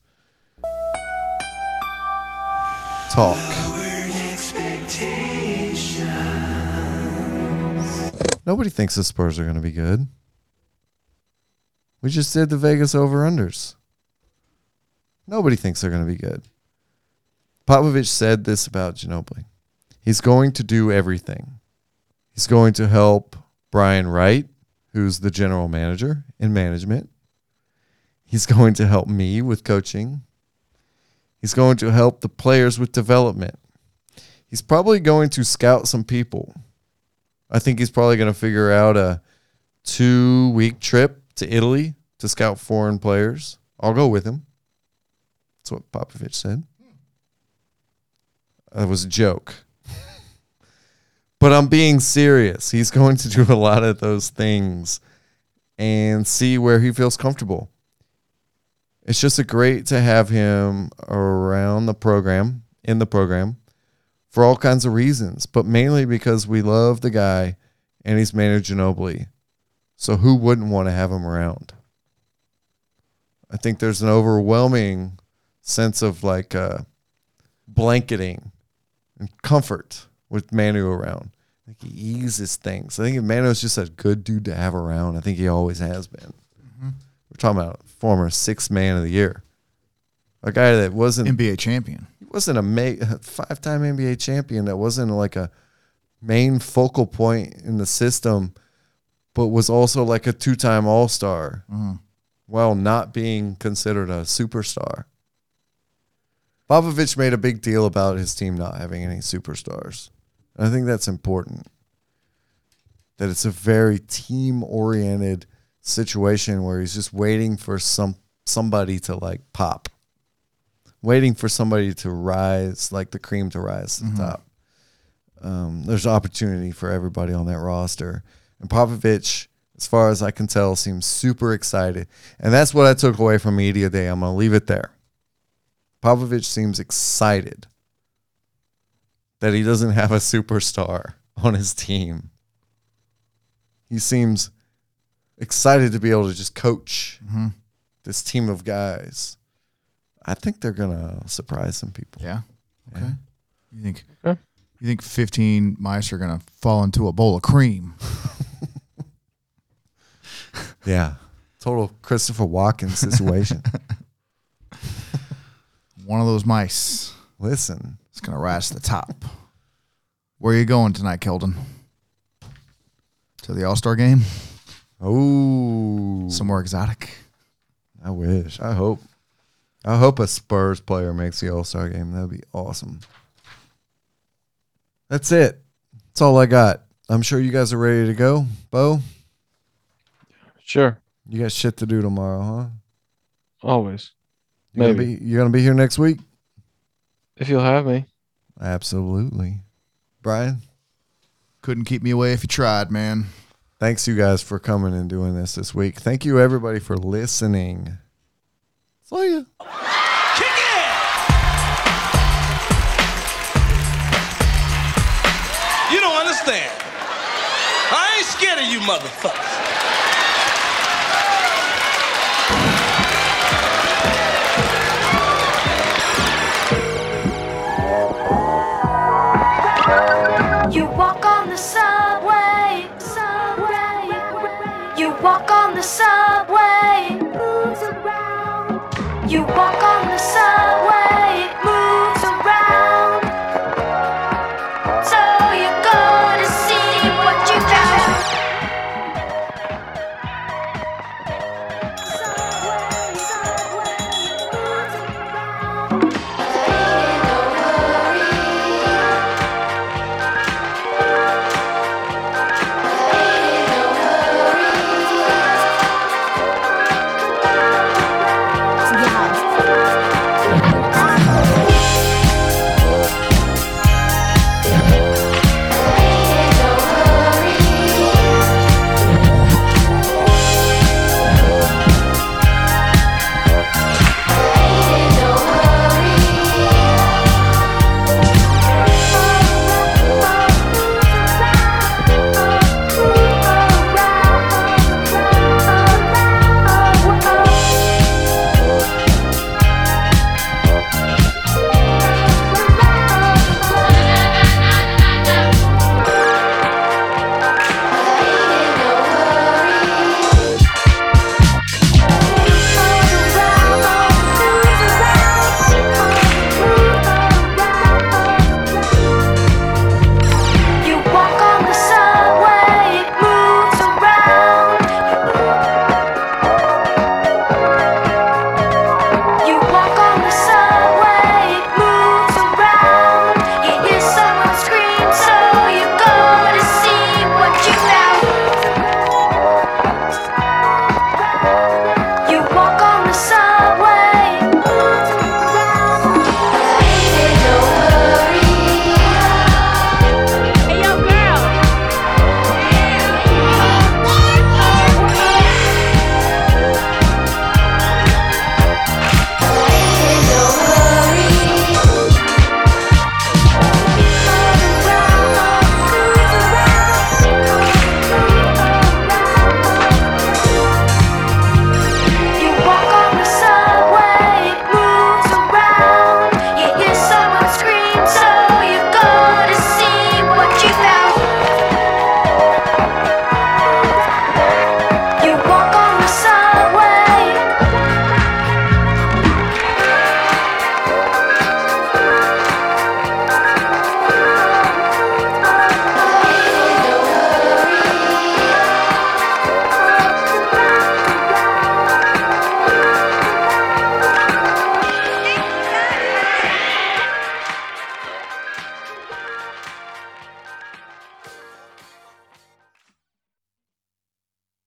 talk. Nobody thinks the Spurs are going to be good. We just did the Vegas over unders. Nobody thinks they're going to be good. Popovich said this about Ginobili. He's going to do everything. He's going to help Brian Wright, who's the general manager in management. He's going to help me with coaching. He's going to help the players with development. He's probably going to scout some people. I think he's probably going to figure out a two week trip to Italy to scout foreign players. I'll go with him. That's what Popovich said. That was a joke. but I'm being serious. He's going to do a lot of those things and see where he feels comfortable. It's just a great to have him around the program, in the program, for all kinds of reasons, but mainly because we love the guy and he's managed nobly. So who wouldn't want to have him around? I think there's an overwhelming sense of like uh, blanketing and comfort with Manu around. I think he eases things. I think Manu's just a good dude to have around. I think he always has been. We're talking about former six man of the year, a guy that wasn't
NBA champion.
he wasn't a ma- five-time NBA champion that wasn't like a main focal point in the system, but was also like a two-time All-Star while not being considered a superstar. Popovich made a big deal about his team not having any superstars. And I think that's important. That it's a very team-oriented situation where he's just waiting for some somebody to like pop waiting for somebody to rise, like the cream to rise to the top. Um, there's opportunity for everybody on that roster. And Popovich, as far as I can tell, seems super excited. And that's what I took away from Media Day. I'm going to leave it there. Popovich seems excited that he doesn't have a superstar on his team. He seems excited to be able to just coach this team of guys. I think they're gonna surprise some people.
Yeah. Okay. You think?
Okay.
You think fifteen mice are gonna fall into a bowl of cream?
Yeah. Total Christopher Walken situation.
One of those mice
Listen,
is gonna rise to the top. Where are you going tonight, Keldon? To the All Star game?
oh,
Somewhere exotic.
I wish. I hope. I hope a Spurs player makes the All Star game. That'd be awesome. That's it. That's all I got. I'm sure you guys are ready to go. Bo,
Sure.
you got shit to do tomorrow, huh?
Always.
You gonna
Maybe.
be, you're gonna be here next week.
If you'll have me.
Absolutely, Brian.
Couldn't keep me away if you tried, man.
Thanks, you guys, for coming and doing this this week. Thank you, everybody, for listening. See ya.
You don't understand. I ain't scared of you motherfuckers.